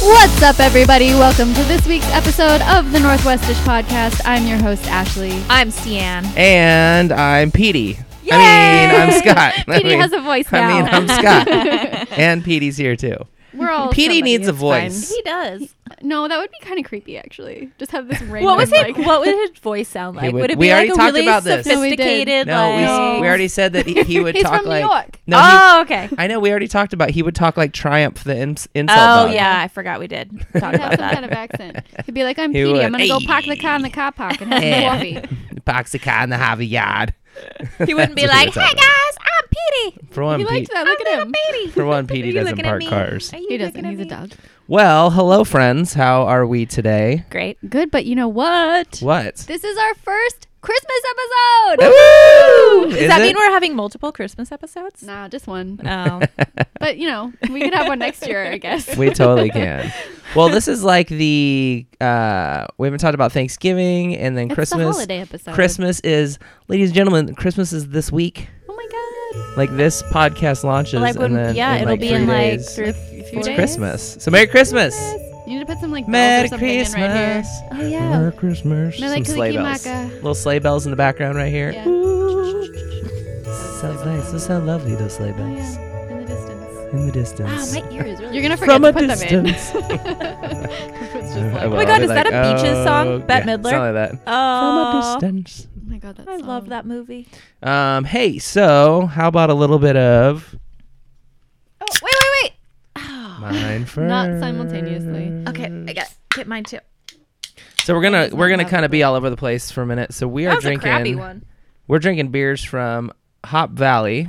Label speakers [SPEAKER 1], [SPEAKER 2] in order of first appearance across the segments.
[SPEAKER 1] What's up, everybody? Welcome to this week's episode of the Northwestish Podcast. I'm your host, Ashley.
[SPEAKER 2] I'm Sian.
[SPEAKER 3] And I'm Petey. I mean, I'm Scott. I
[SPEAKER 1] Petey
[SPEAKER 3] mean-
[SPEAKER 1] has a voice now.
[SPEAKER 3] I mean, I'm Scott. and Petey's here too.
[SPEAKER 1] We're all
[SPEAKER 3] Petey
[SPEAKER 1] somebody,
[SPEAKER 3] needs a
[SPEAKER 1] it's fine.
[SPEAKER 3] voice.
[SPEAKER 2] He does.
[SPEAKER 1] No, that would be kind of creepy, actually. Just have this random.
[SPEAKER 2] What was
[SPEAKER 1] like,
[SPEAKER 2] it? What would his voice sound like?
[SPEAKER 3] would-
[SPEAKER 2] Would it
[SPEAKER 3] we
[SPEAKER 2] be
[SPEAKER 3] already
[SPEAKER 2] like a
[SPEAKER 3] talked
[SPEAKER 2] really
[SPEAKER 3] about this.
[SPEAKER 1] No, we did.
[SPEAKER 2] sophisticated?
[SPEAKER 3] No, we,
[SPEAKER 2] like-
[SPEAKER 3] we already said that he, he would
[SPEAKER 1] He's
[SPEAKER 3] talk
[SPEAKER 1] from New
[SPEAKER 3] like.
[SPEAKER 1] York.
[SPEAKER 3] No, he,
[SPEAKER 2] oh, okay.
[SPEAKER 3] I know. We already talked about. He would talk like Triumph the ins- insult
[SPEAKER 2] Oh
[SPEAKER 3] dog.
[SPEAKER 2] yeah, I forgot we did talk
[SPEAKER 1] He'd have
[SPEAKER 2] about
[SPEAKER 1] some kind
[SPEAKER 2] that.
[SPEAKER 1] of accent. He'd be like, "I'm
[SPEAKER 3] He
[SPEAKER 1] Petey.
[SPEAKER 3] would.
[SPEAKER 1] I'm gonna go
[SPEAKER 3] Hey.
[SPEAKER 1] park the car in the car park and have some
[SPEAKER 3] Yeah.
[SPEAKER 1] coffee."
[SPEAKER 3] Box the car in the Harvey yard.
[SPEAKER 2] He wouldn't be
[SPEAKER 3] That's
[SPEAKER 2] like,
[SPEAKER 3] what he
[SPEAKER 2] "Hey
[SPEAKER 3] sounded
[SPEAKER 2] guys, I'm Petey.
[SPEAKER 3] For one,
[SPEAKER 1] He
[SPEAKER 3] Pete,
[SPEAKER 1] liked that. Look
[SPEAKER 2] I'm
[SPEAKER 1] at
[SPEAKER 2] little
[SPEAKER 1] him.
[SPEAKER 2] Petey."
[SPEAKER 3] for one, Petey
[SPEAKER 2] Are you
[SPEAKER 3] doesn't
[SPEAKER 2] looking at
[SPEAKER 3] park
[SPEAKER 2] me?
[SPEAKER 3] cars.
[SPEAKER 2] Are you
[SPEAKER 1] He
[SPEAKER 2] looking
[SPEAKER 1] doesn't.
[SPEAKER 2] at
[SPEAKER 1] He's a
[SPEAKER 2] me?
[SPEAKER 1] dog.
[SPEAKER 3] Well, hello, friends. How are we today?
[SPEAKER 2] Great.
[SPEAKER 1] Good, but you know what?
[SPEAKER 3] What?
[SPEAKER 1] This is our first Christmas episode.
[SPEAKER 3] Woo!
[SPEAKER 2] Does
[SPEAKER 3] Is
[SPEAKER 2] that
[SPEAKER 3] it?
[SPEAKER 2] mean we're having multiple Christmas episodes? Oh.
[SPEAKER 1] nah, just one.
[SPEAKER 2] No.
[SPEAKER 1] But you know, we could have one next year, I guess.
[SPEAKER 3] we totally can. Well, this is like the uh we haven't talked about Thanksgiving and then
[SPEAKER 1] It's
[SPEAKER 3] Christmas.
[SPEAKER 1] the holiday episode.
[SPEAKER 3] Christmas is ladies and gentlemen, Christmas is this week.
[SPEAKER 1] Oh my god.
[SPEAKER 3] Like this podcast launches
[SPEAKER 2] Like when-
[SPEAKER 3] and then
[SPEAKER 2] yeah,
[SPEAKER 3] in
[SPEAKER 2] it'll
[SPEAKER 3] like
[SPEAKER 2] be
[SPEAKER 3] three
[SPEAKER 2] in like
[SPEAKER 3] days,
[SPEAKER 2] three or
[SPEAKER 1] It's
[SPEAKER 2] four days.
[SPEAKER 3] Christmas. So Merry Christmas.
[SPEAKER 1] You need to put some like bells or
[SPEAKER 3] Merry
[SPEAKER 1] something in right here.
[SPEAKER 3] Christmas.
[SPEAKER 1] Oh yeah.
[SPEAKER 3] Merry Christmas.
[SPEAKER 1] Merry
[SPEAKER 3] Some sleigh bells.
[SPEAKER 1] Kulikimaka.
[SPEAKER 3] Little sleigh bells in the background right here.
[SPEAKER 1] Yeah.
[SPEAKER 3] Sounds nice. Those sound lovely those sleigh
[SPEAKER 1] Oh,
[SPEAKER 3] bells
[SPEAKER 1] yeah. In the distance. Ah,
[SPEAKER 3] in the distance.
[SPEAKER 2] Ah, my ear is really.
[SPEAKER 1] You're gonna forget
[SPEAKER 3] From
[SPEAKER 1] to
[SPEAKER 3] a
[SPEAKER 1] put them in.
[SPEAKER 3] distance.
[SPEAKER 1] It's just
[SPEAKER 3] I- I
[SPEAKER 1] like-
[SPEAKER 3] will.
[SPEAKER 2] Oh my God,
[SPEAKER 3] I'll
[SPEAKER 2] is
[SPEAKER 3] be
[SPEAKER 2] that a Beaches song? Bette
[SPEAKER 3] yeah,
[SPEAKER 2] Midler?
[SPEAKER 3] Something like that.
[SPEAKER 2] Oh,
[SPEAKER 3] distance.
[SPEAKER 1] Oh my god, that
[SPEAKER 2] I love
[SPEAKER 1] song.
[SPEAKER 2] that movie.
[SPEAKER 3] Um, hey, so how about a little bit of
[SPEAKER 2] Oh, wait, wait, wait. Oh.
[SPEAKER 3] mine first?
[SPEAKER 1] Not simultaneusly.
[SPEAKER 2] Okay, I got get mine too.
[SPEAKER 3] So we're gonna we're gonna
[SPEAKER 1] Not
[SPEAKER 3] kind of be all over the place for a minute. So we
[SPEAKER 2] That
[SPEAKER 3] are
[SPEAKER 2] was a crappy
[SPEAKER 3] drinking
[SPEAKER 2] one.
[SPEAKER 3] we're drinking beers from Hop Valley,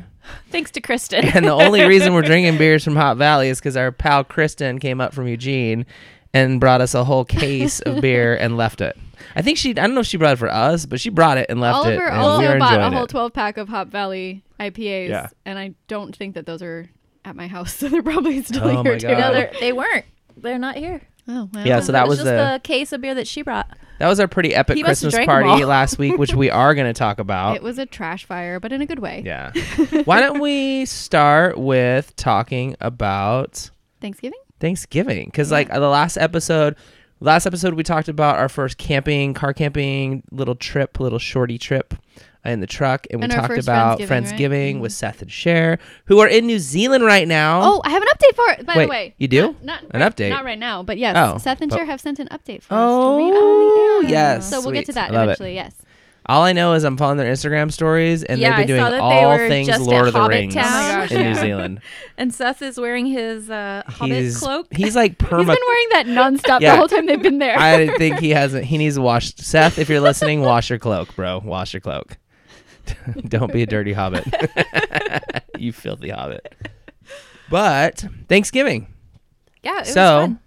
[SPEAKER 2] Thanks to Kristen.
[SPEAKER 3] and the only reason we're drinking beers from Hop Valley is because our pal Kristen came up from Eugene and brought us a whole case of beer and left it. I think she I don't know if she brought it for us, but she brought it and left it.
[SPEAKER 1] Oliver
[SPEAKER 3] and we
[SPEAKER 1] also
[SPEAKER 3] were
[SPEAKER 1] bought
[SPEAKER 3] enjoying
[SPEAKER 1] a whole
[SPEAKER 3] it.
[SPEAKER 1] 12 pack of Hop Valley IPAs,
[SPEAKER 3] Yeah.
[SPEAKER 1] and I don't think that those are at my house, so they're probably still
[SPEAKER 3] Oh
[SPEAKER 1] here
[SPEAKER 3] my
[SPEAKER 1] too.
[SPEAKER 3] God.
[SPEAKER 2] no, they're, they weren't. They're not here.
[SPEAKER 1] Oh, wow.
[SPEAKER 3] Yeah, so that
[SPEAKER 2] It
[SPEAKER 3] was
[SPEAKER 2] just
[SPEAKER 3] the-
[SPEAKER 2] the case of beer that she brought.
[SPEAKER 3] That was our pretty epic
[SPEAKER 2] He must have
[SPEAKER 3] Christmas
[SPEAKER 2] drank 'em
[SPEAKER 3] party
[SPEAKER 2] all.
[SPEAKER 3] last week, which we are going to talk about.
[SPEAKER 1] it was a trash fire, but in a good way.
[SPEAKER 3] Yeah. Why don't we start with talking about
[SPEAKER 1] Thanksgiving?
[SPEAKER 3] Thanksgiving? Because like the last episode, last episode we talked about our first camping, car camping little trip, little shorty trip in the truck, and we
[SPEAKER 1] And our
[SPEAKER 3] talked
[SPEAKER 1] first
[SPEAKER 3] about
[SPEAKER 1] Friendsgiving,
[SPEAKER 3] Friendsgiving,
[SPEAKER 1] right?
[SPEAKER 3] with Seth and Cher, who are in New Zealand right now.
[SPEAKER 1] Oh, I have an update for it, by
[SPEAKER 3] wait,
[SPEAKER 1] the way.
[SPEAKER 3] you do?
[SPEAKER 1] Not
[SPEAKER 3] An
[SPEAKER 1] right-
[SPEAKER 3] update?
[SPEAKER 1] Not right now, but yes.
[SPEAKER 3] Oh,
[SPEAKER 1] Seth and
[SPEAKER 3] but-
[SPEAKER 1] Cher have sent an update for us to read
[SPEAKER 3] Oh,
[SPEAKER 1] on the air.
[SPEAKER 3] yes,
[SPEAKER 1] So we'll get to
[SPEAKER 3] sweet.
[SPEAKER 1] that
[SPEAKER 3] I love it.
[SPEAKER 1] eventually, yes.
[SPEAKER 3] All I know is I'm following their Instagram stories, and
[SPEAKER 2] Yeah,
[SPEAKER 3] they've been
[SPEAKER 2] I saw
[SPEAKER 3] doing
[SPEAKER 2] that they
[SPEAKER 3] all
[SPEAKER 2] were
[SPEAKER 3] things
[SPEAKER 2] just
[SPEAKER 3] Lord
[SPEAKER 2] at
[SPEAKER 3] of the
[SPEAKER 2] Hobbit
[SPEAKER 3] Rings
[SPEAKER 2] Town.
[SPEAKER 1] Oh my gosh,
[SPEAKER 3] in
[SPEAKER 1] yeah.
[SPEAKER 3] New Zealand.
[SPEAKER 2] And Seth is wearing his uh, hobbit
[SPEAKER 3] he's
[SPEAKER 2] cloak.
[SPEAKER 3] he's like
[SPEAKER 1] He's
[SPEAKER 3] perma
[SPEAKER 1] been wearing that nonstop
[SPEAKER 3] Yeah.
[SPEAKER 1] the whole time they've been there.
[SPEAKER 3] I think he hasn't. He needs to wash. Seth, if you're listening, wash your cloak, bro. Wash your cloak. Don't be a dirty hobbit. you filthy hobbit. But Thanksgiving.
[SPEAKER 2] yeah, it was
[SPEAKER 3] so
[SPEAKER 2] fun.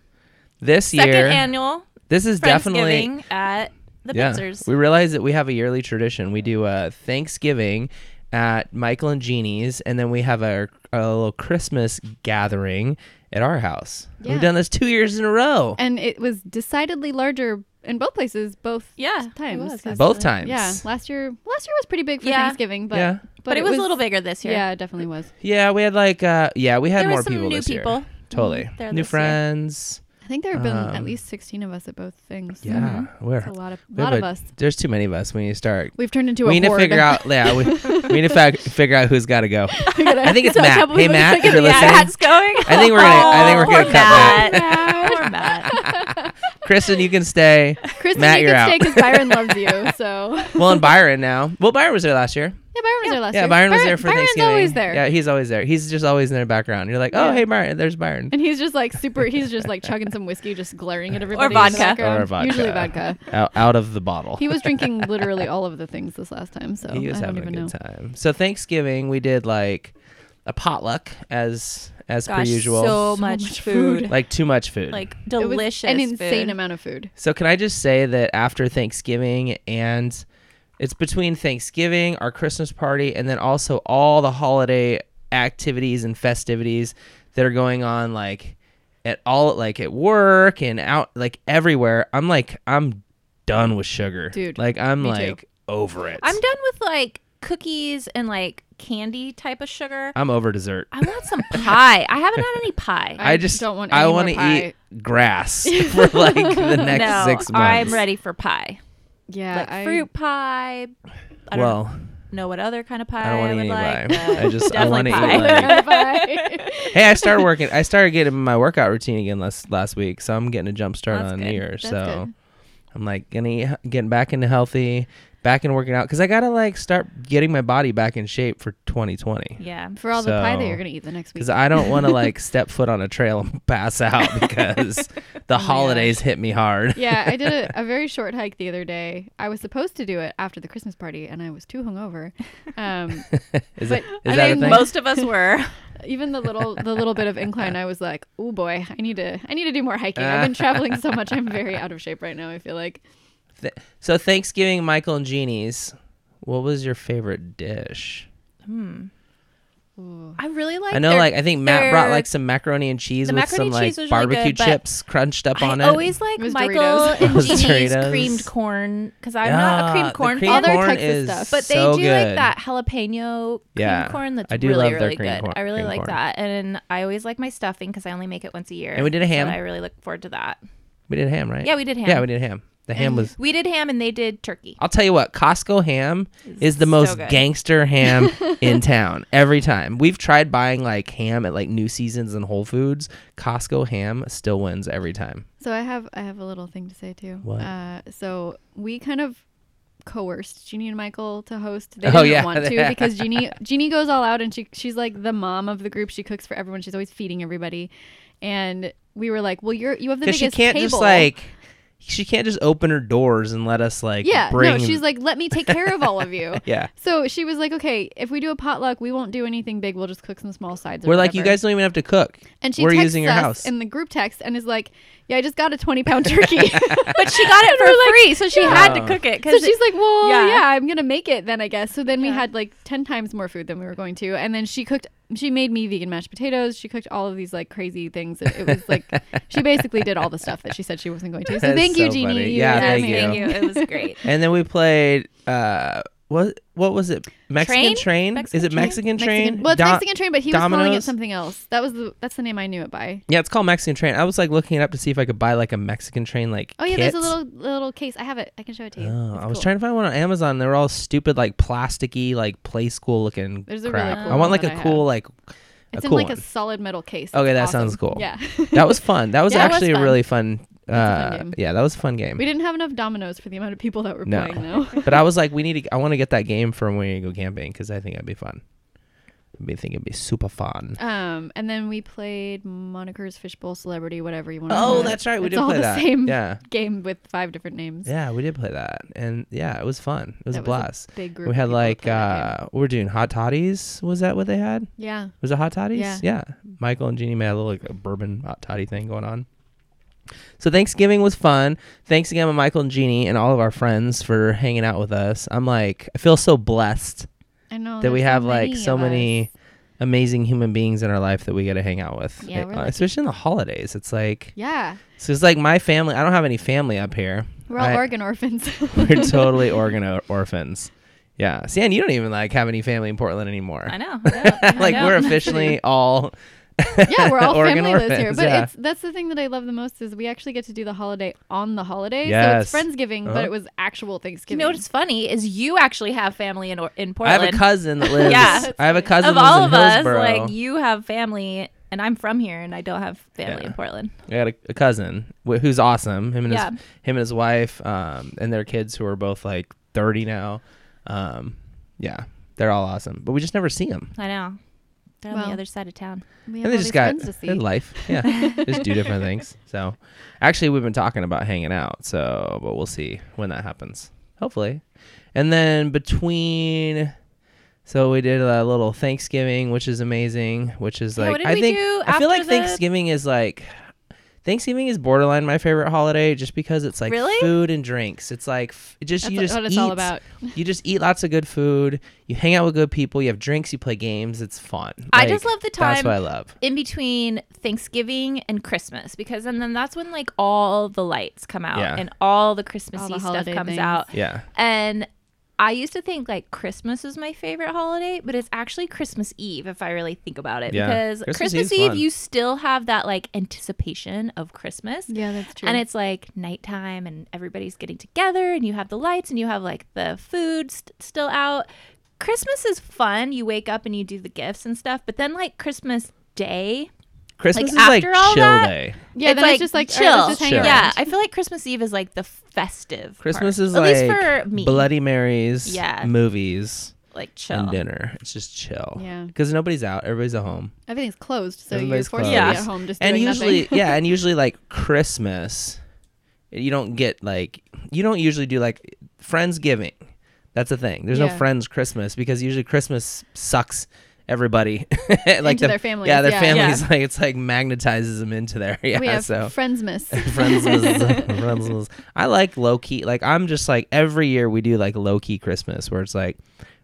[SPEAKER 3] this
[SPEAKER 2] second
[SPEAKER 3] year,
[SPEAKER 2] annual
[SPEAKER 3] this is definitely
[SPEAKER 2] Friendsgiving at the
[SPEAKER 3] yeah.
[SPEAKER 2] Pizzers.
[SPEAKER 3] We realize that we have a yearly tradition. We do a Thanksgiving at Michael and Jeannie's, and then we have our, our little Christmas gathering at our house.
[SPEAKER 1] Yeah.
[SPEAKER 3] We've done this two years in a row.
[SPEAKER 1] and it was decidedly larger in both places, both
[SPEAKER 2] Yeah, it
[SPEAKER 1] times.
[SPEAKER 2] was, actually.
[SPEAKER 3] Both times.
[SPEAKER 1] Yeah, last year last year was pretty big for
[SPEAKER 2] Yeah.
[SPEAKER 1] Thanksgiving, but
[SPEAKER 3] Yeah.
[SPEAKER 1] but,
[SPEAKER 2] but, it was, a little bigger this year.
[SPEAKER 1] Yeah, it definitely was.
[SPEAKER 3] Yeah, we had like uh yeah, we had
[SPEAKER 2] There were
[SPEAKER 3] more
[SPEAKER 2] some
[SPEAKER 3] people
[SPEAKER 2] new
[SPEAKER 3] this
[SPEAKER 2] people
[SPEAKER 3] year. Totally.
[SPEAKER 2] there
[SPEAKER 3] New
[SPEAKER 2] this year.
[SPEAKER 3] friends.
[SPEAKER 1] I think there have been at
[SPEAKER 3] Um,
[SPEAKER 1] least sixteen of us at both things.
[SPEAKER 3] Yeah.
[SPEAKER 1] That's
[SPEAKER 3] We're
[SPEAKER 1] Mm-hmm. a lot of
[SPEAKER 3] we
[SPEAKER 1] lot
[SPEAKER 3] have
[SPEAKER 1] of
[SPEAKER 3] a-
[SPEAKER 1] us.
[SPEAKER 3] There's too many of us. We need to start
[SPEAKER 1] We've turned into a
[SPEAKER 3] we need to
[SPEAKER 1] horde.
[SPEAKER 3] figure out yeah, we, we need to fac- figure out who's gotta go. I think it's
[SPEAKER 1] So
[SPEAKER 3] Matt.
[SPEAKER 1] trouble
[SPEAKER 3] Hey
[SPEAKER 1] with-
[SPEAKER 3] Matt, if you're
[SPEAKER 2] Yeah,
[SPEAKER 3] listening.
[SPEAKER 2] that's going.
[SPEAKER 3] I think we're gonna I think we're
[SPEAKER 1] Oh,
[SPEAKER 3] gonna cut that.
[SPEAKER 2] Poor Matt.
[SPEAKER 3] Kristen, you can stay.
[SPEAKER 1] Kristen,
[SPEAKER 3] Matt,
[SPEAKER 1] you
[SPEAKER 3] you're
[SPEAKER 1] can
[SPEAKER 3] out.
[SPEAKER 1] stay because Byron loves you. So yeah,
[SPEAKER 3] Well and Byron now. Well Byron was there last year.
[SPEAKER 1] Byron was there last
[SPEAKER 3] Yeah,
[SPEAKER 1] year.
[SPEAKER 3] Byron was there for
[SPEAKER 1] Byron's
[SPEAKER 3] Thanksgiving.
[SPEAKER 1] always there,
[SPEAKER 3] Yeah, he's always there. He's just always in the background. You're like, Oh
[SPEAKER 1] Yeah.
[SPEAKER 3] hey Byron, there's Byron.
[SPEAKER 1] and he's just like super. He's just like chugging some whiskey, just glaring at everybody. in the
[SPEAKER 2] vodka.
[SPEAKER 1] background.
[SPEAKER 3] Or vodka.
[SPEAKER 1] Usually vodka.
[SPEAKER 3] Out, out of the bottle.
[SPEAKER 1] He was drinking literally all of the things this last time, so
[SPEAKER 3] he was
[SPEAKER 1] I don't
[SPEAKER 3] having a
[SPEAKER 1] even
[SPEAKER 3] good
[SPEAKER 1] know.
[SPEAKER 3] time. So Thanksgiving, we did like a potluck as as per
[SPEAKER 2] Gosh,
[SPEAKER 3] usual.
[SPEAKER 2] so much food.
[SPEAKER 3] like too much food.
[SPEAKER 2] Like
[SPEAKER 1] It was
[SPEAKER 2] delicious,
[SPEAKER 1] an insane
[SPEAKER 2] food.
[SPEAKER 1] amount of food.
[SPEAKER 3] so can I just say that after Thanksgiving and it's between Thanksgiving, our Christmas party, and then also all the holiday activities and festivities that are going on like at all like at work and out like everywhere. I'm like I'm done with sugar.
[SPEAKER 1] Dude,
[SPEAKER 3] Like I'm
[SPEAKER 1] me too.
[SPEAKER 3] like over it.
[SPEAKER 2] I'm done with like cookies and like candy type of sugar.
[SPEAKER 3] I'm over dessert.
[SPEAKER 2] I want some pie. I haven't had any pie.
[SPEAKER 1] I
[SPEAKER 3] I just
[SPEAKER 1] don't want
[SPEAKER 3] I
[SPEAKER 1] any
[SPEAKER 3] want to
[SPEAKER 1] more pie.
[SPEAKER 3] eat grass for like the next
[SPEAKER 2] no,
[SPEAKER 3] six months.
[SPEAKER 2] I'm ready for pie.
[SPEAKER 1] Yeah,
[SPEAKER 2] Like
[SPEAKER 1] I-
[SPEAKER 2] fruit pie. I don't
[SPEAKER 3] well,
[SPEAKER 2] know what other kind of pie
[SPEAKER 3] I don't want
[SPEAKER 2] would
[SPEAKER 3] any
[SPEAKER 2] like.
[SPEAKER 3] pie.
[SPEAKER 2] but
[SPEAKER 3] I just I
[SPEAKER 2] definitely
[SPEAKER 3] want to
[SPEAKER 2] pie.
[SPEAKER 3] eat like.
[SPEAKER 1] Bye.
[SPEAKER 3] hey, I started working. I started getting my workout routine again last last week, so I'm getting a jump start
[SPEAKER 2] That's
[SPEAKER 3] on
[SPEAKER 2] good.
[SPEAKER 3] New Year.
[SPEAKER 2] That's
[SPEAKER 3] so
[SPEAKER 2] good.
[SPEAKER 3] I'm like gonna eat, getting back into healthy, back in working out because I gotta like start getting my body back in shape for 2020.
[SPEAKER 2] yeah.
[SPEAKER 1] For all the pie that
[SPEAKER 3] So-
[SPEAKER 1] you're gonna eat the next week.
[SPEAKER 3] Because I don't want to like step foot on a trail and pass out because the holidays hit me hard.
[SPEAKER 1] yeah, I did a, a very short hike the other day. I was supposed to do it after the Christmas party, and I was too hungover. Um,
[SPEAKER 3] Is,
[SPEAKER 1] But
[SPEAKER 3] it, is
[SPEAKER 1] I
[SPEAKER 3] that a
[SPEAKER 1] mean,
[SPEAKER 3] thing?
[SPEAKER 2] Most of us were.
[SPEAKER 1] even the little the little bit of incline, I was like, "Oh boy, I need to I need to do more hiking." I've been traveling so much; I'm very out of shape right now. I feel like
[SPEAKER 3] Th- so Thanksgiving, Michael and Jeannie's. What was your favorite dish?
[SPEAKER 1] Ooh.
[SPEAKER 2] I really like
[SPEAKER 3] I know,
[SPEAKER 2] their-
[SPEAKER 3] like I think Matt brought
[SPEAKER 2] their-
[SPEAKER 3] like some macaroni and cheese
[SPEAKER 2] The
[SPEAKER 3] with
[SPEAKER 2] macaroni
[SPEAKER 3] some
[SPEAKER 2] and
[SPEAKER 3] like
[SPEAKER 2] cheese was really
[SPEAKER 3] barbecue
[SPEAKER 2] good, but
[SPEAKER 3] chips crunched up on it.
[SPEAKER 2] I always like
[SPEAKER 1] It was
[SPEAKER 2] Michael
[SPEAKER 1] Doritos.
[SPEAKER 2] and
[SPEAKER 3] was
[SPEAKER 2] Jeannie's
[SPEAKER 3] Doritos.
[SPEAKER 2] creamed corn because I'm not a
[SPEAKER 3] Yeah,
[SPEAKER 2] creamed
[SPEAKER 3] the
[SPEAKER 2] corn
[SPEAKER 3] creamed
[SPEAKER 2] fan.
[SPEAKER 1] Other
[SPEAKER 3] corn
[SPEAKER 1] types of
[SPEAKER 3] is
[SPEAKER 1] stuff.
[SPEAKER 2] But they
[SPEAKER 3] so
[SPEAKER 2] do
[SPEAKER 3] good.
[SPEAKER 2] like that jalapeno
[SPEAKER 3] Yeah.
[SPEAKER 2] cream corn that's
[SPEAKER 3] I do
[SPEAKER 2] really,
[SPEAKER 3] love their
[SPEAKER 2] really
[SPEAKER 3] cream
[SPEAKER 2] good.
[SPEAKER 3] corn-
[SPEAKER 2] I really
[SPEAKER 3] cream
[SPEAKER 2] like
[SPEAKER 3] corn.
[SPEAKER 2] that. And I always like my stuffing because I only make it once a year.
[SPEAKER 3] And we did a ham.
[SPEAKER 2] So I really look forward to that.
[SPEAKER 3] We did ham, right?
[SPEAKER 2] Yeah, we did ham.
[SPEAKER 3] Yeah, we did ham. The ham was.
[SPEAKER 2] We did ham and they did turkey.
[SPEAKER 3] I'll tell you what, Costco ham is the
[SPEAKER 2] so
[SPEAKER 3] most
[SPEAKER 2] good.
[SPEAKER 3] gangster ham in town. Every time we've tried buying like ham at like New Seasons and Whole Foods, Costco ham still wins every time.
[SPEAKER 1] So I have I have a little thing to say too.
[SPEAKER 3] What?
[SPEAKER 1] Uh, so we kind of coerced Jeannie and Michael to host. They
[SPEAKER 3] Oh,
[SPEAKER 1] didn't
[SPEAKER 3] yeah.
[SPEAKER 1] want to because Jeannie Jeannie goes all out and she she's like the mom of the group. She cooks for everyone. She's always feeding everybody. And we were like, well, you're you have the
[SPEAKER 3] Because
[SPEAKER 1] biggest
[SPEAKER 3] she can't
[SPEAKER 1] table.
[SPEAKER 3] just like, she can't just open her doors and let us like.
[SPEAKER 1] yeah.
[SPEAKER 3] bring,
[SPEAKER 1] No, she's like, let me take care of all of you.
[SPEAKER 3] Yeah.
[SPEAKER 1] So she was like, okay, if we do a potluck, we won't do anything big. We'll just cook some small sides. or
[SPEAKER 3] We're like, you
[SPEAKER 1] whatever."
[SPEAKER 3] guys don't even have to cook.
[SPEAKER 1] And she
[SPEAKER 3] we're
[SPEAKER 1] texts
[SPEAKER 3] using your
[SPEAKER 1] us
[SPEAKER 3] house.
[SPEAKER 1] in the group text and is like, yeah, I just got a twenty pound turkey.
[SPEAKER 2] But she got it for free, so she had to
[SPEAKER 3] Oh.
[SPEAKER 2] cook it.
[SPEAKER 1] So
[SPEAKER 2] Because
[SPEAKER 1] she's like, well, yeah.
[SPEAKER 2] yeah.
[SPEAKER 1] I'm gonna make it then, I guess. So then we
[SPEAKER 2] Yeah.
[SPEAKER 1] had like ten times more food than we were going to, and then she cooked. She made me vegan mashed potatoes. She cooked all of these like crazy things. It, it was like she basically did all the stuff that she said she wasn't going to. So
[SPEAKER 3] That's
[SPEAKER 1] thank you,
[SPEAKER 3] so
[SPEAKER 1] Jeannie.
[SPEAKER 3] funny.
[SPEAKER 1] You
[SPEAKER 3] Yeah,
[SPEAKER 1] were
[SPEAKER 3] thank
[SPEAKER 1] amazing.
[SPEAKER 2] thank you. It was great.
[SPEAKER 3] And then we played uh what what was it? Mexican
[SPEAKER 2] Train?
[SPEAKER 3] train?
[SPEAKER 2] Mexican
[SPEAKER 3] Is it
[SPEAKER 2] train?
[SPEAKER 3] Mexican train?
[SPEAKER 1] Mexican, well, it's
[SPEAKER 3] Dom-
[SPEAKER 1] Mexican train, but he was calling it
[SPEAKER 3] Domino's?
[SPEAKER 1] something else. That was the that's the name I knew it by.
[SPEAKER 3] Yeah, it's called Mexican train. I was like looking it up to see if I could buy like a Mexican train like
[SPEAKER 1] Oh yeah,
[SPEAKER 3] kit.
[SPEAKER 1] there's a little little case. I have it. I can show it to you.
[SPEAKER 3] Oh,
[SPEAKER 1] It's
[SPEAKER 3] I was
[SPEAKER 1] cool.
[SPEAKER 3] trying to find one on Amazon. They were all stupid, like plasticky, like play school looking
[SPEAKER 1] There's a really
[SPEAKER 3] crap.
[SPEAKER 1] cool
[SPEAKER 3] I
[SPEAKER 1] one
[SPEAKER 3] want like
[SPEAKER 1] that
[SPEAKER 3] a
[SPEAKER 1] I
[SPEAKER 3] cool, like a
[SPEAKER 1] It's in
[SPEAKER 3] cool
[SPEAKER 1] like
[SPEAKER 3] one.
[SPEAKER 1] a solid metal case.
[SPEAKER 3] Okay,
[SPEAKER 1] It's
[SPEAKER 3] that sounds
[SPEAKER 1] awesome.
[SPEAKER 3] cool.
[SPEAKER 1] Yeah,
[SPEAKER 3] that was fun. That was
[SPEAKER 2] Yeah, it was
[SPEAKER 3] actually
[SPEAKER 2] fun.
[SPEAKER 3] a really fun.
[SPEAKER 1] That's a
[SPEAKER 3] Uh,
[SPEAKER 1] fun game.
[SPEAKER 3] yeah, that was a fun game.
[SPEAKER 1] we didn't have enough dominoes for the amount of people that were
[SPEAKER 3] No.
[SPEAKER 1] playing though.
[SPEAKER 3] but I was like, we need to. I want to get that game for when we go camping because I think that'd be fun. I think it'd be super fun.
[SPEAKER 1] Um, and then we played Monikers, Fishbowl, Celebrity, whatever you want. to
[SPEAKER 3] Oh, that's right. We
[SPEAKER 1] it's
[SPEAKER 3] did
[SPEAKER 1] all
[SPEAKER 3] play
[SPEAKER 1] the
[SPEAKER 3] that.
[SPEAKER 1] same
[SPEAKER 3] Yeah.
[SPEAKER 1] game with five different names.
[SPEAKER 3] Yeah, we did play that. And yeah, it was fun. It was
[SPEAKER 1] That was a
[SPEAKER 3] a blast.
[SPEAKER 1] Big group.
[SPEAKER 3] we
[SPEAKER 1] of
[SPEAKER 3] had
[SPEAKER 1] people that
[SPEAKER 3] like
[SPEAKER 1] played that
[SPEAKER 3] uh we were doing hot toddies. Was that what they had?
[SPEAKER 1] game. yeah,
[SPEAKER 3] Was it hot toddies?
[SPEAKER 1] Yeah.
[SPEAKER 3] Michael and Jeannie made a little like, a bourbon hot toddy thing going on. So Thanksgiving was fun. Thanks again to Michael and Jeannie and all of our friends for hanging out with us. I'm like I feel so blessed
[SPEAKER 1] I know
[SPEAKER 3] that we
[SPEAKER 1] there's
[SPEAKER 3] have
[SPEAKER 1] so
[SPEAKER 3] like
[SPEAKER 1] many
[SPEAKER 3] so
[SPEAKER 1] of
[SPEAKER 3] many
[SPEAKER 1] us.
[SPEAKER 3] amazing human beings in our life that we get to hang out with.
[SPEAKER 1] Yeah,
[SPEAKER 3] Uh,
[SPEAKER 1] we're lucky.
[SPEAKER 3] especially in the holidays. It's like
[SPEAKER 1] Yeah,
[SPEAKER 3] so it's like my family. I don't have any family up here.
[SPEAKER 1] we're all
[SPEAKER 3] I-
[SPEAKER 1] Oregon orphans.
[SPEAKER 3] We're totally organ or- orphans. Yeah. San, you don't even like have any family in Portland anymore.
[SPEAKER 2] I know. I know, I
[SPEAKER 3] like
[SPEAKER 2] know.
[SPEAKER 3] we're officially all
[SPEAKER 1] yeah, we're all
[SPEAKER 3] Oregon
[SPEAKER 1] family lives here.
[SPEAKER 3] orphans,
[SPEAKER 1] But
[SPEAKER 3] yeah.
[SPEAKER 1] it's that's the thing that I love the most is we actually get to do the holiday on the holiday.
[SPEAKER 3] Yes.
[SPEAKER 1] So it's friendsgiving,
[SPEAKER 3] Uh-huh.
[SPEAKER 1] but it was actual
[SPEAKER 2] You
[SPEAKER 1] Thanksgiving.
[SPEAKER 2] know what's funny is you actually have family in or- in
[SPEAKER 3] I
[SPEAKER 2] Portland.
[SPEAKER 3] have a cousin that lives
[SPEAKER 2] Yeah.
[SPEAKER 3] I have a cousin
[SPEAKER 2] of
[SPEAKER 3] that lives
[SPEAKER 2] all
[SPEAKER 3] in
[SPEAKER 2] of us,
[SPEAKER 3] Hillsboro.
[SPEAKER 2] like you have family, and I'm from here, and I don't have family
[SPEAKER 3] Yeah.
[SPEAKER 2] in Portland.
[SPEAKER 3] I got a, a cousin wh- who's awesome. Him and
[SPEAKER 2] Yeah.
[SPEAKER 3] his him and his wife um and their kids who are both like 30 now. Um yeah. They're all awesome. But we just never see them.
[SPEAKER 2] I know. They're on
[SPEAKER 1] Well,
[SPEAKER 2] the other side of town.
[SPEAKER 1] we have
[SPEAKER 3] And
[SPEAKER 1] all
[SPEAKER 3] they
[SPEAKER 1] these
[SPEAKER 3] just got
[SPEAKER 1] friends to
[SPEAKER 3] their
[SPEAKER 1] see.
[SPEAKER 3] life. Yeah. just do different things. So actually we've been talking about hanging out, so but we'll see when that happens. Hopefully. And then between so we did a little Thanksgiving, which is amazing, which is
[SPEAKER 2] Yeah,
[SPEAKER 3] like
[SPEAKER 2] what did
[SPEAKER 3] I
[SPEAKER 2] we
[SPEAKER 3] think
[SPEAKER 2] do
[SPEAKER 3] I feel
[SPEAKER 2] after
[SPEAKER 3] like
[SPEAKER 2] the-
[SPEAKER 3] Thanksgiving is like Thanksgiving is borderline my favorite holiday just because it's like
[SPEAKER 2] Really?
[SPEAKER 3] food and drinks. It's like f- it just
[SPEAKER 1] That's
[SPEAKER 3] you just
[SPEAKER 1] what it's
[SPEAKER 3] eat
[SPEAKER 1] all about.
[SPEAKER 3] you just eat lots of good food, you hang out with good people, you have drinks, you play games, it's fun.
[SPEAKER 2] I just love the
[SPEAKER 3] That's
[SPEAKER 2] time-
[SPEAKER 3] what I love.
[SPEAKER 2] In between Thanksgiving and Christmas, because and then that's when like all the lights come out
[SPEAKER 3] Yeah.
[SPEAKER 2] and all the Christmassy
[SPEAKER 1] All the
[SPEAKER 2] stuff
[SPEAKER 1] holiday
[SPEAKER 2] comes
[SPEAKER 1] things.
[SPEAKER 2] out.
[SPEAKER 3] Yeah.
[SPEAKER 2] And I used to think like Christmas is my favorite holiday, but it's actually Christmas Eve if I really think about it.
[SPEAKER 3] Yeah.
[SPEAKER 2] Because
[SPEAKER 3] Christmas
[SPEAKER 2] Christmas,
[SPEAKER 3] Eve's
[SPEAKER 2] Eve,
[SPEAKER 3] fun.
[SPEAKER 2] you still have that like anticipation of Christmas.
[SPEAKER 1] Yeah, that's true.
[SPEAKER 2] And it's like nighttime and everybody's getting together and you have the lights and you have like the food st- still out. Christmas is fun. You wake up and you do the gifts and stuff, but then like Christmas Day,
[SPEAKER 3] Christmas is like
[SPEAKER 2] after all
[SPEAKER 3] chill
[SPEAKER 2] that-
[SPEAKER 3] day.
[SPEAKER 1] yeah,
[SPEAKER 2] it's
[SPEAKER 1] then
[SPEAKER 2] like
[SPEAKER 1] it's just like
[SPEAKER 2] chill.
[SPEAKER 1] chill. Just hanging
[SPEAKER 3] Chill.
[SPEAKER 2] yeah,
[SPEAKER 1] around.
[SPEAKER 2] I feel like Christmas Eve is like the festive.
[SPEAKER 3] Christmas
[SPEAKER 2] part.
[SPEAKER 3] is
[SPEAKER 2] at
[SPEAKER 3] like
[SPEAKER 2] least for me,
[SPEAKER 3] Bloody Marys,
[SPEAKER 2] Yeah.
[SPEAKER 3] movies,
[SPEAKER 2] like chill.
[SPEAKER 3] and dinner. It's just chill.
[SPEAKER 1] Yeah.
[SPEAKER 3] Because nobody's out, everybody's at home.
[SPEAKER 1] Everything's closed, so
[SPEAKER 3] Everybody's
[SPEAKER 1] you're forced to
[SPEAKER 2] closed.
[SPEAKER 1] be at home just
[SPEAKER 3] and
[SPEAKER 1] doing
[SPEAKER 3] usually
[SPEAKER 1] nothing.
[SPEAKER 3] yeah and usually like christmas you don't get like you don't usually do like friendsgiving that's the thing there's no
[SPEAKER 1] Yeah.
[SPEAKER 3] friends christmas because usually christmas sucks everybody like
[SPEAKER 1] Into
[SPEAKER 3] the-
[SPEAKER 1] their families,
[SPEAKER 3] yeah their
[SPEAKER 1] yeah.
[SPEAKER 3] families
[SPEAKER 2] Yeah.
[SPEAKER 3] like it's like magnetizes them into there yeah
[SPEAKER 1] we have
[SPEAKER 3] so
[SPEAKER 1] friendsmas.
[SPEAKER 3] Friendsmas, friendsmas. I like low key. Like I'm just like every year we do like low key Christmas where it's like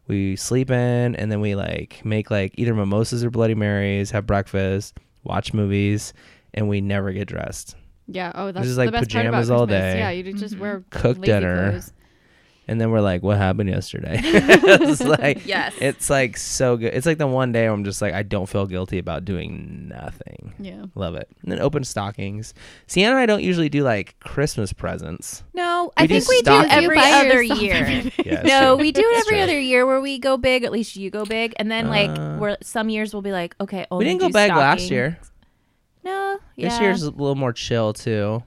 [SPEAKER 3] we sleep in and then we like make like either mimosas or Bloody Marys, have breakfast, watch movies, and we never get dressed.
[SPEAKER 1] yeah. Oh, that's
[SPEAKER 3] is like
[SPEAKER 1] the best part about
[SPEAKER 3] pajamas all
[SPEAKER 1] Christmas.
[SPEAKER 3] day.
[SPEAKER 1] Yeah, you just
[SPEAKER 2] Mm-hmm.
[SPEAKER 1] wear
[SPEAKER 3] Cook
[SPEAKER 1] lazy
[SPEAKER 3] dinner.
[SPEAKER 1] clothes.
[SPEAKER 3] And then we're like, what happened yesterday? it's like
[SPEAKER 2] Yes.
[SPEAKER 3] it's like so good. It's like the one day where I'm just like I don't feel guilty about doing nothing.
[SPEAKER 1] Yeah.
[SPEAKER 3] Love it. And then open stockings. Sienna and I don't usually do like Christmas presents.
[SPEAKER 2] No,
[SPEAKER 3] We
[SPEAKER 2] I
[SPEAKER 3] do
[SPEAKER 2] think we do
[SPEAKER 3] stock-
[SPEAKER 2] every
[SPEAKER 1] You buy
[SPEAKER 2] other
[SPEAKER 1] yourself
[SPEAKER 2] year.
[SPEAKER 1] everything.
[SPEAKER 3] Yeah, it's
[SPEAKER 2] No,
[SPEAKER 3] true.
[SPEAKER 2] we do it
[SPEAKER 3] It's
[SPEAKER 2] every
[SPEAKER 3] true.
[SPEAKER 2] other year where we go big. At least you go big, and then like
[SPEAKER 3] Uh,
[SPEAKER 2] we're some years we'll be like, okay,
[SPEAKER 3] We
[SPEAKER 2] only
[SPEAKER 3] didn't go
[SPEAKER 2] do
[SPEAKER 3] back last
[SPEAKER 2] stockings.
[SPEAKER 3] year.
[SPEAKER 2] No, yeah.
[SPEAKER 3] This year's a little more chill too.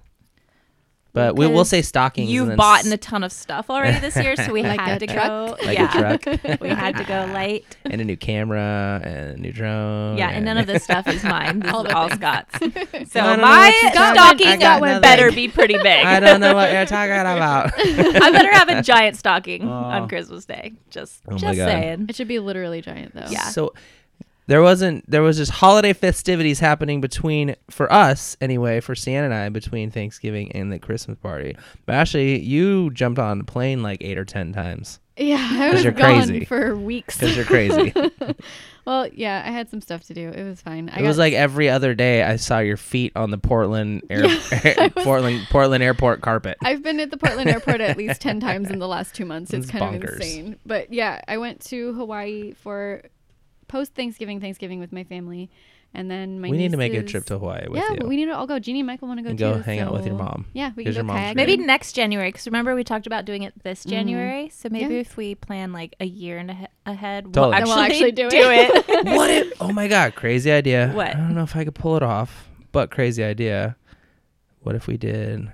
[SPEAKER 3] But we will
[SPEAKER 2] Because
[SPEAKER 3] say stockings. and
[SPEAKER 2] you've
[SPEAKER 3] then
[SPEAKER 2] bought
[SPEAKER 3] s-
[SPEAKER 2] a ton of stuff already this year, so we
[SPEAKER 1] Like
[SPEAKER 2] had
[SPEAKER 1] a
[SPEAKER 2] to
[SPEAKER 1] truck?
[SPEAKER 2] go.
[SPEAKER 3] like
[SPEAKER 2] yeah,
[SPEAKER 3] a truck
[SPEAKER 2] we had to go light.
[SPEAKER 3] and a new camera and a new drone.
[SPEAKER 2] Yeah, and none of this stuff is mine. This
[SPEAKER 1] All
[SPEAKER 2] all
[SPEAKER 1] the
[SPEAKER 2] is all
[SPEAKER 1] things.
[SPEAKER 2] Scott's. So
[SPEAKER 3] I don't know
[SPEAKER 2] my
[SPEAKER 3] what you're
[SPEAKER 1] talking- I
[SPEAKER 2] stocking
[SPEAKER 1] got
[SPEAKER 2] would
[SPEAKER 1] nothing.
[SPEAKER 2] better be pretty big.
[SPEAKER 3] I
[SPEAKER 2] I,
[SPEAKER 3] don't know what you're talking about.
[SPEAKER 2] better have a giant stocking
[SPEAKER 3] Oh.
[SPEAKER 2] on Christmas Day. Just,
[SPEAKER 3] Oh my
[SPEAKER 2] just
[SPEAKER 3] God.
[SPEAKER 2] saying.
[SPEAKER 1] It should be literally giant though.
[SPEAKER 2] Yeah.
[SPEAKER 3] So there wasn't there was just holiday festivities happening between for us anyway for Sienna and I between Thanksgiving and the Christmas party. But actually, you jumped on a plane like eight or ten times
[SPEAKER 1] Yeah, I
[SPEAKER 3] 'Cause
[SPEAKER 1] was
[SPEAKER 3] you're
[SPEAKER 1] gone
[SPEAKER 3] crazy.
[SPEAKER 1] for weeks.
[SPEAKER 3] because you're crazy.
[SPEAKER 1] well, yeah, I had some stuff to do. It was fine. I
[SPEAKER 3] It was
[SPEAKER 1] got-
[SPEAKER 3] like every other day I saw your feet on the Portland air, Portland Portland airport carpet.
[SPEAKER 1] I've been at the Portland airport at least 10 times in the last 2 months. It's
[SPEAKER 3] It's
[SPEAKER 1] kind of
[SPEAKER 3] bonkers.
[SPEAKER 1] insane. But yeah, I went to Hawaii for post Thanksgiving Thanksgiving with my family and then my
[SPEAKER 3] we need to make a
[SPEAKER 1] nieces-
[SPEAKER 3] trip to Hawaii with
[SPEAKER 1] yeah,
[SPEAKER 3] you.
[SPEAKER 1] but we need to all go. Jeannie and Michael want to go
[SPEAKER 3] And go
[SPEAKER 1] too,
[SPEAKER 3] hang out with your
[SPEAKER 1] so-
[SPEAKER 3] mom.
[SPEAKER 1] Yeah, we
[SPEAKER 3] Here's your
[SPEAKER 1] can go
[SPEAKER 3] mom's
[SPEAKER 1] kayaking.
[SPEAKER 3] great.
[SPEAKER 2] Maybe next January, because remember we talked about doing it this January. So maybe
[SPEAKER 1] Yeah.
[SPEAKER 2] if we plan like a year and a he- ahead,
[SPEAKER 3] Totally.
[SPEAKER 2] we'll
[SPEAKER 3] Then
[SPEAKER 2] actually,
[SPEAKER 1] we'll actually
[SPEAKER 2] do,
[SPEAKER 1] do
[SPEAKER 2] it.
[SPEAKER 3] what if? Oh my god, crazy idea.
[SPEAKER 2] What?
[SPEAKER 3] I don't know if I could pull it off, but crazy idea. What if we did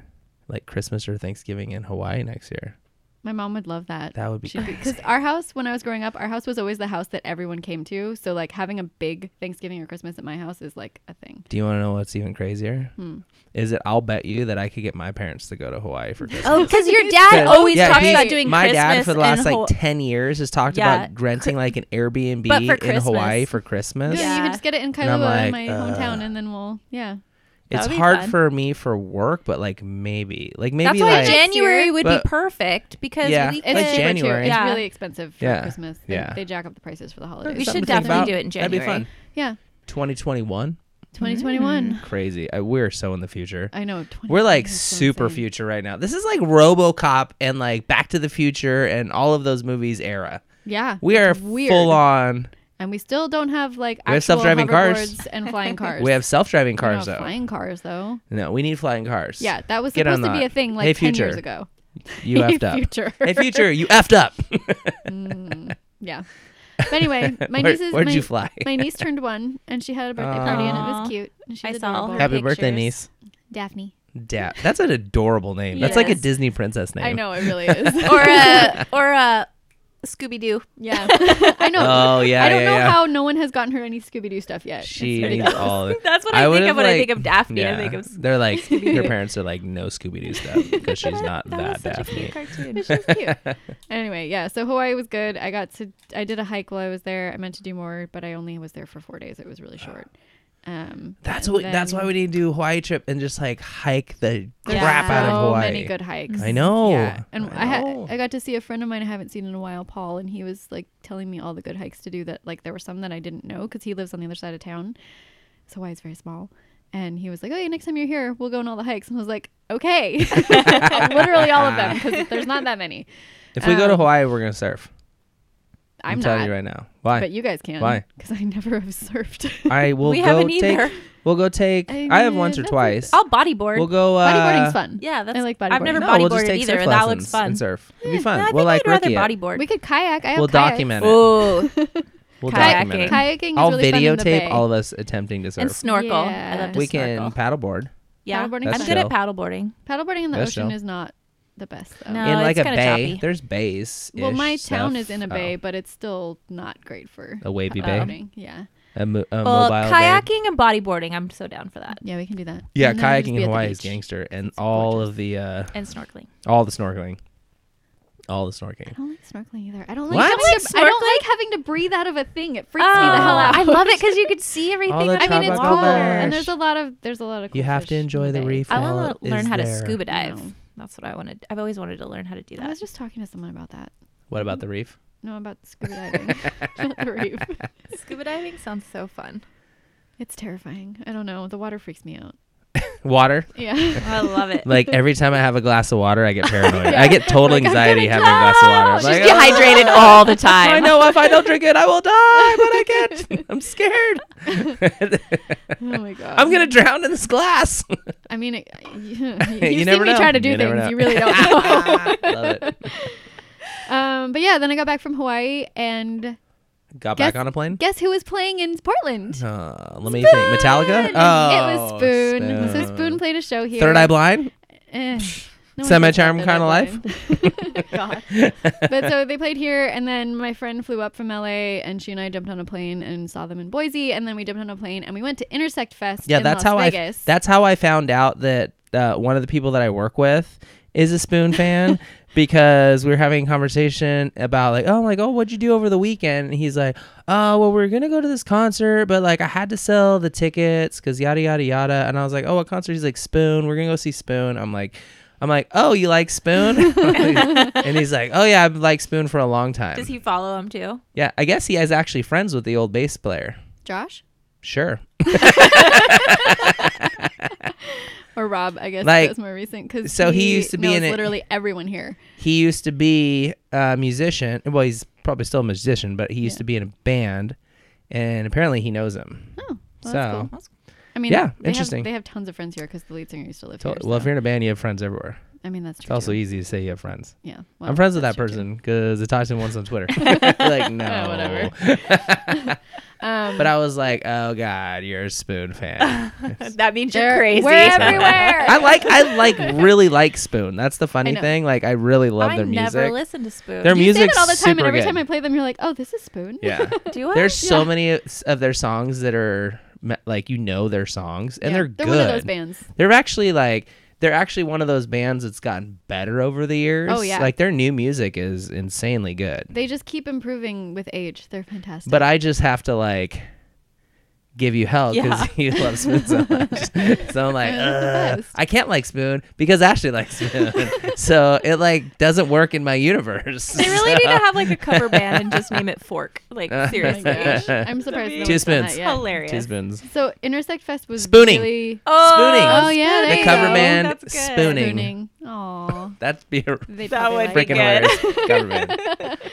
[SPEAKER 3] like Christmas or Thanksgiving in Hawaii next year?
[SPEAKER 1] My mom would love that.
[SPEAKER 3] That would be
[SPEAKER 1] because our house when I was growing up, our house was always the house that everyone came to. So like having a big Thanksgiving or Christmas at my house is like a thing.
[SPEAKER 3] Do you want to know what's even crazier?
[SPEAKER 2] Hmm.
[SPEAKER 3] Is it? I'll bet you that I could get my parents to go to Hawaii for Christmas.
[SPEAKER 2] oh, because your dad always
[SPEAKER 3] Yeah,
[SPEAKER 2] talks
[SPEAKER 3] he-
[SPEAKER 2] about doing
[SPEAKER 3] my
[SPEAKER 2] Christmas
[SPEAKER 3] dad for the last
[SPEAKER 2] and
[SPEAKER 3] like
[SPEAKER 2] whole-
[SPEAKER 3] 10 years has talked
[SPEAKER 2] Yeah.
[SPEAKER 3] about renting like an airbnb
[SPEAKER 2] But for
[SPEAKER 3] in hawaii
[SPEAKER 2] Christmas.
[SPEAKER 3] for christmas
[SPEAKER 1] Yeah, you
[SPEAKER 2] Yeah.
[SPEAKER 1] can just get it in
[SPEAKER 3] And I'm
[SPEAKER 1] Kailua in my
[SPEAKER 3] like,
[SPEAKER 1] hometown,
[SPEAKER 3] uh,
[SPEAKER 1] and then we'll yeah.
[SPEAKER 3] it's
[SPEAKER 2] would be
[SPEAKER 3] hard
[SPEAKER 2] fun.
[SPEAKER 3] for me for work but like maybe like maybe
[SPEAKER 2] That's why
[SPEAKER 3] like
[SPEAKER 2] January would
[SPEAKER 3] But-
[SPEAKER 2] be perfect because
[SPEAKER 3] Yeah,
[SPEAKER 2] we
[SPEAKER 3] like
[SPEAKER 2] could-
[SPEAKER 1] cheaper, too.
[SPEAKER 3] January.
[SPEAKER 1] It's
[SPEAKER 2] Yeah.
[SPEAKER 1] really expensive for
[SPEAKER 3] Yeah.
[SPEAKER 1] Christmas. They,
[SPEAKER 3] Yeah.
[SPEAKER 1] they jack up the prices for the holidays.
[SPEAKER 2] We should
[SPEAKER 3] Something to think
[SPEAKER 2] definitely do
[SPEAKER 3] about.
[SPEAKER 2] Mm. it in
[SPEAKER 3] that'd be
[SPEAKER 2] January.
[SPEAKER 3] fun
[SPEAKER 1] Yeah,
[SPEAKER 3] 2021
[SPEAKER 1] 2021.
[SPEAKER 3] crazy I, we're so in the future
[SPEAKER 1] I know. 20,
[SPEAKER 3] we're like super future right now this is like robocop and like back to the future and all of those movies era
[SPEAKER 1] Yeah,
[SPEAKER 3] we are
[SPEAKER 1] it's weird.
[SPEAKER 3] full on
[SPEAKER 1] and we still don't have like
[SPEAKER 3] We have
[SPEAKER 1] actual
[SPEAKER 3] self-driving cars.
[SPEAKER 1] hoverboards and flying cars.
[SPEAKER 3] we have self-driving
[SPEAKER 1] We don't
[SPEAKER 3] cars
[SPEAKER 1] have
[SPEAKER 3] though
[SPEAKER 1] flying cars though.
[SPEAKER 3] no we need flying cars
[SPEAKER 1] Yeah, that was
[SPEAKER 3] Get on
[SPEAKER 1] supposed to be
[SPEAKER 3] that.
[SPEAKER 1] a thing like
[SPEAKER 3] Hey,
[SPEAKER 1] ten years
[SPEAKER 3] future.
[SPEAKER 1] ago.
[SPEAKER 3] you
[SPEAKER 1] Hey,
[SPEAKER 3] effed up
[SPEAKER 1] future.
[SPEAKER 3] hey future you effed up
[SPEAKER 1] Yeah. But anyway, my
[SPEAKER 3] Where-
[SPEAKER 1] niece's
[SPEAKER 3] where'd
[SPEAKER 1] my,
[SPEAKER 3] you fly?
[SPEAKER 1] my niece turned one, and she had a birthday party, and it
[SPEAKER 2] Aw.
[SPEAKER 1] was cute. And she
[SPEAKER 2] I saw all her
[SPEAKER 3] Happy birthday,
[SPEAKER 2] pictures.
[SPEAKER 3] niece.
[SPEAKER 1] Daphne.
[SPEAKER 3] Dap. That's an adorable name. That's like a
[SPEAKER 2] Yes.
[SPEAKER 3] Disney princess name.
[SPEAKER 1] I know it really is.
[SPEAKER 2] or a or uh, a Scooby Doo.
[SPEAKER 1] yeah, I know.
[SPEAKER 3] Oh yeah,
[SPEAKER 1] I don't
[SPEAKER 3] yeah,
[SPEAKER 1] know
[SPEAKER 3] yeah.
[SPEAKER 1] how no one has gotten her any Scooby Doo stuff yet. It's
[SPEAKER 3] she
[SPEAKER 1] ridiculous.
[SPEAKER 3] needs all. Of it.
[SPEAKER 2] That's what I, think
[SPEAKER 3] would've,
[SPEAKER 2] of when I
[SPEAKER 3] like-
[SPEAKER 2] think of Daphne.
[SPEAKER 3] Yeah.
[SPEAKER 2] I think of Scooby
[SPEAKER 3] They're like your parents are like no Scooby Doo stuff because she's not that, Daphne.
[SPEAKER 2] cartoon.
[SPEAKER 1] But she's cute. anyway, yeah. So Hawaii was good. I got to. I did a hike while I was there. I meant to do more, but I only was there for four days. It was really short. Um,
[SPEAKER 3] That's
[SPEAKER 1] and
[SPEAKER 3] what. that's
[SPEAKER 1] then
[SPEAKER 3] why we need to do a Hawaii trip and just like hike the
[SPEAKER 1] there's
[SPEAKER 3] crap out of
[SPEAKER 1] so
[SPEAKER 3] Hawaii.
[SPEAKER 1] many good hikes.
[SPEAKER 3] I know.
[SPEAKER 1] Yeah, and I,
[SPEAKER 3] know.
[SPEAKER 1] had I got to see a friend of mine I haven't seen in a while, Paul, and he was like telling me all the good hikes to do. That like there were some that I didn't know because he lives on the other side of town, so Hawaii's very small. and he was like, "Okay, next time you're here, we'll go on all the hikes." And I was like, "Okay, literally all of them because there's not that many."
[SPEAKER 3] If we go to
[SPEAKER 1] Um,
[SPEAKER 3] Hawaii, we're gonna surf.
[SPEAKER 1] I'm,
[SPEAKER 3] telling
[SPEAKER 1] not,
[SPEAKER 3] you right now. Why?
[SPEAKER 1] but you guys can.
[SPEAKER 3] Why?
[SPEAKER 1] Because I never have surfed.
[SPEAKER 3] I will
[SPEAKER 2] we
[SPEAKER 3] go
[SPEAKER 2] haven't
[SPEAKER 3] take.
[SPEAKER 2] either.
[SPEAKER 3] We'll go take. I,
[SPEAKER 1] I
[SPEAKER 3] have
[SPEAKER 1] mean,
[SPEAKER 3] once or
[SPEAKER 1] that's a-
[SPEAKER 3] twice.
[SPEAKER 2] I'll bodyboard.
[SPEAKER 3] we'll go. Uh,
[SPEAKER 1] Bodyboarding's fun.
[SPEAKER 2] yeah, that's
[SPEAKER 1] I like
[SPEAKER 2] I've never
[SPEAKER 1] bodyboarding.
[SPEAKER 3] No, we'll just
[SPEAKER 2] bodyboarded
[SPEAKER 3] take
[SPEAKER 2] either.
[SPEAKER 3] surf
[SPEAKER 2] That
[SPEAKER 3] lessons
[SPEAKER 2] looks fun.
[SPEAKER 3] and surf. It'd be
[SPEAKER 2] No,
[SPEAKER 3] fun.
[SPEAKER 2] I think
[SPEAKER 3] we'll like
[SPEAKER 2] I'd rather
[SPEAKER 3] rookie it.
[SPEAKER 2] bodyboard.
[SPEAKER 1] We could kayak. I have
[SPEAKER 3] We'll
[SPEAKER 1] kayak.
[SPEAKER 3] document it.
[SPEAKER 2] Ooh,
[SPEAKER 3] We'll
[SPEAKER 2] Kayaking.
[SPEAKER 3] document it.
[SPEAKER 1] Kayaking. Is
[SPEAKER 3] I'll
[SPEAKER 1] really fun in the bay.
[SPEAKER 3] videotape all of us attempting to
[SPEAKER 2] and
[SPEAKER 3] surf.
[SPEAKER 2] snorkel.
[SPEAKER 1] Yeah.
[SPEAKER 2] I love to
[SPEAKER 3] We
[SPEAKER 2] snorkel.
[SPEAKER 3] can paddleboard
[SPEAKER 2] yeah, I'm
[SPEAKER 1] Paddleboarding
[SPEAKER 3] That's
[SPEAKER 1] is
[SPEAKER 2] good
[SPEAKER 1] fun.
[SPEAKER 2] at
[SPEAKER 3] chill.
[SPEAKER 2] paddleboarding.
[SPEAKER 1] Paddleboarding in the
[SPEAKER 3] That's
[SPEAKER 1] ocean
[SPEAKER 3] chill.
[SPEAKER 1] is not the best though.
[SPEAKER 2] No.
[SPEAKER 3] in like
[SPEAKER 2] it's
[SPEAKER 3] a
[SPEAKER 2] kinda
[SPEAKER 3] bay.
[SPEAKER 2] choppy.
[SPEAKER 3] There's bays.
[SPEAKER 1] Well, my town is in a bay, but it's still not great for
[SPEAKER 3] A wavy bay.
[SPEAKER 1] paddleboarding. Yeah.
[SPEAKER 3] A, mo- a
[SPEAKER 2] Well,
[SPEAKER 3] mobile
[SPEAKER 2] kayaking
[SPEAKER 3] bay.
[SPEAKER 2] and bodyboarding. I'm so down for that.
[SPEAKER 1] Yeah, we can do that.
[SPEAKER 3] Yeah,
[SPEAKER 1] And then we'll just be
[SPEAKER 3] kayaking in
[SPEAKER 1] at the
[SPEAKER 3] Hawaii is
[SPEAKER 1] beach.
[SPEAKER 3] gangster, and all
[SPEAKER 1] gorgeous.
[SPEAKER 3] of the uh,
[SPEAKER 2] And snorkeling.
[SPEAKER 3] all the snorkeling, all the snorkeling.
[SPEAKER 1] I don't like snorkeling either. I don't
[SPEAKER 3] What?
[SPEAKER 1] like, having
[SPEAKER 2] You don't
[SPEAKER 1] to,
[SPEAKER 2] like
[SPEAKER 1] I don't
[SPEAKER 2] snorkeling?
[SPEAKER 1] like having to breathe out of a thing. It freaks me the hell out.
[SPEAKER 2] Oh. I love it because you could see everything.
[SPEAKER 3] the
[SPEAKER 2] under
[SPEAKER 1] I mean,
[SPEAKER 2] the
[SPEAKER 1] it's
[SPEAKER 3] Tropical
[SPEAKER 1] cool,
[SPEAKER 2] water.
[SPEAKER 1] and
[SPEAKER 3] fish.
[SPEAKER 1] there's a lot of there's a lot of.
[SPEAKER 3] You
[SPEAKER 1] cool
[SPEAKER 3] have to
[SPEAKER 1] fish in
[SPEAKER 3] enjoy the
[SPEAKER 1] bay.
[SPEAKER 3] reef.
[SPEAKER 2] I
[SPEAKER 3] while
[SPEAKER 2] want
[SPEAKER 3] it
[SPEAKER 2] to learn
[SPEAKER 3] is
[SPEAKER 2] how to
[SPEAKER 3] there.
[SPEAKER 2] scuba dive.
[SPEAKER 1] No.
[SPEAKER 2] That's what I wanted. I've always wanted to learn how to do
[SPEAKER 1] I
[SPEAKER 2] that.
[SPEAKER 1] was just talking to someone about that.
[SPEAKER 3] What about the reef?
[SPEAKER 1] No, about scuba diving, not the reef.
[SPEAKER 2] Scuba diving sounds so fun.
[SPEAKER 1] It's terrifying. I don't know. The water freaks me out.
[SPEAKER 3] Water.
[SPEAKER 1] Yeah.
[SPEAKER 2] I love it.
[SPEAKER 3] Like every time I have a glass of water, I get paranoid. I get total anxiety having a glass of water. I'm
[SPEAKER 2] She's
[SPEAKER 3] like, "Oh,
[SPEAKER 2] dehydrated all the time.
[SPEAKER 3] I know if I don't drink it, I will die, but I can't. I'm scared.
[SPEAKER 1] oh my god.
[SPEAKER 3] I'm gonna drown in this glass.
[SPEAKER 1] I mean, it, you,
[SPEAKER 3] You
[SPEAKER 1] you
[SPEAKER 3] never
[SPEAKER 1] me
[SPEAKER 3] know.
[SPEAKER 1] try to do
[SPEAKER 3] You never
[SPEAKER 1] things.
[SPEAKER 3] know.
[SPEAKER 1] You really don't know.
[SPEAKER 3] Love it.
[SPEAKER 1] um, but yeah, then I got back from Hawaii, and
[SPEAKER 3] Got
[SPEAKER 1] Guess-
[SPEAKER 3] back on a plane.
[SPEAKER 1] guess who was playing in Portland?
[SPEAKER 3] Uh, let me think. Metallica.
[SPEAKER 1] Spoon!
[SPEAKER 3] Oh,
[SPEAKER 1] it was Spoon. So Spoon played a show here.
[SPEAKER 3] Third Eye Blind.
[SPEAKER 1] Eh, no one
[SPEAKER 3] Semi-charm
[SPEAKER 1] thinks about
[SPEAKER 3] kinda
[SPEAKER 1] Third Eye Blind. but so they played here, and then my friend flew up from LA, and she and I jumped on a plane and saw them in Boise, and then we jumped on a plane and we went to Intersect Fest.
[SPEAKER 3] Yeah,
[SPEAKER 1] in
[SPEAKER 3] that's
[SPEAKER 1] Las
[SPEAKER 3] how
[SPEAKER 1] Vegas.
[SPEAKER 3] I. That's how I found out that uh, one of the people that I work with is a Spoon fan because we were having a conversation about like, oh, I'm like, oh, what'd you do over the weekend? And he's like, oh, well, we are gonna go to this concert, but like, I had to sell the tickets because yada yada yada. And I was like, oh, what concert? He's like, Spoon. We're gonna go see Spoon. I'm like. I'm like, oh, you like Spoon? and he's like, oh yeah, I've liked Spoon for a long time.
[SPEAKER 2] Does he follow him too?
[SPEAKER 3] yeah, I guess he is actually friends with the old bass player.
[SPEAKER 1] Josh
[SPEAKER 3] Sure.
[SPEAKER 1] or Rob, I guess
[SPEAKER 3] Like,
[SPEAKER 1] that was more recent because
[SPEAKER 3] so he used to be in it-
[SPEAKER 1] literally everyone here.
[SPEAKER 3] he used to be a musician. Well, he's probably still a musician, but he used to be in a band, and apparently he knows him.
[SPEAKER 1] Oh, well, that's
[SPEAKER 3] so,
[SPEAKER 1] cool. I mean,
[SPEAKER 3] Yeah,
[SPEAKER 1] they have-
[SPEAKER 3] interesting.
[SPEAKER 1] they have tons of friends here because the lead singer used to live
[SPEAKER 3] to-
[SPEAKER 1] here.
[SPEAKER 3] well, if
[SPEAKER 1] so-
[SPEAKER 3] you're in a band, you have friends everywhere.
[SPEAKER 1] I mean, that's
[SPEAKER 3] It's
[SPEAKER 1] true.
[SPEAKER 3] also
[SPEAKER 1] too.
[SPEAKER 3] easy to say you have friends.
[SPEAKER 1] yeah,
[SPEAKER 3] I'm
[SPEAKER 1] well,
[SPEAKER 3] friends with
[SPEAKER 1] that's
[SPEAKER 3] that
[SPEAKER 1] true, too.
[SPEAKER 3] person because I talked to him once on Twitter. like no,
[SPEAKER 1] Oh, whatever. Um,
[SPEAKER 3] But I was like, oh god, you're a Spoon fan.
[SPEAKER 2] that means you're
[SPEAKER 1] They're-
[SPEAKER 2] crazy.
[SPEAKER 1] we're everywhere.
[SPEAKER 3] I like, I like, really like Spoon. That's the funny
[SPEAKER 1] know.
[SPEAKER 3] thing. Like, I really love
[SPEAKER 2] I
[SPEAKER 3] their music.
[SPEAKER 2] never listen to Spoon.
[SPEAKER 3] Their
[SPEAKER 2] Do
[SPEAKER 1] you say
[SPEAKER 3] music's
[SPEAKER 1] that all the time, and
[SPEAKER 3] super
[SPEAKER 1] every
[SPEAKER 3] good.
[SPEAKER 1] time I play them, you're like, "Oh, this is Spoon."
[SPEAKER 3] yeah.
[SPEAKER 2] you- do I?
[SPEAKER 3] There's so many of of their songs that are me- like you know their songs and
[SPEAKER 1] Yeah,
[SPEAKER 3] they're, good.
[SPEAKER 1] one of those bands.
[SPEAKER 3] They're actually like they're actually one of those bands that's gotten better over the years.
[SPEAKER 1] Oh, yeah.
[SPEAKER 3] like their new music is insanely good.
[SPEAKER 1] They just keep improving with age. They're fantastic.
[SPEAKER 3] but I just have to like give you hell because
[SPEAKER 2] Yeah.
[SPEAKER 3] you love Spoon so much. so I'm like,
[SPEAKER 1] I mean, that's the
[SPEAKER 3] "Ugh,
[SPEAKER 1] best."
[SPEAKER 3] I can't like Spoon because Ashley likes Spoon. so it like doesn't work in my universe.
[SPEAKER 2] They really
[SPEAKER 3] So-
[SPEAKER 2] need to have like a cover band and just name it Fork. Like
[SPEAKER 1] Oh my
[SPEAKER 2] seriously,
[SPEAKER 1] gosh. I'm surprised. no
[SPEAKER 3] Two
[SPEAKER 1] one's done that
[SPEAKER 3] spoons.
[SPEAKER 1] yet.
[SPEAKER 2] hilarious.
[SPEAKER 3] two spoons.
[SPEAKER 1] So Intersect Fest was
[SPEAKER 3] Spooning.
[SPEAKER 1] really
[SPEAKER 3] Spooning.
[SPEAKER 1] Oh, yeah, there
[SPEAKER 3] The
[SPEAKER 1] you
[SPEAKER 3] cover
[SPEAKER 1] go.
[SPEAKER 3] band
[SPEAKER 2] That's good.
[SPEAKER 3] Spooning.
[SPEAKER 1] spooning. Aw,
[SPEAKER 3] That'd be a
[SPEAKER 1] They
[SPEAKER 2] That
[SPEAKER 1] probably
[SPEAKER 2] would
[SPEAKER 1] like
[SPEAKER 2] be
[SPEAKER 1] it.
[SPEAKER 3] freaking hilarious cover band.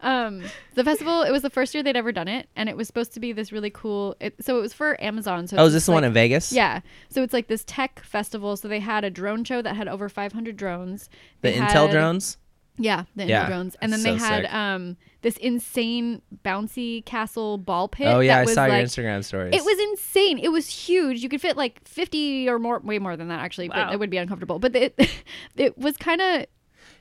[SPEAKER 1] Um, the festival. It was the first year they'd ever done it, and it was supposed to be this really cool. It, so it was for Amazon. So
[SPEAKER 3] Oh,
[SPEAKER 1] it's
[SPEAKER 3] is this the one
[SPEAKER 1] like-
[SPEAKER 3] in Vegas?
[SPEAKER 1] Yeah. So it's like this tech festival. So they had a drone show that had over 500 drones.
[SPEAKER 3] The
[SPEAKER 1] They
[SPEAKER 3] Intel
[SPEAKER 1] had-
[SPEAKER 3] drones?
[SPEAKER 1] Yeah, the Intel
[SPEAKER 3] Yeah.
[SPEAKER 1] drones. And then
[SPEAKER 3] That's
[SPEAKER 1] they
[SPEAKER 3] so
[SPEAKER 1] had
[SPEAKER 3] sick.
[SPEAKER 1] um this insane bouncy castle ball pit.
[SPEAKER 3] oh, yeah.
[SPEAKER 1] that
[SPEAKER 3] I
[SPEAKER 1] was
[SPEAKER 3] saw your
[SPEAKER 1] like,
[SPEAKER 3] Instagram stories.
[SPEAKER 1] It was insane. It was huge. You could fit like 50 or more, way more than that actually,
[SPEAKER 2] Wow.
[SPEAKER 1] but it would be uncomfortable. But it, it was kind of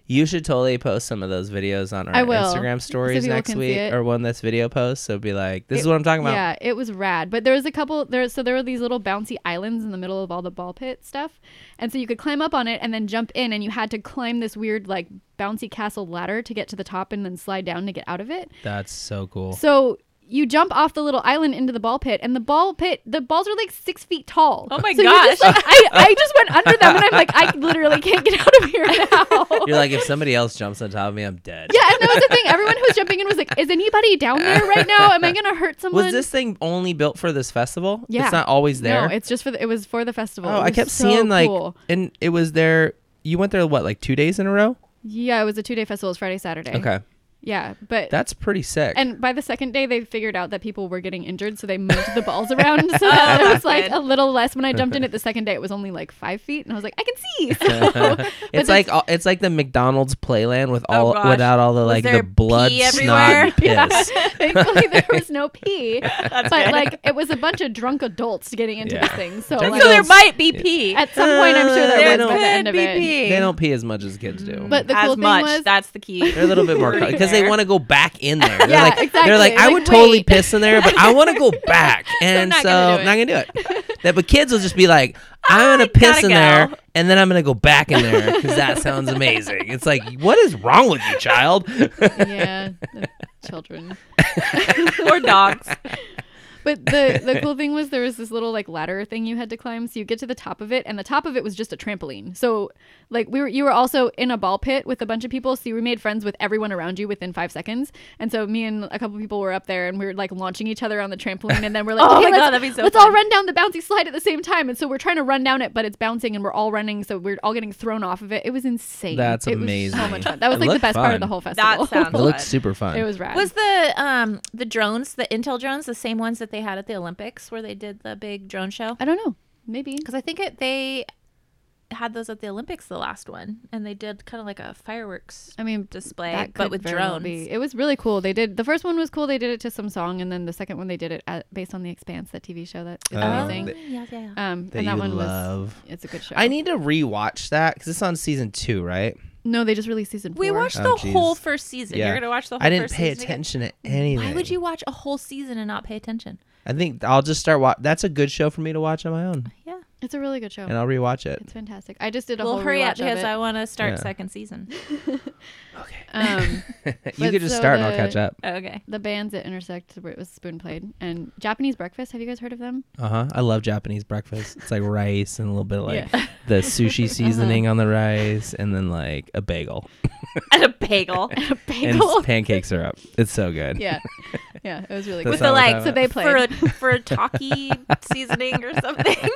[SPEAKER 3] You should totally post some of those videos on
[SPEAKER 1] I
[SPEAKER 3] our
[SPEAKER 1] will,
[SPEAKER 3] Instagram
[SPEAKER 1] so
[SPEAKER 3] stories
[SPEAKER 1] people
[SPEAKER 3] next
[SPEAKER 1] can see
[SPEAKER 3] week
[SPEAKER 1] it.
[SPEAKER 3] or when this video posts. So be like, this is what I'm talking about.
[SPEAKER 1] Yeah, it was rad. But there was a couple there so there were these little bouncy islands in the middle of all the ball pit stuff. And so you could climb up on it and then jump in and you had to climb this weird like bouncy castle ladder to get to the top and then slide down to get out of it.
[SPEAKER 3] That's so cool.
[SPEAKER 1] So you jump off the little island into the ball pit, and the ball pit, the balls are like six feet tall.
[SPEAKER 2] Oh my
[SPEAKER 1] so you're just
[SPEAKER 2] gosh.
[SPEAKER 1] like, I, I just went under them, and I'm like, I literally can't get out of here now.
[SPEAKER 3] You're like, if somebody else jumps on top of me, I'm dead.
[SPEAKER 1] yeah, and that was the thing. Everyone who was jumping in was like, "Is anybody down there right now? Am I gonna hurt someone?"
[SPEAKER 3] Was this thing only built for this festival?
[SPEAKER 1] Yeah.
[SPEAKER 3] It's not always there.
[SPEAKER 1] No, it's just for the, it was for the festival. It
[SPEAKER 3] oh, I
[SPEAKER 1] was
[SPEAKER 3] kept
[SPEAKER 1] so
[SPEAKER 3] seeing like,
[SPEAKER 1] cool.
[SPEAKER 3] and it was there. You went there what, like two days in a row?
[SPEAKER 1] yeah, it was a two day festival. It was Friday, Saturday.
[SPEAKER 3] Okay,
[SPEAKER 1] Yeah, but
[SPEAKER 3] that's pretty sick.
[SPEAKER 1] and by the second day they figured out that people were getting injured, so they moved the balls around
[SPEAKER 3] Oh,
[SPEAKER 1] so that it was like
[SPEAKER 2] good.
[SPEAKER 1] a little less. When I jumped in it the second day, it was only like five feet, and I was like, I can see. So, but
[SPEAKER 3] it's
[SPEAKER 1] this-
[SPEAKER 3] like all- it's like the McDonald's playland with
[SPEAKER 2] Oh,
[SPEAKER 3] all
[SPEAKER 2] gosh.
[SPEAKER 3] without all the like
[SPEAKER 2] there
[SPEAKER 3] the blood,
[SPEAKER 2] pee
[SPEAKER 3] snot, and
[SPEAKER 1] yeah,
[SPEAKER 3] piss.
[SPEAKER 1] thankfully there was no pee,
[SPEAKER 2] That's
[SPEAKER 1] but
[SPEAKER 2] good.
[SPEAKER 1] like it was a bunch of drunk adults getting into
[SPEAKER 3] Yeah.
[SPEAKER 1] this thing. So
[SPEAKER 3] Drunk
[SPEAKER 1] like,
[SPEAKER 2] so there
[SPEAKER 3] adults-
[SPEAKER 2] might be pee.
[SPEAKER 1] at some point, I'm sure
[SPEAKER 3] There
[SPEAKER 1] there was by
[SPEAKER 3] could
[SPEAKER 1] the end of
[SPEAKER 2] be
[SPEAKER 1] it.
[SPEAKER 2] pee.
[SPEAKER 3] They don't pee as much as kids do.
[SPEAKER 1] But the
[SPEAKER 2] as
[SPEAKER 1] cool thing
[SPEAKER 2] much.
[SPEAKER 1] was
[SPEAKER 2] That's the key.
[SPEAKER 3] They're a little bit more because they
[SPEAKER 2] There.
[SPEAKER 3] want to go back in there. They're
[SPEAKER 1] Yeah,
[SPEAKER 3] like, They're like,
[SPEAKER 1] exactly.
[SPEAKER 3] I
[SPEAKER 1] Like,
[SPEAKER 3] would totally
[SPEAKER 1] wait."
[SPEAKER 3] piss in there, but I want to go back, and so,
[SPEAKER 1] not gonna do
[SPEAKER 3] I'm not gonna do it. That, but kids will just be like, I'm gonna
[SPEAKER 2] I gotta
[SPEAKER 3] piss in
[SPEAKER 2] go."
[SPEAKER 3] there, and then I'm gonna go back in there because that sounds amazing. It's like, what is wrong with you, child?
[SPEAKER 1] yeah, the children.
[SPEAKER 2] or dogs.
[SPEAKER 1] But the the cool thing was there was this little like ladder thing you had to climb. So you get to the top of it, and the top of it was just a trampoline. So like we were you were also in a ball pit with a bunch of people. So you were made friends with everyone around you within five seconds. And so me and a couple people were up there, and we were like launching each other on the trampoline, and then we're like,
[SPEAKER 2] Oh
[SPEAKER 1] okay,
[SPEAKER 2] my
[SPEAKER 1] let's,
[SPEAKER 2] God, that'd be so
[SPEAKER 1] let's
[SPEAKER 2] fun."
[SPEAKER 1] all run down the bouncy slide at the same time. And so we're trying to run down it, but it's bouncing, and we're all running, so we're all getting thrown off of it. It was insane.
[SPEAKER 3] That's
[SPEAKER 1] It was
[SPEAKER 3] amazing.
[SPEAKER 1] so much fun. That was like
[SPEAKER 3] It
[SPEAKER 1] the
[SPEAKER 3] looked
[SPEAKER 1] best part
[SPEAKER 3] fun.
[SPEAKER 1] of the whole
[SPEAKER 2] That
[SPEAKER 1] festival.
[SPEAKER 2] sounds
[SPEAKER 3] It looks
[SPEAKER 2] fun.
[SPEAKER 3] super fun.
[SPEAKER 1] it was rad.
[SPEAKER 2] Was the um the drones, the Intel drones, the same ones that they had at the Olympics where they did the big drone show?
[SPEAKER 1] I don't know. Maybe
[SPEAKER 2] Because I think it they had those at the Olympics, the last one, and they did kind of like a fireworks
[SPEAKER 1] I mean,
[SPEAKER 2] display,
[SPEAKER 1] That
[SPEAKER 2] but
[SPEAKER 1] could
[SPEAKER 2] with
[SPEAKER 1] very well
[SPEAKER 2] drones.
[SPEAKER 1] be. It was really cool. They did the first one was cool. They did it to some song, and then the second one they did it at, based on the Expanse, that TV show that is
[SPEAKER 3] Oh.
[SPEAKER 1] amazing.
[SPEAKER 3] That-
[SPEAKER 2] yeah, yeah.
[SPEAKER 1] Um,
[SPEAKER 3] that
[SPEAKER 1] and that
[SPEAKER 3] you
[SPEAKER 1] one was
[SPEAKER 3] love.
[SPEAKER 1] it's a good show.
[SPEAKER 3] I need to rewatch that because it's on season two, right?
[SPEAKER 1] no, they just released season. Four.
[SPEAKER 2] we watched
[SPEAKER 3] Oh,
[SPEAKER 2] the whole
[SPEAKER 3] geez.
[SPEAKER 2] first season.
[SPEAKER 3] Yeah.
[SPEAKER 2] You're gonna watch the whole.
[SPEAKER 3] I didn't
[SPEAKER 2] first
[SPEAKER 3] pay
[SPEAKER 2] season again?
[SPEAKER 3] attention to anything.
[SPEAKER 2] Why would you watch a whole season and not pay attention?
[SPEAKER 3] I think I'll just start. Wa- that's a good show for me to watch on my own,
[SPEAKER 2] Yeah,
[SPEAKER 1] It's a really good show.
[SPEAKER 3] and I'll rewatch it.
[SPEAKER 1] It's fantastic. I just did a
[SPEAKER 2] well,
[SPEAKER 1] whole
[SPEAKER 2] hurry up
[SPEAKER 1] rewatch
[SPEAKER 2] because I
[SPEAKER 1] of
[SPEAKER 2] want to start
[SPEAKER 3] Yeah.
[SPEAKER 2] second season.
[SPEAKER 1] it. Um,
[SPEAKER 3] you
[SPEAKER 1] But
[SPEAKER 3] could just
[SPEAKER 1] so
[SPEAKER 3] start, and I'll
[SPEAKER 1] the-
[SPEAKER 3] catch up.
[SPEAKER 2] Okay,
[SPEAKER 1] the bands that intersect where it was spoon played and Japanese Breakfast. Have you guys heard of them?
[SPEAKER 3] Uh huh. I love Japanese breakfast. It's like rice and a little bit of like the sushi seasoning on the rice, and then like a bagel,
[SPEAKER 2] and a bagel
[SPEAKER 3] and
[SPEAKER 1] Bagel.
[SPEAKER 3] pancake syrup. It's so good.
[SPEAKER 1] yeah, yeah, it was really good.
[SPEAKER 2] with
[SPEAKER 3] That's
[SPEAKER 2] the
[SPEAKER 3] not what
[SPEAKER 2] like
[SPEAKER 3] I'm
[SPEAKER 1] So they
[SPEAKER 2] for a,
[SPEAKER 1] played.
[SPEAKER 2] for a talkie seasoning or something.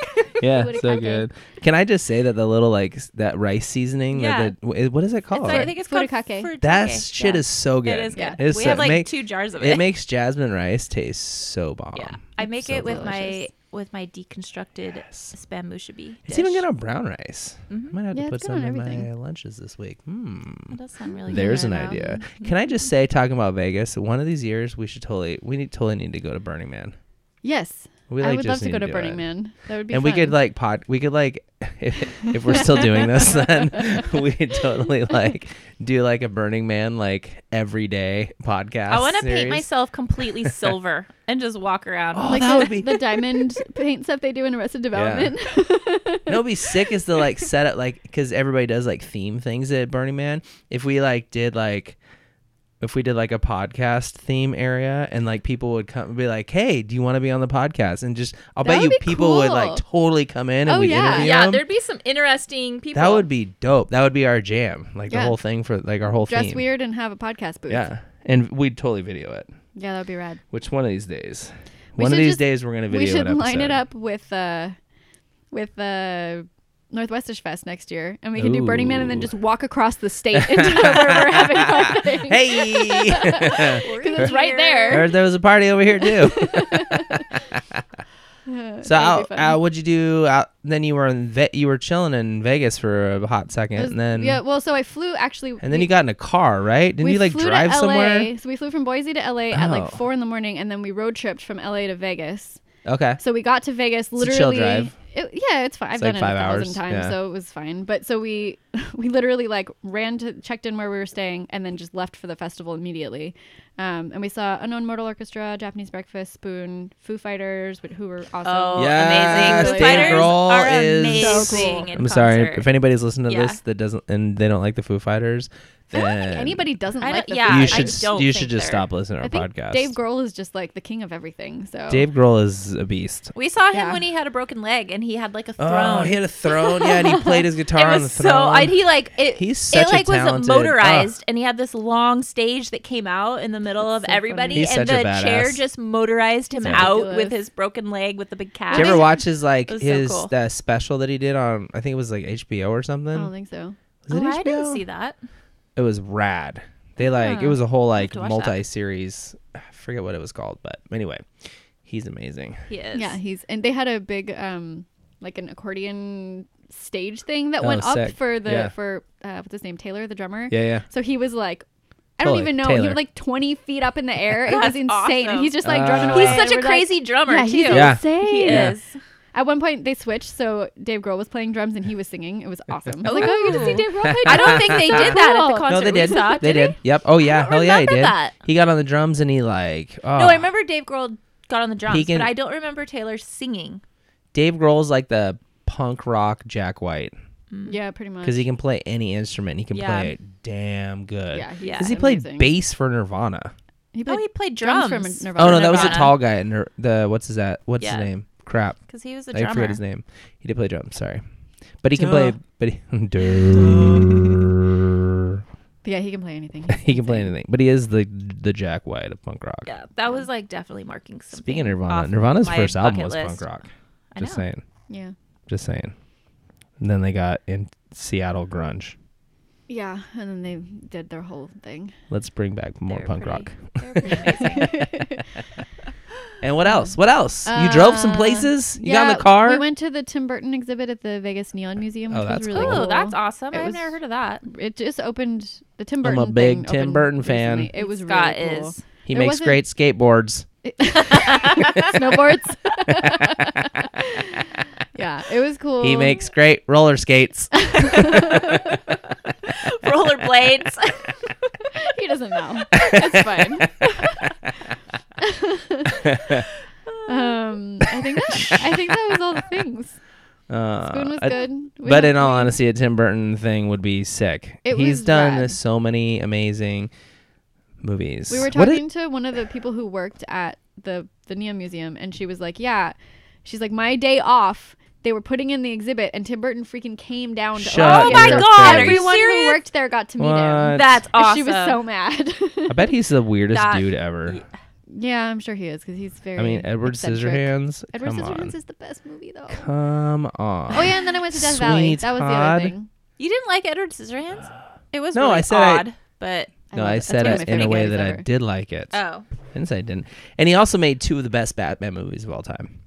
[SPEAKER 3] Yeah,
[SPEAKER 1] What a
[SPEAKER 3] so
[SPEAKER 1] combo.
[SPEAKER 3] good. Can I just say that the little like s- that rice seasoning?
[SPEAKER 2] Yeah.
[SPEAKER 3] That the, wh- what is it called?
[SPEAKER 2] It's like- I think it's called
[SPEAKER 1] Furikake.
[SPEAKER 2] furikake.
[SPEAKER 3] that shit
[SPEAKER 1] yeah.
[SPEAKER 3] is so
[SPEAKER 2] It
[SPEAKER 3] good.
[SPEAKER 2] is good.
[SPEAKER 3] It is
[SPEAKER 2] we
[SPEAKER 3] so-
[SPEAKER 2] have like
[SPEAKER 3] make-
[SPEAKER 2] two jars of it.
[SPEAKER 3] It makes jasmine rice taste so bomb.
[SPEAKER 2] yeah, I make
[SPEAKER 3] so
[SPEAKER 2] it with my
[SPEAKER 1] delicious.
[SPEAKER 2] with my deconstructed spam mushabi.
[SPEAKER 3] It's even good on brown rice.
[SPEAKER 2] Mm-hmm.
[SPEAKER 3] I might have
[SPEAKER 1] Yeah,
[SPEAKER 3] to
[SPEAKER 1] it's
[SPEAKER 3] put
[SPEAKER 1] good on
[SPEAKER 3] some in my
[SPEAKER 1] everything.
[SPEAKER 3] lunches this week. Hmm.
[SPEAKER 2] That does sound
[SPEAKER 1] Oh,
[SPEAKER 2] really
[SPEAKER 3] There's
[SPEAKER 2] good. um, mhm.
[SPEAKER 3] an idea.
[SPEAKER 1] Mm-hmm.
[SPEAKER 3] Can I just say, talking about Vegas, one of these years we should totally we need totally need to go to Burning Man.
[SPEAKER 1] yes,
[SPEAKER 3] We
[SPEAKER 1] I
[SPEAKER 3] like,
[SPEAKER 1] would
[SPEAKER 3] just
[SPEAKER 1] love to
[SPEAKER 3] need
[SPEAKER 1] go to
[SPEAKER 3] do
[SPEAKER 1] Burning
[SPEAKER 3] it.
[SPEAKER 1] Man. That would be.
[SPEAKER 3] And we could
[SPEAKER 1] fun.
[SPEAKER 3] like pod. We could like, if, if we're still doing this, then we could totally like do like a Burning Man like every day podcast.
[SPEAKER 2] I want to paint
[SPEAKER 3] series.
[SPEAKER 2] myself completely silver and just walk around.
[SPEAKER 3] Oh,
[SPEAKER 1] like
[SPEAKER 3] that
[SPEAKER 1] the,
[SPEAKER 3] would be
[SPEAKER 1] the diamond paint stuff they do in Arrested Development.
[SPEAKER 3] No, it'd be sick is to like set up like because everybody does like theme things at Burning Man. If we like did like, if we did like a podcast theme area and like people would come and be like, hey, do you want to be on the podcast? And just I'll
[SPEAKER 1] That
[SPEAKER 3] bet you
[SPEAKER 1] would be
[SPEAKER 3] people would like
[SPEAKER 1] cool.
[SPEAKER 3] totally come in and
[SPEAKER 1] Oh,
[SPEAKER 3] we
[SPEAKER 1] yeah.
[SPEAKER 3] interview
[SPEAKER 2] yeah,
[SPEAKER 3] them.
[SPEAKER 2] there'd be some interesting people.
[SPEAKER 3] that would be dope. That would be our jam. Like the
[SPEAKER 1] Yeah.
[SPEAKER 3] whole thing for like our whole
[SPEAKER 1] Dress
[SPEAKER 3] theme.
[SPEAKER 1] weird and have a podcast booth.
[SPEAKER 3] Yeah, and we'd totally video it.
[SPEAKER 1] Yeah, that would be rad.
[SPEAKER 3] Which one of these days?
[SPEAKER 1] We
[SPEAKER 3] one of
[SPEAKER 1] should
[SPEAKER 3] these
[SPEAKER 1] just-
[SPEAKER 3] days we're gonna video.
[SPEAKER 1] we should
[SPEAKER 3] an
[SPEAKER 1] line it
[SPEAKER 3] episode.
[SPEAKER 1] up with uh with uh Northwestish Fest next year, and we can do Burning Man, and
[SPEAKER 3] Ooh.
[SPEAKER 1] then just walk across the state into where we're having our thing.
[SPEAKER 3] Hey,
[SPEAKER 2] because
[SPEAKER 1] it's right there.
[SPEAKER 3] heard there was a party over here too.
[SPEAKER 1] Uh,
[SPEAKER 3] So
[SPEAKER 1] that would
[SPEAKER 3] out,
[SPEAKER 1] be fun.
[SPEAKER 3] out, what'd you do? Out, then you were in Ve- you were chilling in Vegas for a hot second,
[SPEAKER 1] It was-
[SPEAKER 3] and then
[SPEAKER 1] yeah, well, so I flew actually,
[SPEAKER 3] and then you got in a car, right? Didn't
[SPEAKER 1] we
[SPEAKER 3] you like
[SPEAKER 1] flew to
[SPEAKER 3] drive
[SPEAKER 1] LA,
[SPEAKER 3] somewhere?
[SPEAKER 1] So we flew from Boise to LA at
[SPEAKER 3] Oh.
[SPEAKER 1] like four in the morning, and then we road tripped from LA to Vegas.
[SPEAKER 3] Okay,
[SPEAKER 1] So we got to Vegas
[SPEAKER 3] a chill
[SPEAKER 1] literally.
[SPEAKER 3] drive.
[SPEAKER 1] It, yeah, it's fine. I've
[SPEAKER 3] like
[SPEAKER 1] done it
[SPEAKER 3] five
[SPEAKER 1] a thousand
[SPEAKER 3] hours,
[SPEAKER 1] times,
[SPEAKER 3] yeah.
[SPEAKER 1] so it was fine. But so we we literally like ran to checked in where we were staying and then just left for the festival immediately. Um, and we saw Unknown Mortal Orchestra, Japanese Breakfast, Spoon, Foo Fighters, wh- who were awesome.
[SPEAKER 2] Oh, amazing!
[SPEAKER 3] Yes,
[SPEAKER 2] Foo
[SPEAKER 1] Dave
[SPEAKER 2] Fighters
[SPEAKER 3] Grohl
[SPEAKER 2] are
[SPEAKER 3] is-
[SPEAKER 2] amazing.
[SPEAKER 1] So cool.
[SPEAKER 2] in
[SPEAKER 3] I'm sorry
[SPEAKER 2] concert.
[SPEAKER 3] if anybody's listening to
[SPEAKER 2] Yeah.
[SPEAKER 3] this that doesn't and they don't like the Foo Fighters.
[SPEAKER 1] I
[SPEAKER 3] Then
[SPEAKER 1] don't think anybody doesn't
[SPEAKER 2] I
[SPEAKER 1] like.
[SPEAKER 2] don't-
[SPEAKER 1] The
[SPEAKER 2] yeah,
[SPEAKER 1] Foo
[SPEAKER 3] you
[SPEAKER 2] I
[SPEAKER 3] should
[SPEAKER 1] Fighters.
[SPEAKER 2] don't
[SPEAKER 3] you
[SPEAKER 2] think
[SPEAKER 3] should just
[SPEAKER 2] they're-
[SPEAKER 3] stop listening to
[SPEAKER 1] I
[SPEAKER 3] our
[SPEAKER 1] think
[SPEAKER 3] podcast.
[SPEAKER 1] Dave Grohl is just like the king of everything. So
[SPEAKER 3] Dave Grohl is a beast.
[SPEAKER 2] We saw him
[SPEAKER 1] Yeah.
[SPEAKER 2] when he had a broken leg and he had like a throne.
[SPEAKER 3] Oh, he had a throne. Yeah, and he played his guitar
[SPEAKER 2] it was
[SPEAKER 3] on the throne.
[SPEAKER 2] so I, he like it.
[SPEAKER 3] He's
[SPEAKER 2] it
[SPEAKER 3] such a
[SPEAKER 2] like was
[SPEAKER 3] talented-
[SPEAKER 2] motorized, and he had this long stage that came out in the middle of
[SPEAKER 1] That's so
[SPEAKER 2] everybody,
[SPEAKER 1] funny.
[SPEAKER 3] He's
[SPEAKER 2] and
[SPEAKER 3] such
[SPEAKER 2] the
[SPEAKER 3] a
[SPEAKER 2] chair
[SPEAKER 3] badass.
[SPEAKER 2] just motorized him
[SPEAKER 3] He's
[SPEAKER 2] out with
[SPEAKER 1] ridiculous.
[SPEAKER 2] his broken leg with the big cat.
[SPEAKER 3] Did you ever watch his like
[SPEAKER 2] It was so
[SPEAKER 3] his
[SPEAKER 2] cool.
[SPEAKER 3] that special that he did on I think it was like HBO or
[SPEAKER 1] I
[SPEAKER 3] something?
[SPEAKER 1] don't think so.
[SPEAKER 3] was it
[SPEAKER 2] Oh, I didn't
[SPEAKER 3] HBO?
[SPEAKER 2] see that.
[SPEAKER 3] It was rad. They like
[SPEAKER 2] Huh.
[SPEAKER 3] it was a whole
[SPEAKER 2] have
[SPEAKER 3] like
[SPEAKER 2] to watch that.
[SPEAKER 3] multi-series. I forget what it was called, but anyway, he's amazing.
[SPEAKER 2] He is.
[SPEAKER 1] Yeah, he's and they had a big um like an accordion stage thing that
[SPEAKER 3] Oh,
[SPEAKER 1] went up
[SPEAKER 3] sick.
[SPEAKER 1] for the
[SPEAKER 3] Yeah.
[SPEAKER 1] for uh, what's his name Taylor the drummer.
[SPEAKER 3] Yeah, yeah.
[SPEAKER 1] So he was like. I
[SPEAKER 3] Totally,
[SPEAKER 1] don't even know. He
[SPEAKER 3] Taylor.
[SPEAKER 1] was like 20 feet up in the air. It
[SPEAKER 2] That's
[SPEAKER 1] was insane. And
[SPEAKER 2] awesome.
[SPEAKER 1] he's just like
[SPEAKER 3] Uh,
[SPEAKER 1] drumming
[SPEAKER 3] He's
[SPEAKER 1] away.
[SPEAKER 2] He's such
[SPEAKER 1] And
[SPEAKER 2] a
[SPEAKER 1] we're like-
[SPEAKER 2] crazy drummer
[SPEAKER 1] yeah,
[SPEAKER 2] too.
[SPEAKER 1] he's
[SPEAKER 3] Yeah.
[SPEAKER 1] insane.
[SPEAKER 2] He
[SPEAKER 3] Yeah.
[SPEAKER 2] is.
[SPEAKER 1] At one point, they switched. So Dave Grohl was playing drums and he was singing. It was awesome. I was like,
[SPEAKER 2] Ooh.
[SPEAKER 1] oh, you get to see Dave Grohl play
[SPEAKER 2] I
[SPEAKER 1] drums.
[SPEAKER 2] don't think they did that at the
[SPEAKER 1] No,
[SPEAKER 2] concert.
[SPEAKER 3] no, they
[SPEAKER 2] we
[SPEAKER 3] did.
[SPEAKER 2] saw,
[SPEAKER 3] they
[SPEAKER 2] did
[SPEAKER 3] did. Yep. Oh yeah.
[SPEAKER 2] don't
[SPEAKER 3] Hell yeah, he
[SPEAKER 2] remember
[SPEAKER 3] did.
[SPEAKER 2] that.
[SPEAKER 3] He got on the drums and he like oh.
[SPEAKER 2] No, I remember Dave Grohl got on the drums,
[SPEAKER 3] He can-
[SPEAKER 2] but I don't remember Taylor singing.
[SPEAKER 3] Dave Grohl's like the punk rock Jack White
[SPEAKER 1] Yeah, pretty much.
[SPEAKER 3] because he can play any instrument. He can
[SPEAKER 2] Yeah.
[SPEAKER 3] play it damn good.
[SPEAKER 1] yeah, he's
[SPEAKER 2] Yeah.
[SPEAKER 3] Because he played
[SPEAKER 1] amazing.
[SPEAKER 3] bass for Nirvana.
[SPEAKER 1] He
[SPEAKER 2] Oh,
[SPEAKER 1] played
[SPEAKER 2] he played
[SPEAKER 1] drums
[SPEAKER 2] drums.
[SPEAKER 1] from Nirvana.
[SPEAKER 3] Oh no, that was the
[SPEAKER 2] Nirvana.
[SPEAKER 3] tall guy. at Nir- the what's his that? What's
[SPEAKER 2] Yeah.
[SPEAKER 3] his name? Crap.
[SPEAKER 2] Because he was a
[SPEAKER 3] I
[SPEAKER 2] drummer.
[SPEAKER 3] forget his name. He did play drums. Sorry, but he can
[SPEAKER 2] Duh.
[SPEAKER 3] play. But he, Duh.
[SPEAKER 1] Yeah, he can play anything.
[SPEAKER 3] he can play anything. But he is the the Jack White of punk rock.
[SPEAKER 2] Yeah, that was like definitely marking something.
[SPEAKER 3] Speaking of Nirvana,
[SPEAKER 2] off
[SPEAKER 3] Nirvana's
[SPEAKER 2] my
[SPEAKER 3] first album
[SPEAKER 2] bucket
[SPEAKER 3] was
[SPEAKER 2] list.
[SPEAKER 3] punk rock.
[SPEAKER 2] I
[SPEAKER 3] Just
[SPEAKER 2] know.
[SPEAKER 3] saying.
[SPEAKER 1] Yeah.
[SPEAKER 3] Just saying. And then they got in Seattle grunge.
[SPEAKER 1] Yeah, and then they did their whole thing.
[SPEAKER 3] Let's bring back more
[SPEAKER 2] They're
[SPEAKER 3] punk
[SPEAKER 2] pretty-
[SPEAKER 3] rock.
[SPEAKER 2] they're pretty amazing.
[SPEAKER 3] And what else? What else? you drove some
[SPEAKER 1] Uh,
[SPEAKER 3] places. You got in
[SPEAKER 1] yeah,
[SPEAKER 3] the car.
[SPEAKER 1] We went to the Tim Burton exhibit at the Vegas Neon Museum,
[SPEAKER 3] Oh,
[SPEAKER 1] which
[SPEAKER 3] that's
[SPEAKER 1] was really
[SPEAKER 3] cool.
[SPEAKER 1] cool.
[SPEAKER 2] Oh, that's awesome!
[SPEAKER 1] It
[SPEAKER 2] I've
[SPEAKER 1] was-
[SPEAKER 2] never heard of that.
[SPEAKER 1] It just opened the Tim
[SPEAKER 3] I'm
[SPEAKER 1] Burton.
[SPEAKER 3] a big
[SPEAKER 1] thing
[SPEAKER 3] Tim
[SPEAKER 1] opened
[SPEAKER 3] Burton fan.
[SPEAKER 1] recently. It was
[SPEAKER 2] Scott
[SPEAKER 1] really cool.
[SPEAKER 2] is.
[SPEAKER 3] he
[SPEAKER 1] it
[SPEAKER 3] makes
[SPEAKER 1] wasn't-
[SPEAKER 3] great skateboards.
[SPEAKER 1] Snowboards. yeah, it was cool.
[SPEAKER 3] He makes great roller skates.
[SPEAKER 2] Rollerblades.
[SPEAKER 1] He doesn't know. It's fine. um, I think that I think that was all the things.
[SPEAKER 3] Uh,
[SPEAKER 1] Spoon was
[SPEAKER 3] I-
[SPEAKER 1] good. We
[SPEAKER 3] but
[SPEAKER 1] had-
[SPEAKER 3] in all honesty, a Tim Burton thing would be sick.
[SPEAKER 1] It
[SPEAKER 3] He's
[SPEAKER 1] was
[SPEAKER 3] done
[SPEAKER 1] rad.
[SPEAKER 3] so many amazing movies.
[SPEAKER 1] We were
[SPEAKER 3] What did-
[SPEAKER 1] talking to one of the people who worked at the the Neon Museum, and she was like, "Yeah," she's like, "My day off." They were putting in the exhibit, and Tim Burton freaking came down. To
[SPEAKER 3] Shut
[SPEAKER 1] open it.
[SPEAKER 2] Oh my
[SPEAKER 1] So
[SPEAKER 2] God, are you
[SPEAKER 1] Everyone who
[SPEAKER 2] serious?
[SPEAKER 1] worked there got to meet him.
[SPEAKER 3] What?
[SPEAKER 2] That's awesome.
[SPEAKER 1] And She was so mad.
[SPEAKER 3] I bet he's the weirdest
[SPEAKER 2] That-
[SPEAKER 3] dude ever.
[SPEAKER 1] yeah, I'm sure he is because he's very.
[SPEAKER 3] I mean, Edward
[SPEAKER 1] eccentric.
[SPEAKER 3] Scissorhands.
[SPEAKER 1] Edward
[SPEAKER 3] come
[SPEAKER 1] Scissorhands
[SPEAKER 3] on.
[SPEAKER 1] is the best movie though.
[SPEAKER 3] Come on.
[SPEAKER 1] Oh yeah, and then I went to Death Valley.
[SPEAKER 3] Sweet
[SPEAKER 1] That was the
[SPEAKER 3] Todd.
[SPEAKER 1] other thing.
[SPEAKER 2] You didn't like Edward Scissorhands? It was
[SPEAKER 3] No,
[SPEAKER 2] really
[SPEAKER 3] I said I-
[SPEAKER 2] odd, but
[SPEAKER 3] No,
[SPEAKER 1] love
[SPEAKER 3] I
[SPEAKER 1] it. That's
[SPEAKER 3] said
[SPEAKER 1] one of
[SPEAKER 3] it
[SPEAKER 1] my
[SPEAKER 3] in a
[SPEAKER 1] favorite
[SPEAKER 3] way
[SPEAKER 1] movies
[SPEAKER 3] that I
[SPEAKER 1] ever.
[SPEAKER 3] did like it.
[SPEAKER 2] oh,
[SPEAKER 3] I didn't say I didn't. And he also made two of the best Batman movies of all time.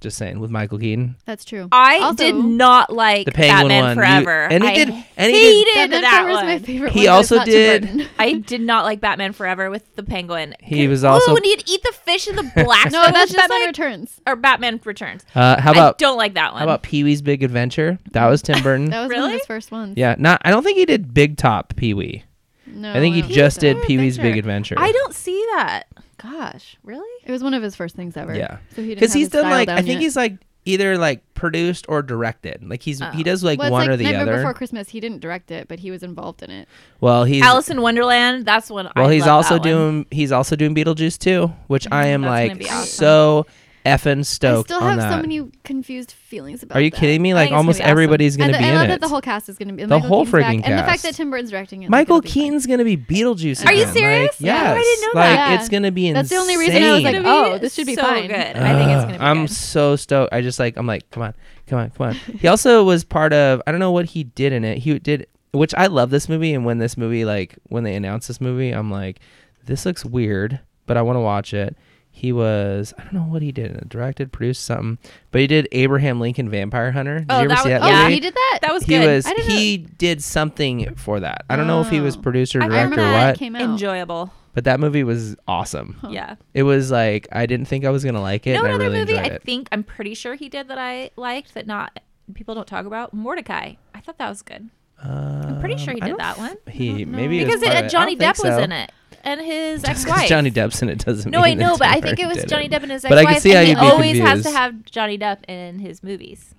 [SPEAKER 3] Just saying, with Michael Keaton.
[SPEAKER 1] That's true.
[SPEAKER 2] I
[SPEAKER 1] Also-
[SPEAKER 2] did not like
[SPEAKER 3] The Penguin
[SPEAKER 2] Batman
[SPEAKER 3] one. You-
[SPEAKER 2] Forever.
[SPEAKER 3] and he
[SPEAKER 2] I
[SPEAKER 3] did- and he did-
[SPEAKER 2] hated
[SPEAKER 1] Batman
[SPEAKER 2] that
[SPEAKER 1] Forever is
[SPEAKER 2] one.
[SPEAKER 1] my favorite. one, but
[SPEAKER 3] He
[SPEAKER 1] it's
[SPEAKER 3] also
[SPEAKER 1] not Tim
[SPEAKER 3] did-
[SPEAKER 1] Burton.
[SPEAKER 2] I did not like Batman Forever with the Penguin.
[SPEAKER 3] He was
[SPEAKER 2] Oh,
[SPEAKER 3] also-
[SPEAKER 2] when he'd eat the fish in the black.
[SPEAKER 1] No, that's just
[SPEAKER 2] Batman
[SPEAKER 1] Batman Returns.
[SPEAKER 2] or Batman Returns.
[SPEAKER 3] Uh, how
[SPEAKER 2] I
[SPEAKER 3] about
[SPEAKER 2] don't like that one.
[SPEAKER 3] how about Pee Wee's Big Adventure? That was Tim Burton.
[SPEAKER 1] That was one of
[SPEAKER 2] Really?
[SPEAKER 1] his first ones.
[SPEAKER 3] yeah, not. I don't think he did Big Top Pee Wee.
[SPEAKER 1] No,
[SPEAKER 3] I think he
[SPEAKER 1] don't
[SPEAKER 3] just
[SPEAKER 1] so.
[SPEAKER 3] did Pee Wee's Big Adventure.
[SPEAKER 2] I don't see that. Gosh, really?
[SPEAKER 1] It was one of his first things ever.
[SPEAKER 3] Yeah,
[SPEAKER 1] So he
[SPEAKER 3] because he's done like I think
[SPEAKER 1] yet.
[SPEAKER 3] he's like either like produced or directed. Like he's he does like
[SPEAKER 1] Oh. Well, it's
[SPEAKER 3] one or the
[SPEAKER 1] Nightmare
[SPEAKER 3] other.
[SPEAKER 1] Before Christmas. He didn't direct it, but he was involved in it.
[SPEAKER 3] well, he's
[SPEAKER 2] Alice in Wonderland. That's one.
[SPEAKER 3] well
[SPEAKER 2] I
[SPEAKER 3] he's
[SPEAKER 2] love
[SPEAKER 3] also
[SPEAKER 2] that one. Mm,
[SPEAKER 3] doing he's also doing Beetlejuice too, which I am
[SPEAKER 2] that's gonna
[SPEAKER 3] like
[SPEAKER 2] be awesome.
[SPEAKER 3] so effing stoked
[SPEAKER 1] I still
[SPEAKER 3] on
[SPEAKER 1] have
[SPEAKER 3] that.
[SPEAKER 1] so many confused feelings about.
[SPEAKER 3] Are you
[SPEAKER 1] that.
[SPEAKER 3] kidding me?
[SPEAKER 2] I
[SPEAKER 3] Like
[SPEAKER 2] think it's gonna
[SPEAKER 3] almost
[SPEAKER 2] be awesome.
[SPEAKER 3] everybody's gonna
[SPEAKER 1] and the,
[SPEAKER 3] be
[SPEAKER 1] I
[SPEAKER 3] in
[SPEAKER 1] love
[SPEAKER 3] it.
[SPEAKER 1] that the whole cast is going to be the
[SPEAKER 3] whole
[SPEAKER 1] Keaton's
[SPEAKER 3] frigging
[SPEAKER 1] back, and the fact
[SPEAKER 3] cast.
[SPEAKER 1] that Tim Burton's directing it. like,
[SPEAKER 3] Michael
[SPEAKER 1] it'll be fun.
[SPEAKER 3] Keaton's gonna be Beetlejuice.
[SPEAKER 2] Are you
[SPEAKER 3] again. Like,
[SPEAKER 2] serious? Yeah.
[SPEAKER 3] yes.
[SPEAKER 2] Oh, I didn't know
[SPEAKER 3] like
[SPEAKER 1] that.
[SPEAKER 3] it's gonna be insane.
[SPEAKER 1] That's the only reason I was like,
[SPEAKER 2] It's
[SPEAKER 1] oh,
[SPEAKER 2] gonna be
[SPEAKER 1] this should be
[SPEAKER 2] so
[SPEAKER 1] fine.
[SPEAKER 2] good. I think it's
[SPEAKER 3] Ugh,
[SPEAKER 2] gonna be
[SPEAKER 3] I'm
[SPEAKER 2] good.
[SPEAKER 3] so stoked. I just like I'm like, come on, come on, come on. He also was part of I don't know what he did in it. He did which I love this movie and when this movie like when they announced this movie, I'm like, this looks weird, but I want to watch it. He was I don't know what he did in it. Directed, produced something. But he did Abraham Lincoln Vampire Hunter. Did
[SPEAKER 2] Oh,
[SPEAKER 3] you ever
[SPEAKER 2] that
[SPEAKER 3] see
[SPEAKER 2] was-
[SPEAKER 3] that
[SPEAKER 1] Oh,
[SPEAKER 2] Yeah.
[SPEAKER 3] movie?
[SPEAKER 1] he did that.
[SPEAKER 2] That was
[SPEAKER 3] he
[SPEAKER 2] good.
[SPEAKER 3] was
[SPEAKER 1] I didn't
[SPEAKER 3] he did something for that. I don't know if he was
[SPEAKER 1] Oh.
[SPEAKER 3] producer,
[SPEAKER 1] I
[SPEAKER 2] I
[SPEAKER 1] remember
[SPEAKER 3] director,
[SPEAKER 1] when
[SPEAKER 3] what,
[SPEAKER 1] It came out.
[SPEAKER 2] enjoyable.
[SPEAKER 3] but that movie was awesome.
[SPEAKER 2] Yeah.
[SPEAKER 3] It was like I didn't think I was gonna like it,
[SPEAKER 2] You know
[SPEAKER 3] and I
[SPEAKER 2] another
[SPEAKER 3] really
[SPEAKER 2] movie
[SPEAKER 3] enjoyed
[SPEAKER 2] I
[SPEAKER 3] it.
[SPEAKER 2] think I'm pretty sure he did that I liked that not people don't talk about Mordecai. I thought that was good.
[SPEAKER 3] I'm
[SPEAKER 2] pretty sure he did that one.
[SPEAKER 3] He
[SPEAKER 1] no.
[SPEAKER 3] maybe
[SPEAKER 2] because
[SPEAKER 3] was part
[SPEAKER 2] it, uh,
[SPEAKER 3] of
[SPEAKER 2] Johnny
[SPEAKER 3] I don't
[SPEAKER 2] Depp
[SPEAKER 3] think
[SPEAKER 2] was
[SPEAKER 3] so.
[SPEAKER 2] in it, and his
[SPEAKER 3] Just 'cause
[SPEAKER 2] ex-wife.
[SPEAKER 3] Johnny Depp's in it doesn't
[SPEAKER 2] No,
[SPEAKER 3] mean
[SPEAKER 2] wait, no,
[SPEAKER 3] that
[SPEAKER 2] but I
[SPEAKER 3] Tim
[SPEAKER 2] think it
[SPEAKER 3] Burton
[SPEAKER 2] was
[SPEAKER 3] did
[SPEAKER 2] Johnny Depp and his
[SPEAKER 3] But I
[SPEAKER 2] ex-wife.
[SPEAKER 3] could see how
[SPEAKER 2] and he
[SPEAKER 3] you'd be
[SPEAKER 2] always has to
[SPEAKER 3] confused.
[SPEAKER 2] have Johnny Depp in his movies.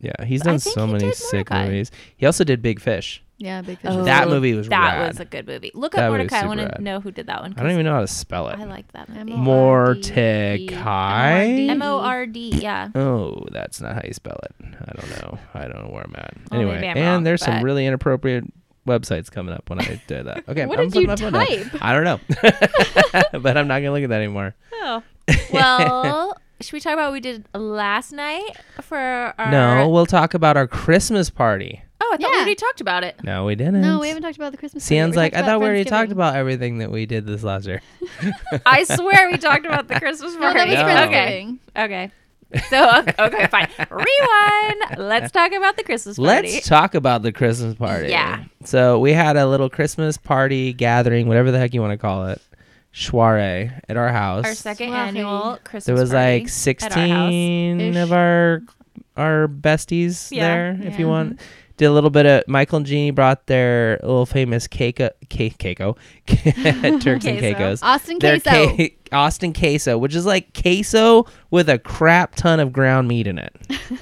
[SPEAKER 3] Yeah, he's
[SPEAKER 2] I
[SPEAKER 3] done
[SPEAKER 2] think
[SPEAKER 3] so
[SPEAKER 2] he
[SPEAKER 3] many
[SPEAKER 2] did
[SPEAKER 3] sick
[SPEAKER 2] Mordecai.
[SPEAKER 3] movies. He also did Big Fish.
[SPEAKER 1] Yeah, big fish.
[SPEAKER 2] Oh,
[SPEAKER 3] That movie was
[SPEAKER 2] that
[SPEAKER 3] rad.
[SPEAKER 2] was a good movie. Look
[SPEAKER 3] That
[SPEAKER 2] up
[SPEAKER 3] movie was
[SPEAKER 2] Mordecai. I want
[SPEAKER 3] super
[SPEAKER 2] to
[SPEAKER 3] rad.
[SPEAKER 2] know who did that one.
[SPEAKER 3] I don't even know how to spell it.
[SPEAKER 2] I like that movie.
[SPEAKER 1] M O
[SPEAKER 3] Mordecai.
[SPEAKER 1] R-
[SPEAKER 2] M O R D. Yeah.
[SPEAKER 3] Oh, that's not how you spell it. I don't know. I don't know where I'm at.
[SPEAKER 2] Well, maybe
[SPEAKER 3] anyway,
[SPEAKER 2] I'm
[SPEAKER 3] and
[SPEAKER 2] wrong,
[SPEAKER 3] there's some
[SPEAKER 2] but-
[SPEAKER 3] really inappropriate websites coming up when I do that. Okay,
[SPEAKER 1] What
[SPEAKER 3] I'm
[SPEAKER 1] did you
[SPEAKER 3] putting my phone down.
[SPEAKER 1] type?
[SPEAKER 3] I don't know, but I'm not gonna look at that anymore.
[SPEAKER 2] Oh. Well, should we talk about what we did last night for our?
[SPEAKER 3] No, we'll talk about our Christmas party.
[SPEAKER 2] Oh, I thought we
[SPEAKER 1] Yeah.
[SPEAKER 2] already talked about it.
[SPEAKER 3] No, we didn't.
[SPEAKER 1] No, we haven't talked about the Christmas. party.
[SPEAKER 3] Sien's
[SPEAKER 1] We
[SPEAKER 3] like,
[SPEAKER 1] talked
[SPEAKER 3] I thought we already talked
[SPEAKER 1] Friendsgiving."
[SPEAKER 3] about everything that we did this last year.
[SPEAKER 2] I swear we talked about the Christmas
[SPEAKER 1] No,
[SPEAKER 2] party.
[SPEAKER 1] that was
[SPEAKER 3] No.
[SPEAKER 1] Friendsgiving.
[SPEAKER 2] Okay. So okay, fine. Rewind. Let's talk about the Christmas party.
[SPEAKER 3] Let's talk about the Christmas party.
[SPEAKER 2] Yeah.
[SPEAKER 3] So we had a little Christmas party gathering, whatever the heck you want to call it, soiree at our house.
[SPEAKER 2] our second
[SPEAKER 1] Swahili.
[SPEAKER 2] annual Christmas.
[SPEAKER 3] there was
[SPEAKER 2] party
[SPEAKER 3] like
[SPEAKER 2] at our house.
[SPEAKER 3] 16 of
[SPEAKER 1] Ish.
[SPEAKER 3] our our besties
[SPEAKER 2] Yeah.
[SPEAKER 3] there, if you
[SPEAKER 1] Yeah.
[SPEAKER 3] want. Did a little bit of Michael and Jeannie brought their little famous cake, cake, Keiko, Turks and
[SPEAKER 2] Queso.
[SPEAKER 3] Caicos.
[SPEAKER 1] Austin
[SPEAKER 3] Their
[SPEAKER 1] Queso.
[SPEAKER 3] ca- Austin queso, which is like queso with a crap ton of ground meat in it.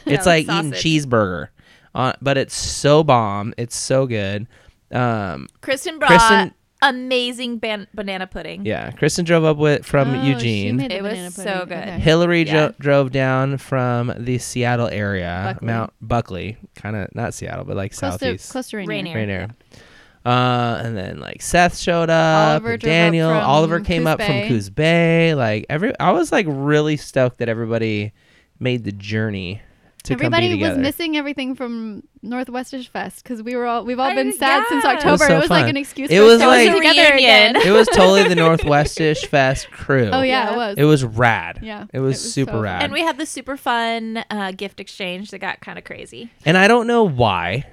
[SPEAKER 3] it's
[SPEAKER 1] Oh,
[SPEAKER 3] like eating
[SPEAKER 2] sausage.
[SPEAKER 3] cheeseburger, uh, but it's so bomb. It's so good. Um,
[SPEAKER 2] Kristen brought
[SPEAKER 3] Kristen-
[SPEAKER 2] amazing ban- banana pudding.
[SPEAKER 3] yeah, Kristen drove up with from
[SPEAKER 1] Oh, she
[SPEAKER 3] Eugene.
[SPEAKER 1] made the
[SPEAKER 2] It was
[SPEAKER 1] banana
[SPEAKER 2] so
[SPEAKER 1] pudding.
[SPEAKER 2] good.
[SPEAKER 1] Okay.
[SPEAKER 3] Hillary
[SPEAKER 2] Yeah.
[SPEAKER 3] jo- drove down from the Seattle area,
[SPEAKER 1] Buckley.
[SPEAKER 3] Mount Buckley, kind of not Seattle, but like
[SPEAKER 1] Close to,
[SPEAKER 3] southeast.
[SPEAKER 1] close to Rainier.
[SPEAKER 2] Rainier.
[SPEAKER 3] Right there. Uh, and then like Seth showed up,
[SPEAKER 1] Oliver
[SPEAKER 3] and
[SPEAKER 1] drove up
[SPEAKER 3] Daniel,
[SPEAKER 1] from
[SPEAKER 3] Oliver came up from
[SPEAKER 1] Coos
[SPEAKER 3] Coos Bay. Like every, I was like really stoked that everybody made the journey to
[SPEAKER 1] Everybody
[SPEAKER 3] come be
[SPEAKER 1] was
[SPEAKER 3] together.
[SPEAKER 1] missing everything from Northwestish Fest because we were all we've all
[SPEAKER 2] I-
[SPEAKER 1] been sad since
[SPEAKER 2] yeah. It was
[SPEAKER 1] October. It was,
[SPEAKER 3] so
[SPEAKER 1] like
[SPEAKER 3] fun.
[SPEAKER 1] an excuse
[SPEAKER 3] It
[SPEAKER 1] for us
[SPEAKER 3] was
[SPEAKER 1] to
[SPEAKER 3] like-
[SPEAKER 1] get together
[SPEAKER 2] Reunion.
[SPEAKER 1] again.
[SPEAKER 3] it was totally the Northwestish Fest crew.
[SPEAKER 1] Oh yeah,
[SPEAKER 2] Yeah.
[SPEAKER 1] it was.
[SPEAKER 3] it was rad.
[SPEAKER 1] Yeah,
[SPEAKER 3] it was,
[SPEAKER 1] it was
[SPEAKER 3] super
[SPEAKER 1] so fun.
[SPEAKER 3] rad.
[SPEAKER 2] And we had the super fun uh, gift exchange that got kind of crazy.
[SPEAKER 3] And I don't know why,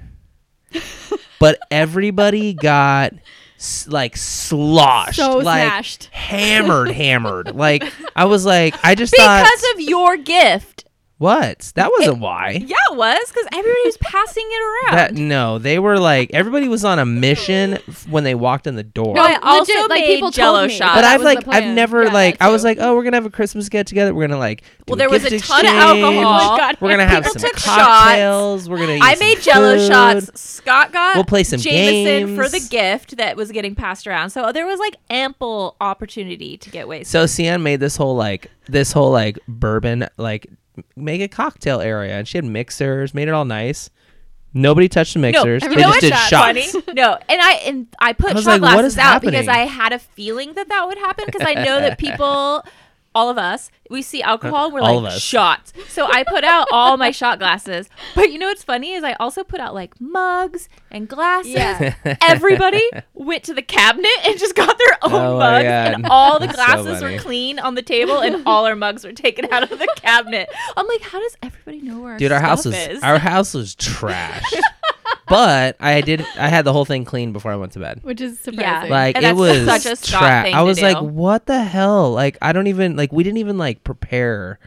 [SPEAKER 3] but everybody got s- like sloshed,
[SPEAKER 1] So
[SPEAKER 3] like
[SPEAKER 1] smashed.
[SPEAKER 3] hammered, hammered. Like I was like, I just thought,
[SPEAKER 2] Because of your gift.
[SPEAKER 3] what? That wasn't why.
[SPEAKER 2] Yeah, it was because everybody was passing it around.
[SPEAKER 3] That no, they were like everybody was on a mission f- when they walked in the door.
[SPEAKER 2] No, I also
[SPEAKER 1] Legit, like,
[SPEAKER 2] made
[SPEAKER 1] people told
[SPEAKER 2] Jello
[SPEAKER 1] me.
[SPEAKER 2] shots.
[SPEAKER 3] but
[SPEAKER 1] that
[SPEAKER 3] I've
[SPEAKER 1] was the
[SPEAKER 3] like I've
[SPEAKER 1] plan.
[SPEAKER 3] never
[SPEAKER 2] Yeah,
[SPEAKER 3] like
[SPEAKER 2] that
[SPEAKER 3] I was
[SPEAKER 2] too.
[SPEAKER 3] like oh we're gonna have a Christmas get together we're gonna like do
[SPEAKER 2] Well, there was
[SPEAKER 3] gift
[SPEAKER 2] a ton of
[SPEAKER 3] exchange.
[SPEAKER 2] alcohol.
[SPEAKER 1] Oh my God.
[SPEAKER 3] we're gonna have
[SPEAKER 2] People
[SPEAKER 3] some
[SPEAKER 2] took shots.
[SPEAKER 3] cocktails we're gonna eat
[SPEAKER 2] I
[SPEAKER 3] some
[SPEAKER 2] made Jello
[SPEAKER 3] food.
[SPEAKER 2] shots. Scott got
[SPEAKER 3] We'll play some
[SPEAKER 2] Jameson for
[SPEAKER 3] games.
[SPEAKER 2] the gift that was getting passed around. So there was like ample opportunity to get wasted.
[SPEAKER 3] So Sian made this whole like this whole like bourbon like make a cocktail area, and she had mixers, made it all nice. Nobody touched the mixers.
[SPEAKER 1] you
[SPEAKER 3] they
[SPEAKER 1] know
[SPEAKER 3] just
[SPEAKER 1] what's
[SPEAKER 3] did
[SPEAKER 1] that
[SPEAKER 3] shots.
[SPEAKER 2] funny? No, and I and I put
[SPEAKER 3] I was
[SPEAKER 2] shot
[SPEAKER 3] like, what
[SPEAKER 2] glasses
[SPEAKER 3] is
[SPEAKER 2] out because I
[SPEAKER 3] happening?
[SPEAKER 2] had a feeling that that would happen because I know that people. All of us, we see alcohol, we're
[SPEAKER 3] All of
[SPEAKER 2] like
[SPEAKER 3] us.
[SPEAKER 2] shots. So I put out all my shot glasses. But you know what's funny is I also put out like mugs and glasses.
[SPEAKER 1] Yeah.
[SPEAKER 2] Everybody went to the cabinet and just got their own
[SPEAKER 3] Oh my
[SPEAKER 2] mugs,
[SPEAKER 3] God.
[SPEAKER 2] and all the
[SPEAKER 3] That's so
[SPEAKER 2] glasses were
[SPEAKER 3] funny.
[SPEAKER 2] clean on the table, and all our mugs were taken out of the cabinet. I'm like, how does everybody know where our
[SPEAKER 3] Dude, our
[SPEAKER 2] stuff
[SPEAKER 3] house was
[SPEAKER 2] is?
[SPEAKER 3] our house was trash. but I did I had the whole thing clean before I went to bed.
[SPEAKER 1] which is surprising.
[SPEAKER 3] Like
[SPEAKER 2] And
[SPEAKER 3] it
[SPEAKER 2] that's
[SPEAKER 3] was
[SPEAKER 2] such a Scott
[SPEAKER 3] trash.
[SPEAKER 2] thing
[SPEAKER 3] I
[SPEAKER 2] to
[SPEAKER 3] was like,
[SPEAKER 2] do.
[SPEAKER 3] what the hell? Like I don't even like we didn't even like prepare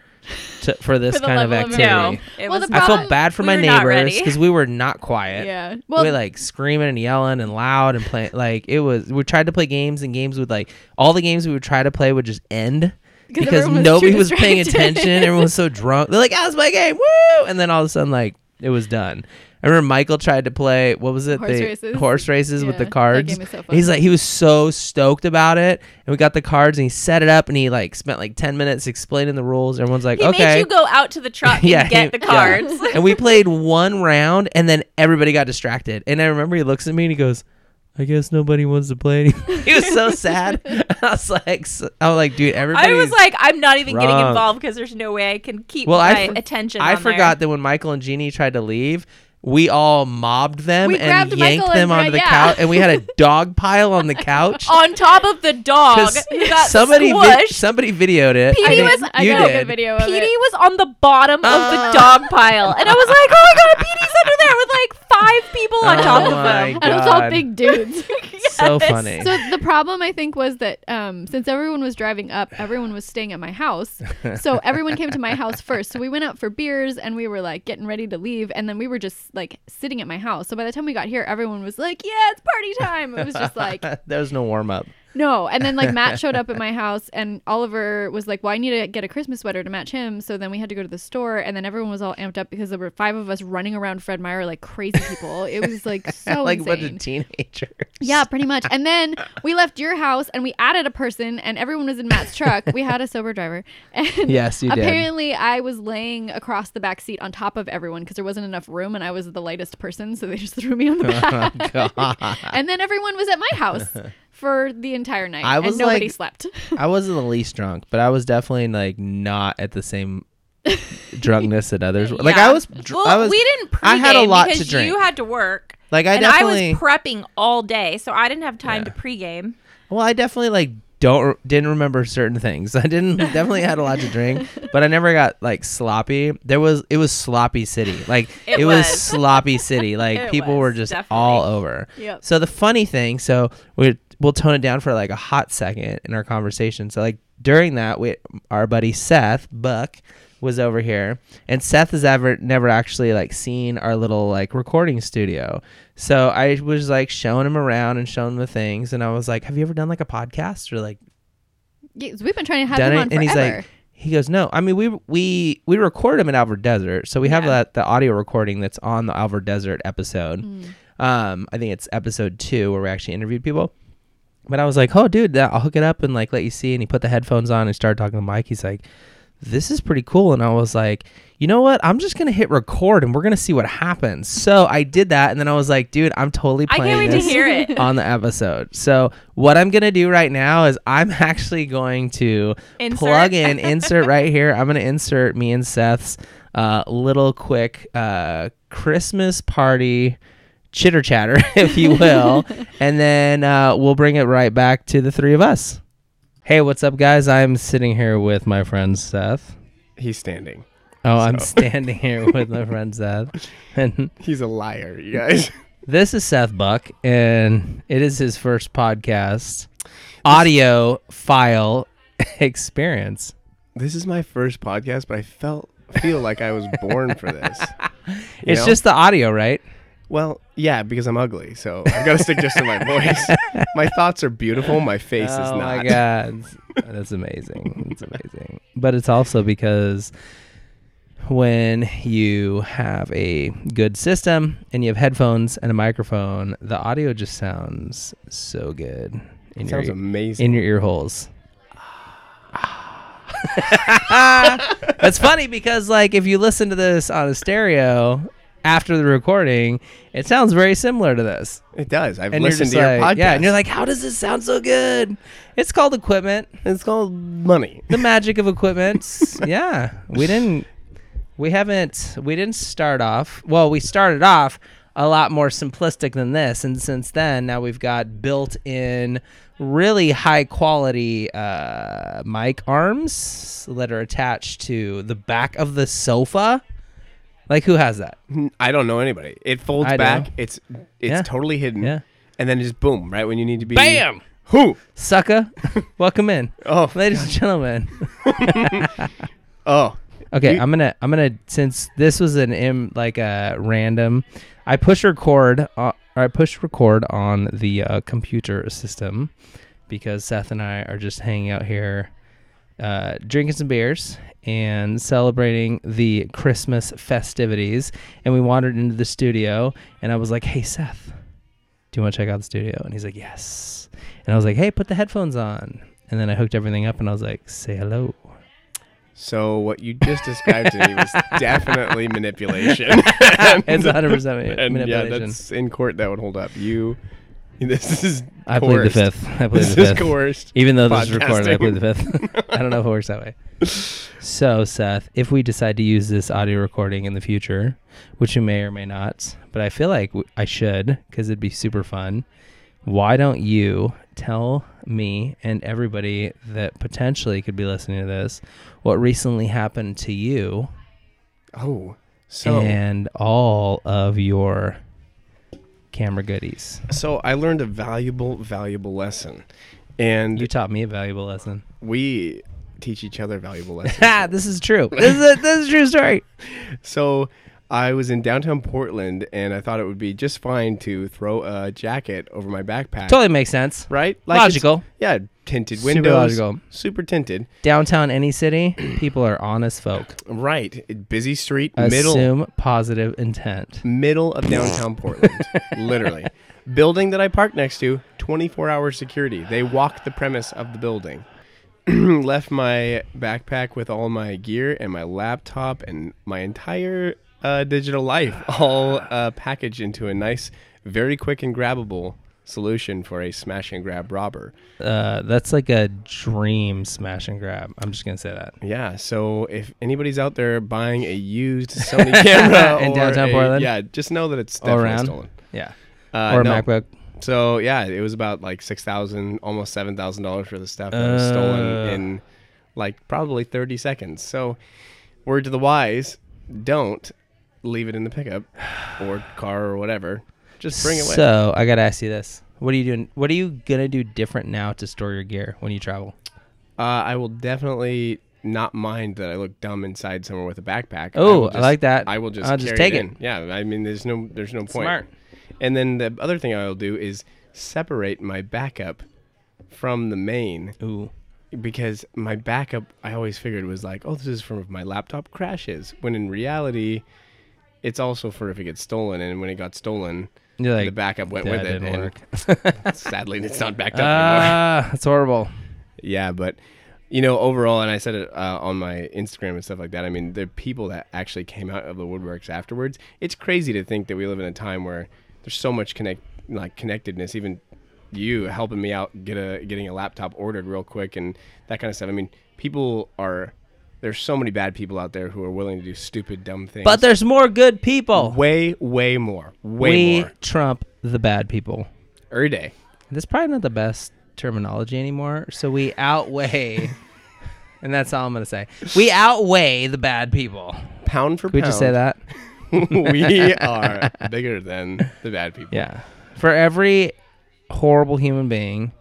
[SPEAKER 3] to, for this
[SPEAKER 1] the
[SPEAKER 3] kind of
[SPEAKER 1] level of
[SPEAKER 3] activity.
[SPEAKER 2] no, it
[SPEAKER 1] Well,
[SPEAKER 2] was
[SPEAKER 1] the
[SPEAKER 3] I
[SPEAKER 2] not.
[SPEAKER 3] felt
[SPEAKER 1] problem-
[SPEAKER 3] bad for
[SPEAKER 2] we
[SPEAKER 3] my
[SPEAKER 2] were not
[SPEAKER 3] neighbors
[SPEAKER 2] ready.
[SPEAKER 3] because we were not quiet.
[SPEAKER 1] yeah. Well,
[SPEAKER 3] we like screaming and yelling and loud and playing like it was we tried to play games and games would like all the games we would try to play would just end because
[SPEAKER 1] everyone was too
[SPEAKER 3] nobody was paying
[SPEAKER 1] distracted.
[SPEAKER 3] attention everyone was so drunk they're like that was my game woo and then all of a sudden like it was done I remember Michael tried to play what was it
[SPEAKER 1] Horse
[SPEAKER 3] the
[SPEAKER 1] races.
[SPEAKER 3] horse races with
[SPEAKER 1] Yeah,
[SPEAKER 3] the
[SPEAKER 1] that
[SPEAKER 3] cards
[SPEAKER 1] game is so fun.
[SPEAKER 3] he's like he was so stoked about it and we got the cards and he set it up and he like spent like 10 minutes explaining the rules everyone's like
[SPEAKER 2] He
[SPEAKER 3] okay
[SPEAKER 2] made you go out to the truck and
[SPEAKER 3] yeah,
[SPEAKER 2] get
[SPEAKER 3] he-
[SPEAKER 2] the
[SPEAKER 3] yeah.
[SPEAKER 2] cards.
[SPEAKER 3] and we played one round, and then everybody got distracted. And I remember he looks at me and he goes, "I guess nobody wants to play." Anymore. he was so sad. I was like, s- I was like, dude,
[SPEAKER 2] I
[SPEAKER 3] everybody.
[SPEAKER 2] was like, I'm not even getting
[SPEAKER 3] drunk.
[SPEAKER 2] involved because there's no way I can keep
[SPEAKER 3] Well, I
[SPEAKER 2] my
[SPEAKER 3] for-
[SPEAKER 2] attention.
[SPEAKER 3] I
[SPEAKER 2] on there.
[SPEAKER 3] forgot that when Michael and Jeannie tried to leave. We all mobbed them
[SPEAKER 1] We
[SPEAKER 3] and
[SPEAKER 1] grabbed
[SPEAKER 3] yanked
[SPEAKER 1] Michael
[SPEAKER 3] them
[SPEAKER 1] and
[SPEAKER 3] onto the
[SPEAKER 1] Brett, yeah.
[SPEAKER 3] couch, and we had a dog pile on the couch.
[SPEAKER 2] on top of the
[SPEAKER 1] Oh,
[SPEAKER 2] dog
[SPEAKER 3] 'Cause
[SPEAKER 2] who got
[SPEAKER 3] somebody, vi-
[SPEAKER 2] squished.
[SPEAKER 3] somebody videoed it. I
[SPEAKER 2] Petey
[SPEAKER 3] think
[SPEAKER 2] was-
[SPEAKER 1] I
[SPEAKER 3] you
[SPEAKER 1] got a
[SPEAKER 3] did.
[SPEAKER 1] good video of
[SPEAKER 2] Petey
[SPEAKER 1] it.
[SPEAKER 2] was on the bottom of
[SPEAKER 3] Oh.
[SPEAKER 2] the dog pile, and I was like, "Oh my god, Petey's under there with like five people on
[SPEAKER 3] Oh
[SPEAKER 2] top of
[SPEAKER 3] my
[SPEAKER 2] him."
[SPEAKER 1] and it's all
[SPEAKER 3] God.
[SPEAKER 1] big dudes.
[SPEAKER 3] so funny.
[SPEAKER 1] So the problem I think was that um, since everyone was driving up, everyone was staying at my house. So everyone came to my house first. So we went out for beers and we were like getting ready to leave, and then we were just like sitting at my house. So by the time we got here, everyone was like, "Yeah, it's party time." It was just like
[SPEAKER 3] there was no warm up.
[SPEAKER 1] no. And then like Matt showed up at my house, and Oliver was like, "Well, I need to get a Christmas sweater to match him." So then we had to go to the store, and then everyone was all amped up because there were five of us running around Fred Meyer like crazy people. It was like so
[SPEAKER 3] like
[SPEAKER 1] Oh, insane.
[SPEAKER 3] what a teenager.
[SPEAKER 1] Yeah, pretty much. And then we left your house and we added a person, and everyone was in Matt's truck. We had a sober driver. And
[SPEAKER 3] Yes, you did.
[SPEAKER 1] apparently, I was laying across the back seat on top of everyone because there wasn't enough room, and I was the lightest person, so they just threw me on the
[SPEAKER 3] Oh,
[SPEAKER 1] back.
[SPEAKER 3] God.
[SPEAKER 1] and then everyone was at my house for the entire night,
[SPEAKER 3] I was
[SPEAKER 1] and nobody
[SPEAKER 3] like-
[SPEAKER 1] slept.
[SPEAKER 3] I wasn't the least drunk, but I was definitely like not at the same drunkenness that others were. Like
[SPEAKER 2] Yeah.
[SPEAKER 3] I was. Dr-
[SPEAKER 2] well,
[SPEAKER 3] I was.
[SPEAKER 2] we didn't. Pregame
[SPEAKER 3] I had a lot
[SPEAKER 2] because
[SPEAKER 3] to drink.
[SPEAKER 2] You had to work.
[SPEAKER 3] like I
[SPEAKER 2] and
[SPEAKER 3] definitely.
[SPEAKER 2] I was prepping all day, so I didn't have time
[SPEAKER 3] Yeah.
[SPEAKER 2] to pregame.
[SPEAKER 3] well, I definitely like don't didn't remember certain things. I didn't definitely had a lot to drink, but I never got like sloppy. There was it was sloppy city. Like it,
[SPEAKER 2] It
[SPEAKER 3] was.
[SPEAKER 2] was.
[SPEAKER 3] sloppy city. Like
[SPEAKER 2] It
[SPEAKER 3] people
[SPEAKER 2] was,
[SPEAKER 3] were just
[SPEAKER 2] definitely.
[SPEAKER 3] all over.
[SPEAKER 1] Yep.
[SPEAKER 3] So the funny thing, so we we'll tone it down for like a hot second in our conversation. So like during that, we our buddy Seth Buck was over here, and Seth has ever never actually like seen our little like recording studio. So I was like showing him around and showing him the things, and I was like, "Have you ever done like a podcast or like
[SPEAKER 1] Yeah, so we've been trying to have
[SPEAKER 3] done
[SPEAKER 1] him
[SPEAKER 3] it?"
[SPEAKER 1] on
[SPEAKER 3] And
[SPEAKER 1] forever.
[SPEAKER 3] he's like. He goes, no. I mean, we we we record him in Albert Desert, so we have
[SPEAKER 2] Yeah.
[SPEAKER 3] that the audio recording that's on the Albert Desert episode.
[SPEAKER 2] Mm.
[SPEAKER 3] Um, I think it's episode two where we actually interviewed people. But I was like, oh, dude, that- I'll hook it up and like let you see. And he put the headphones on and started talking to Mike. He's like, this is pretty cool. And I was like, you know what? I'm just gonna hit record and we're gonna see what happens. So I did that, and then I was like, dude, I'm totally
[SPEAKER 2] I
[SPEAKER 3] playing
[SPEAKER 2] can't wait to
[SPEAKER 3] this
[SPEAKER 2] hear it.
[SPEAKER 3] on the episode. So what I'm gonna do right now is I'm actually going to
[SPEAKER 2] Insert.
[SPEAKER 3] plug in insert right here. I'm gonna insert me and Seth's uh, little quick uh, Christmas party chitter chatter, if you will, and then uh, we'll bring it right back to the three of us. Hey, what's up, guys? I'm sitting here with my friend Seth.
[SPEAKER 4] He's standing.
[SPEAKER 3] Oh, I'm standing here with my friend Seth, and
[SPEAKER 4] He's a liar, you guys.
[SPEAKER 3] this is Seth Buck, and it is his first podcast audio file experience.
[SPEAKER 4] this is my first podcast, but I felt feel like I was born for this. You
[SPEAKER 3] It's
[SPEAKER 4] know?
[SPEAKER 3] just the audio, right?
[SPEAKER 4] well, yeah, because I'm ugly, so I've got to stick just to my voice. My thoughts are beautiful. My face is
[SPEAKER 3] oh
[SPEAKER 4] not.
[SPEAKER 3] my god, that's amazing. That's amazing. But it's also because when you have a good system and you have headphones and a microphone, the audio just sounds so good in
[SPEAKER 4] It
[SPEAKER 3] your
[SPEAKER 4] sounds amazing.
[SPEAKER 3] in your ear holes. That's funny because like if you listen to this on a stereo after the recording, it sounds very similar to this.
[SPEAKER 4] it does. I've
[SPEAKER 3] And you're
[SPEAKER 4] listened
[SPEAKER 3] just
[SPEAKER 4] to your
[SPEAKER 3] like,
[SPEAKER 4] podcast.
[SPEAKER 3] yeah, and you're like, how does this sound so good? It's called equipment.
[SPEAKER 4] it's called money.
[SPEAKER 3] The magic of equipment. yeah, we didn't, we haven't, we didn't start off. Well, we started off a lot more simplistic than this, and since then, now we've got built-in, really high-quality uh, mic arms that are attached to the back of the sofa. Like, who has that?
[SPEAKER 4] I don't know anybody. It folds
[SPEAKER 3] I know.
[SPEAKER 4] back. It's it's
[SPEAKER 3] Yeah.
[SPEAKER 4] totally hidden.
[SPEAKER 3] Yeah.
[SPEAKER 4] And then just boom, right when you need to be.
[SPEAKER 3] Bam!
[SPEAKER 4] Who?
[SPEAKER 3] Sucker, welcome in,
[SPEAKER 4] Oh,
[SPEAKER 3] ladies and gentlemen.
[SPEAKER 4] oh.
[SPEAKER 3] Okay,
[SPEAKER 4] You-
[SPEAKER 3] I'm gonna I'm gonna since this was an M like a random, I push record uh, or I push record on the uh, computer system because Seth and I are just hanging out here, uh, drinking some beers and celebrating the Christmas festivities. And we wandered into the studio, and I was like, "Hey Seth, do you want to check out the studio?" And he's like, "Yes." And I was like, "Hey, put the headphones on." And then I hooked everything up, and I was like, "Say hello."
[SPEAKER 4] So what you just described to me was definitely manipulation.
[SPEAKER 3] It's 100 percent
[SPEAKER 4] And yeah,
[SPEAKER 3] manipulation.
[SPEAKER 4] that's in court that would hold up. You, this is.
[SPEAKER 3] I plead the
[SPEAKER 4] coerced.
[SPEAKER 3] fifth. I plead
[SPEAKER 4] This
[SPEAKER 3] the
[SPEAKER 4] is
[SPEAKER 3] fifth.
[SPEAKER 4] coerced.
[SPEAKER 3] Even though this is recorded, I
[SPEAKER 4] podcasting.
[SPEAKER 3] plead the fifth. I don't know if it works that way. So, Seth, if we decide to use this audio recording in the future, which you may or may not, but I feel like w- I should because it'd be super fun. Why don't you tell me and everybody that potentially could be listening to this what recently happened to you
[SPEAKER 4] Oh, so
[SPEAKER 3] and all of your camera goodies.
[SPEAKER 4] So I learned a valuable, valuable lesson, and
[SPEAKER 3] You taught me a valuable lesson.
[SPEAKER 4] we teach each other valuable lessons.
[SPEAKER 3] Ha! This is true. This is a, this is a true story.
[SPEAKER 4] So I was in downtown Portland, and I thought it would be just fine to throw a jacket over my backpack.
[SPEAKER 3] Totally makes sense.
[SPEAKER 4] Right? it's-
[SPEAKER 3] Logical.
[SPEAKER 4] Yeah, tinted
[SPEAKER 3] Super
[SPEAKER 4] windows.
[SPEAKER 3] logical.
[SPEAKER 4] Super tinted.
[SPEAKER 3] Downtown any city, people are honest folk.
[SPEAKER 4] Right. It- Busy street, middle
[SPEAKER 3] Assume positive intent.
[SPEAKER 4] middle of downtown Portland. Literally. Building that I parked next to, 24-hour security. They walked the premise of the building. Left my backpack with all my gear and my laptop and my entire uh, digital life all uh, packaged into a nice, very quick and grabbable solution for a smash and grab robber.
[SPEAKER 3] Uh, that's like a dream smash and grab. I'm just gonna say that.
[SPEAKER 4] Yeah, so if anybody's out there buying a used Sony camera
[SPEAKER 3] In
[SPEAKER 4] or
[SPEAKER 3] downtown
[SPEAKER 4] a-
[SPEAKER 3] Portland?
[SPEAKER 4] yeah, just know that it's
[SPEAKER 3] All
[SPEAKER 4] definitely
[SPEAKER 3] around?
[SPEAKER 4] stolen.
[SPEAKER 3] Yeah.
[SPEAKER 4] Uh,
[SPEAKER 3] or a
[SPEAKER 4] no.
[SPEAKER 3] MacBook.
[SPEAKER 4] So yeah, it was about like six thousand, almost seven thousand dollars worth of stuff that was
[SPEAKER 3] Uh.
[SPEAKER 4] stolen in like probably thirty seconds. So word to the wise: don't leave it in the pickup or car or whatever. Just bring it with.
[SPEAKER 3] So I gotta ask you this: What are you doing? What are you gonna do different now to store your gear when you travel?
[SPEAKER 4] uh, I will definitely not mind that I look dumb inside somewhere with a backpack.
[SPEAKER 3] Oh,
[SPEAKER 4] will
[SPEAKER 3] I like that.
[SPEAKER 4] I will just
[SPEAKER 3] I'll just
[SPEAKER 4] carry
[SPEAKER 3] take it.
[SPEAKER 4] in. Yeah, I mean, there's no there's no point.
[SPEAKER 3] Smart.
[SPEAKER 4] And then the other thing I will do is separate my backup from the main
[SPEAKER 3] Ooh.
[SPEAKER 4] because my backup I always figured was like, oh, this is from if my laptop crashes. When in reality, it's also for if it gets stolen. And when it got stolen,
[SPEAKER 3] You're like,
[SPEAKER 4] the backup went
[SPEAKER 3] that
[SPEAKER 4] with it.
[SPEAKER 3] didn't
[SPEAKER 4] and
[SPEAKER 3] work.
[SPEAKER 4] sadly, it's not backed up anymore.
[SPEAKER 3] Ah, that's horrible.
[SPEAKER 4] Yeah, but you know, overall, and I said it uh, on my Instagram and stuff like that. I mean, the people that actually came out of the woodworks afterwards. It's crazy to think that we live in a time where there's so much connect, like connectedness. Even you helping me out get a getting a laptop ordered real quick and that kind of stuff. I mean, people are there's so many bad people out there who are willing to do stupid, dumb things.
[SPEAKER 3] But there's more good people.
[SPEAKER 4] way, way more, way
[SPEAKER 3] we
[SPEAKER 4] more
[SPEAKER 3] trump the bad people.
[SPEAKER 4] every day.
[SPEAKER 3] That's probably not the best terminology anymore. So we outweigh, and that's all I'm gonna say. We outweigh the bad people. Can
[SPEAKER 4] Pound for
[SPEAKER 3] we
[SPEAKER 4] pound,
[SPEAKER 3] just say that?
[SPEAKER 4] we are bigger than the bad people.
[SPEAKER 3] Yeah. For every horrible human being,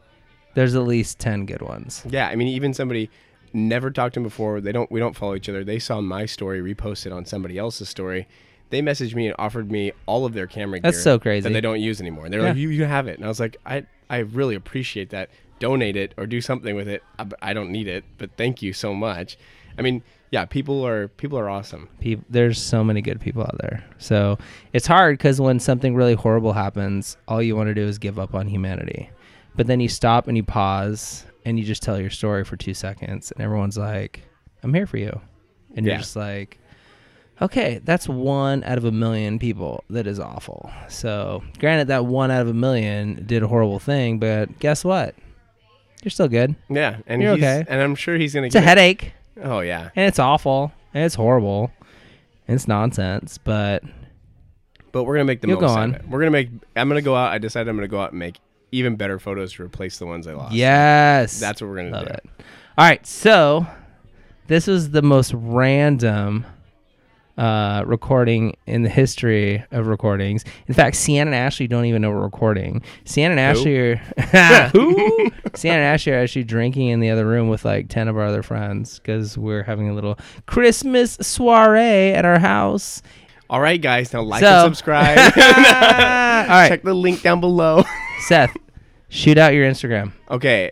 [SPEAKER 3] there's at least ten good ones.
[SPEAKER 4] Yeah, I mean, even somebody never talked to him before. They don't. We don't follow each other. They saw my story reposted on somebody else's story. They messaged me and offered me all of their camera
[SPEAKER 3] That's
[SPEAKER 4] gear
[SPEAKER 3] so crazy.
[SPEAKER 4] that they don't use anymore. And they're like,
[SPEAKER 3] Yeah.
[SPEAKER 4] "You, you have it," and I was like, "I, I really appreciate that. Donate it or do something with it. I, I don't need it, but thank you so much." I mean, yeah, people are people are awesome.
[SPEAKER 3] Peop there's so many good people out there. So it's hard because when something really horrible happens, all you want to do is give up on humanity. But then you stop and you pause and you just tell your story for two seconds, and everyone's like, I'm here for you. And you're
[SPEAKER 4] Yeah.
[SPEAKER 3] just like, okay, that's one out of a million people that is awful. So granted, that one out of a million did a horrible thing, but guess what? You're still good.
[SPEAKER 4] Yeah, and
[SPEAKER 3] You're
[SPEAKER 4] he's,
[SPEAKER 3] okay.
[SPEAKER 4] And I'm sure he's gonna
[SPEAKER 3] It's a headache
[SPEAKER 4] Oh yeah,
[SPEAKER 3] and it's awful and it's horrible and it's nonsense, but
[SPEAKER 4] but we're gonna make the
[SPEAKER 3] You'll
[SPEAKER 4] most
[SPEAKER 3] go
[SPEAKER 4] out
[SPEAKER 3] on.
[SPEAKER 4] of it. We're gonna make. I'm gonna go out. I decided I'm gonna go out and make even better photos to replace the ones I lost.
[SPEAKER 3] Yes.
[SPEAKER 4] That's what we're gonna
[SPEAKER 3] Love
[SPEAKER 4] do.
[SPEAKER 3] it. All right, so this was the most random uh, recording in the history of recordings. In fact, Sienna and Ashley don't even know we're recording. Sienna and Ashley are who? Sienna and Ashley are actually drinking in the other room with like ten of our other friends because we're having a little Christmas soiree at our house.
[SPEAKER 4] All right, guys. Now like
[SPEAKER 3] So-
[SPEAKER 4] and subscribe.
[SPEAKER 3] Ah, all right,
[SPEAKER 4] Check the link down below.
[SPEAKER 3] Seth, shoot out your Instagram.
[SPEAKER 4] okay.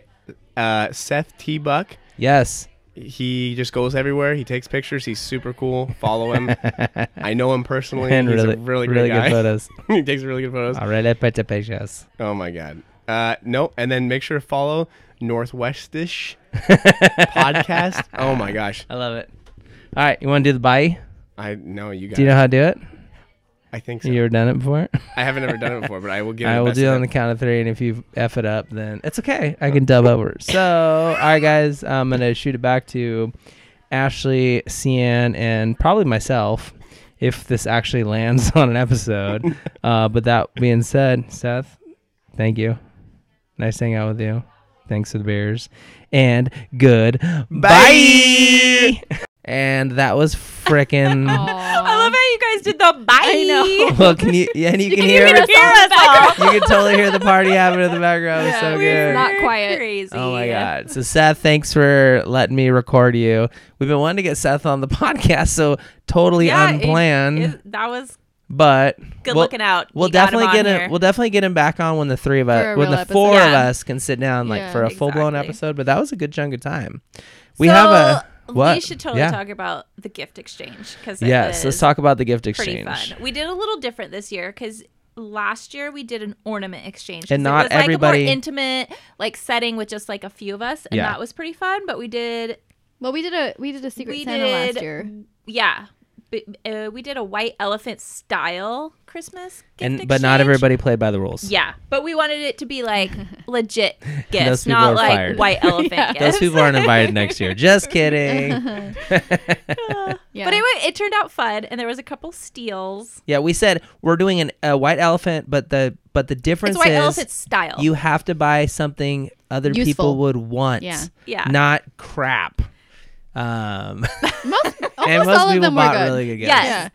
[SPEAKER 4] Uh, Seth T. Buck.
[SPEAKER 3] Yes.
[SPEAKER 4] He just goes everywhere. He takes pictures. He's super cool. Follow him. I know him personally.
[SPEAKER 3] And
[SPEAKER 4] He's
[SPEAKER 3] really,
[SPEAKER 4] a really, great
[SPEAKER 3] really
[SPEAKER 4] guy.
[SPEAKER 3] good photos. Uh-huh.
[SPEAKER 4] he takes really good photos.
[SPEAKER 3] I really put the pictures.
[SPEAKER 4] Oh my god. Uh, no, and then make sure to follow Northwestish podcast. Oh my gosh.
[SPEAKER 3] I love it. All right, you want to do the bye?
[SPEAKER 4] I know you guys.
[SPEAKER 3] Do you know how to do it?
[SPEAKER 4] I think so.
[SPEAKER 3] You ever done it before?
[SPEAKER 4] I haven't ever done it before, but I will give. it
[SPEAKER 3] I
[SPEAKER 4] the
[SPEAKER 3] will
[SPEAKER 4] best
[SPEAKER 3] do it
[SPEAKER 4] of
[SPEAKER 3] on the count of three, and if you f it up, then it's okay. I can dub over. So, all right, guys, I'm gonna shoot it back to Ashley, Cian, and probably myself if this actually lands on an episode. uh, but that being said, Seth, thank you. Nice hanging out with you. Thanks for the beers, and good bye. And that was frickin'.
[SPEAKER 1] Aw.
[SPEAKER 2] I love how you you guys did the bye.
[SPEAKER 1] I know.
[SPEAKER 3] Well, can you? Yeah, and you, can,
[SPEAKER 2] can
[SPEAKER 3] hear.
[SPEAKER 2] even
[SPEAKER 3] it.
[SPEAKER 2] hear us all.
[SPEAKER 3] You can totally hear the party happening in the background. it's
[SPEAKER 1] Yeah,
[SPEAKER 3] so
[SPEAKER 1] we
[SPEAKER 3] good.
[SPEAKER 1] not quiet.
[SPEAKER 2] Crazy.
[SPEAKER 3] Oh my god! So Seth, thanks for letting me record you. We've been wanting to get Seth on the podcast, so totally
[SPEAKER 2] Yeah, it-
[SPEAKER 3] unplanned.
[SPEAKER 2] it- that was
[SPEAKER 3] but
[SPEAKER 2] good
[SPEAKER 3] we'll-
[SPEAKER 2] looking out.
[SPEAKER 3] We'll
[SPEAKER 2] You got
[SPEAKER 3] definitely
[SPEAKER 2] him
[SPEAKER 3] get
[SPEAKER 2] on
[SPEAKER 3] him.
[SPEAKER 2] here.
[SPEAKER 3] We'll definitely get him back on when the three of
[SPEAKER 1] For
[SPEAKER 3] us,
[SPEAKER 1] a
[SPEAKER 3] when
[SPEAKER 1] real
[SPEAKER 3] the
[SPEAKER 1] episode.
[SPEAKER 3] four of
[SPEAKER 2] Yeah.
[SPEAKER 3] us can sit down like
[SPEAKER 1] Yeah,
[SPEAKER 3] for a full blown
[SPEAKER 2] exactly.
[SPEAKER 3] episode. But that was a good chunk of time. We
[SPEAKER 2] So,
[SPEAKER 3] have a what?
[SPEAKER 2] We should totally
[SPEAKER 3] yeah.
[SPEAKER 2] talk about the gift exchange because
[SPEAKER 3] Yes, let's talk about the gift
[SPEAKER 2] pretty
[SPEAKER 3] exchange.
[SPEAKER 2] fun. We did a little different this year because last year we did an ornament exchange 'cause
[SPEAKER 3] And not
[SPEAKER 2] it was like a
[SPEAKER 3] everybody-
[SPEAKER 2] more intimate like setting with just like a few of us, and
[SPEAKER 3] Yeah.
[SPEAKER 2] that was pretty fun. But we did
[SPEAKER 1] Well, we did a we did a secret
[SPEAKER 2] we
[SPEAKER 1] Santa
[SPEAKER 2] did
[SPEAKER 1] last year.
[SPEAKER 2] yeah. But, uh, we did a white elephant style Christmas, gift
[SPEAKER 3] And but
[SPEAKER 2] exchange.
[SPEAKER 3] not everybody played by the rules.
[SPEAKER 2] Yeah, but we wanted it to be like legit
[SPEAKER 3] Those
[SPEAKER 2] gifts,
[SPEAKER 3] people
[SPEAKER 2] not
[SPEAKER 3] are
[SPEAKER 2] like
[SPEAKER 3] fired.
[SPEAKER 2] white elephant
[SPEAKER 1] Yeah.
[SPEAKER 2] gifts.
[SPEAKER 3] Those people aren't invited next year. Just kidding.
[SPEAKER 1] Yeah.
[SPEAKER 2] But anyway, it turned out fun, and there was a couple steals.
[SPEAKER 3] yeah, we said we're doing an, a white elephant, but the but the difference
[SPEAKER 2] It's white
[SPEAKER 3] is
[SPEAKER 2] elephant style.
[SPEAKER 3] you have to buy something other people
[SPEAKER 1] Useful.
[SPEAKER 3] would want.
[SPEAKER 1] Yeah.
[SPEAKER 2] Yeah.
[SPEAKER 3] Not crap. Um,
[SPEAKER 1] most
[SPEAKER 3] and
[SPEAKER 1] almost
[SPEAKER 3] most
[SPEAKER 1] all of
[SPEAKER 3] people
[SPEAKER 1] them were
[SPEAKER 3] bought
[SPEAKER 1] good.
[SPEAKER 3] really good gifts.
[SPEAKER 2] Yes.
[SPEAKER 1] Yeah.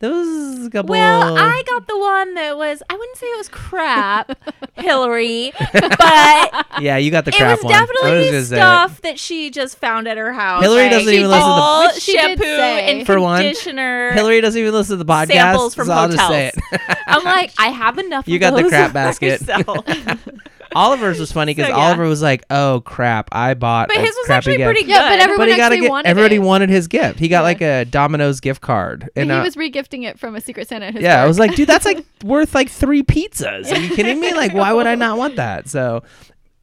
[SPEAKER 3] There was a couple.
[SPEAKER 2] well, I got the one that was I wouldn't say it was crap, Hillary, but
[SPEAKER 3] yeah, you got the
[SPEAKER 2] it
[SPEAKER 3] crap
[SPEAKER 2] was
[SPEAKER 3] one. I was
[SPEAKER 2] definitely
[SPEAKER 3] gonna say it.
[SPEAKER 2] stuff that she just found at her house.
[SPEAKER 3] Hillary
[SPEAKER 2] like,
[SPEAKER 3] doesn't even listen to the-
[SPEAKER 2] all
[SPEAKER 1] Which she did
[SPEAKER 2] shampoo
[SPEAKER 1] say.
[SPEAKER 2] and
[SPEAKER 3] For one,
[SPEAKER 2] conditioner.
[SPEAKER 3] Hillary doesn't even listen to the podcast.
[SPEAKER 2] Samples from
[SPEAKER 3] so I'll just say
[SPEAKER 2] hotels.
[SPEAKER 3] it.
[SPEAKER 2] I'm like, I have enough.
[SPEAKER 3] You
[SPEAKER 2] of
[SPEAKER 3] got the
[SPEAKER 2] those
[SPEAKER 3] crap basket.
[SPEAKER 2] myself.
[SPEAKER 3] Oliver's was funny because
[SPEAKER 2] So, yeah.
[SPEAKER 3] Oliver was like, "Oh crap, I bought."
[SPEAKER 2] But
[SPEAKER 3] a
[SPEAKER 2] his was
[SPEAKER 3] crappy
[SPEAKER 2] actually
[SPEAKER 3] gift.
[SPEAKER 2] pretty good.
[SPEAKER 1] Yeah, but everyone
[SPEAKER 3] But he got a
[SPEAKER 1] actually
[SPEAKER 3] gift.
[SPEAKER 1] wanted
[SPEAKER 3] Everybody
[SPEAKER 1] it.
[SPEAKER 3] wanted his gift. He got
[SPEAKER 1] Yeah.
[SPEAKER 3] like a Domino's gift card.
[SPEAKER 1] But
[SPEAKER 3] And
[SPEAKER 1] he
[SPEAKER 3] uh,
[SPEAKER 1] was regifting it from a secret Santa. At his
[SPEAKER 3] yeah, I
[SPEAKER 1] work.
[SPEAKER 3] was like, dude, that's like worth like three pizzas. Are you kidding me? Like, why would I not want that? So,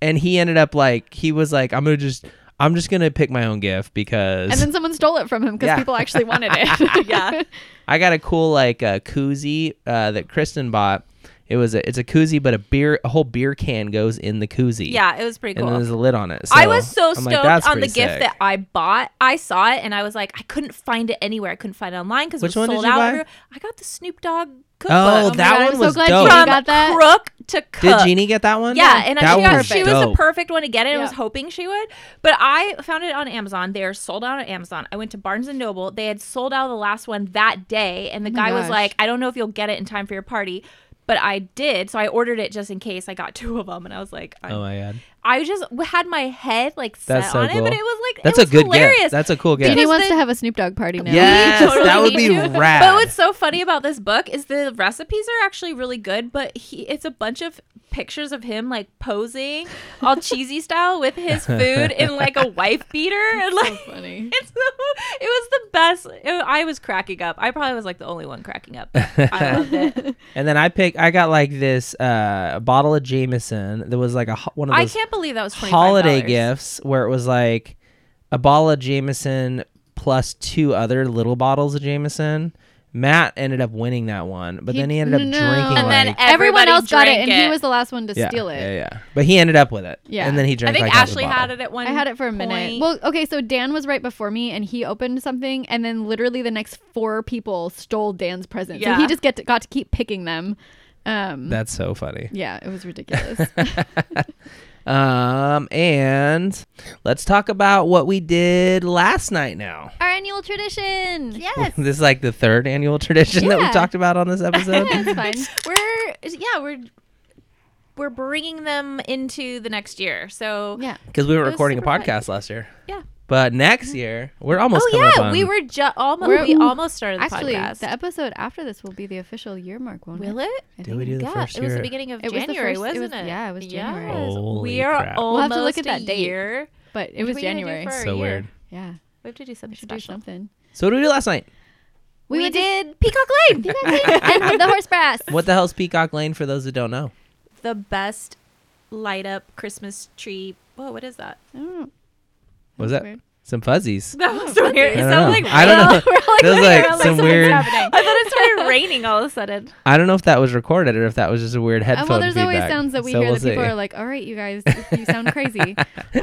[SPEAKER 3] and he ended up like he was like, I'm gonna just, I'm just gonna pick my own gift because
[SPEAKER 1] and then someone stole it from him because
[SPEAKER 3] Yeah.
[SPEAKER 1] people actually wanted it.
[SPEAKER 2] Yeah.
[SPEAKER 3] I got a cool like uh, koozie uh, that Kristen bought. It was a, it's a koozie, but a beer, a whole beer can goes in the koozie.
[SPEAKER 2] Yeah, it was pretty
[SPEAKER 3] and
[SPEAKER 2] cool.
[SPEAKER 3] then there's a lid on it.
[SPEAKER 2] I was so
[SPEAKER 3] I'm
[SPEAKER 2] stoked
[SPEAKER 3] like, "That's
[SPEAKER 2] on the
[SPEAKER 3] pretty
[SPEAKER 2] gift
[SPEAKER 3] sick."
[SPEAKER 2] that I bought. I saw it and I was like, I couldn't find it anywhere. I couldn't find it online because it
[SPEAKER 3] Which
[SPEAKER 2] was
[SPEAKER 3] one
[SPEAKER 2] sold
[SPEAKER 3] did you
[SPEAKER 2] out.
[SPEAKER 3] buy?
[SPEAKER 2] everywhere. I got the Snoop Dogg cookbook.
[SPEAKER 3] Oh,
[SPEAKER 1] my
[SPEAKER 3] that
[SPEAKER 1] God,
[SPEAKER 3] one
[SPEAKER 1] I'm so
[SPEAKER 3] was
[SPEAKER 1] glad
[SPEAKER 3] dope.
[SPEAKER 1] you
[SPEAKER 2] from
[SPEAKER 1] got that.
[SPEAKER 2] crook to cook.
[SPEAKER 3] Did Jeannie get that one?
[SPEAKER 2] Yeah, and
[SPEAKER 3] that
[SPEAKER 2] I, she, got,
[SPEAKER 3] was
[SPEAKER 2] she was the
[SPEAKER 3] dope.
[SPEAKER 2] perfect one to get it. and I was
[SPEAKER 1] Yeah.
[SPEAKER 2] hoping she would, but I found it on Amazon. They are sold out on Amazon. I went to Barnes and Noble. They had sold out the last one that day, and the
[SPEAKER 1] Oh my
[SPEAKER 2] guy was
[SPEAKER 1] gosh.
[SPEAKER 2] like, "I don't know if you'll get it in time for your party." But I did, so I ordered it just in case. I got two of them, and I was like, I'm
[SPEAKER 3] Oh my god,
[SPEAKER 2] I just w- had my head like set
[SPEAKER 3] That's so
[SPEAKER 2] on it,
[SPEAKER 3] cool.
[SPEAKER 2] but it was like
[SPEAKER 3] that's
[SPEAKER 2] it
[SPEAKER 3] a
[SPEAKER 2] was
[SPEAKER 3] good
[SPEAKER 2] hilarious.
[SPEAKER 3] gift. That's a cool gift.
[SPEAKER 1] Jeannie
[SPEAKER 2] Because
[SPEAKER 1] wants
[SPEAKER 2] the-
[SPEAKER 1] to have a Snoop Dogg party now.
[SPEAKER 3] Yes,
[SPEAKER 2] We totally
[SPEAKER 3] that would
[SPEAKER 2] need
[SPEAKER 3] be
[SPEAKER 2] to.
[SPEAKER 3] rad.
[SPEAKER 2] But what's so funny about this book is the recipes are actually really good, but he it's a bunch of pictures of him like posing all cheesy style with his food in like a wife beater and like
[SPEAKER 1] funny.
[SPEAKER 2] it's the, it was the best. It- I was cracking up. I probably was like the only one cracking up. I loved it.
[SPEAKER 3] and then I pick. I got like this uh, bottle of Jameson. There was like a ho- one of
[SPEAKER 2] I
[SPEAKER 3] those
[SPEAKER 2] can't believe that was $25.
[SPEAKER 3] holiday gifts where it was like a bottle of Jameson plus two other little bottles of Jameson. Matt ended up winning that one, but
[SPEAKER 1] He-
[SPEAKER 3] then he ended up
[SPEAKER 1] no.
[SPEAKER 3] drinking.
[SPEAKER 2] And
[SPEAKER 3] like,
[SPEAKER 2] then
[SPEAKER 1] Everyone
[SPEAKER 2] everybody
[SPEAKER 1] else got it,
[SPEAKER 2] drank
[SPEAKER 1] and he was the last one to
[SPEAKER 3] yeah,
[SPEAKER 1] steal it.
[SPEAKER 3] yeah, yeah. But he ended up with it.
[SPEAKER 1] Yeah.
[SPEAKER 3] and then he
[SPEAKER 2] I
[SPEAKER 3] drank.
[SPEAKER 2] think
[SPEAKER 3] like half the
[SPEAKER 2] Ashley
[SPEAKER 3] bottle.
[SPEAKER 2] had it at one.
[SPEAKER 1] I had it for a minute.
[SPEAKER 2] point.
[SPEAKER 1] Well, okay, so Dan was right before me, and he opened something, and then literally the next four people stole Dan's present. So
[SPEAKER 2] Yeah.
[SPEAKER 1] he just get to, got to keep picking them. Um,
[SPEAKER 3] That's so funny.
[SPEAKER 1] yeah, it was ridiculous.
[SPEAKER 3] Um, and let's talk about what we did last night. Now,
[SPEAKER 1] Our annual tradition.
[SPEAKER 2] yes.
[SPEAKER 3] this is like the third annual tradition that we
[SPEAKER 1] Yeah.
[SPEAKER 3] talked about on this episode.
[SPEAKER 1] That's fine.
[SPEAKER 2] we're yeah we're we're bringing them into the next year so
[SPEAKER 1] Yeah.
[SPEAKER 3] because we were
[SPEAKER 2] was
[SPEAKER 3] recording a
[SPEAKER 2] super fun.
[SPEAKER 3] podcast last year.
[SPEAKER 2] Yeah.
[SPEAKER 3] But next year, we're almost
[SPEAKER 2] oh
[SPEAKER 3] coming up
[SPEAKER 2] yeah
[SPEAKER 3] on-
[SPEAKER 2] we were ju- almost
[SPEAKER 1] We're-
[SPEAKER 2] we almost started the
[SPEAKER 1] Actually,
[SPEAKER 2] podcast
[SPEAKER 1] the episode after this will be the official year mark, won't
[SPEAKER 2] will
[SPEAKER 1] it?
[SPEAKER 2] it
[SPEAKER 1] I
[SPEAKER 3] Did we
[SPEAKER 1] think.
[SPEAKER 3] do the
[SPEAKER 2] yeah
[SPEAKER 3] first
[SPEAKER 2] it was
[SPEAKER 3] year?
[SPEAKER 2] the beginning of
[SPEAKER 1] It was the
[SPEAKER 2] january
[SPEAKER 1] first- it
[SPEAKER 2] wasn't
[SPEAKER 1] was-
[SPEAKER 2] it
[SPEAKER 1] yeah, it was January.
[SPEAKER 2] Yes.
[SPEAKER 3] Holy
[SPEAKER 2] we are
[SPEAKER 3] crap.
[SPEAKER 2] almost
[SPEAKER 1] We'll have to look at
[SPEAKER 2] a
[SPEAKER 1] that date.
[SPEAKER 2] year
[SPEAKER 1] But it
[SPEAKER 2] What
[SPEAKER 1] was
[SPEAKER 2] are we gonna do
[SPEAKER 1] January.
[SPEAKER 2] for our
[SPEAKER 3] So
[SPEAKER 2] year?
[SPEAKER 3] weird.
[SPEAKER 1] Yeah.
[SPEAKER 2] we have to do something
[SPEAKER 1] We should do
[SPEAKER 2] special
[SPEAKER 1] something.
[SPEAKER 3] So what did we do last night?
[SPEAKER 2] we,
[SPEAKER 1] went to-
[SPEAKER 2] did peacock lane
[SPEAKER 1] and the horse brass.
[SPEAKER 3] What the hell's Peacock Lane for those that don't know?
[SPEAKER 2] the best light up christmas tree whoa what is that
[SPEAKER 1] I don't know.
[SPEAKER 3] What was
[SPEAKER 1] That's
[SPEAKER 3] that?
[SPEAKER 1] Oh, weird. Uh,
[SPEAKER 3] Some fuzzies.
[SPEAKER 2] that was so weird
[SPEAKER 3] I
[SPEAKER 2] it
[SPEAKER 3] don't
[SPEAKER 2] sounded
[SPEAKER 3] know.
[SPEAKER 2] like
[SPEAKER 3] I
[SPEAKER 2] rain.
[SPEAKER 3] don't know. There's,
[SPEAKER 2] looking
[SPEAKER 3] like,
[SPEAKER 2] around
[SPEAKER 3] some
[SPEAKER 2] something's
[SPEAKER 3] weird-
[SPEAKER 2] happening. i thought it started raining all of a sudden
[SPEAKER 3] I don't know if that was recorded or if that was just a weird headphone.
[SPEAKER 1] Uh, well, there's always
[SPEAKER 3] feedback.
[SPEAKER 1] sounds that we
[SPEAKER 3] So
[SPEAKER 1] hear
[SPEAKER 3] we'll
[SPEAKER 1] that people
[SPEAKER 3] see.
[SPEAKER 1] are like, all right, you guys, you sound crazy.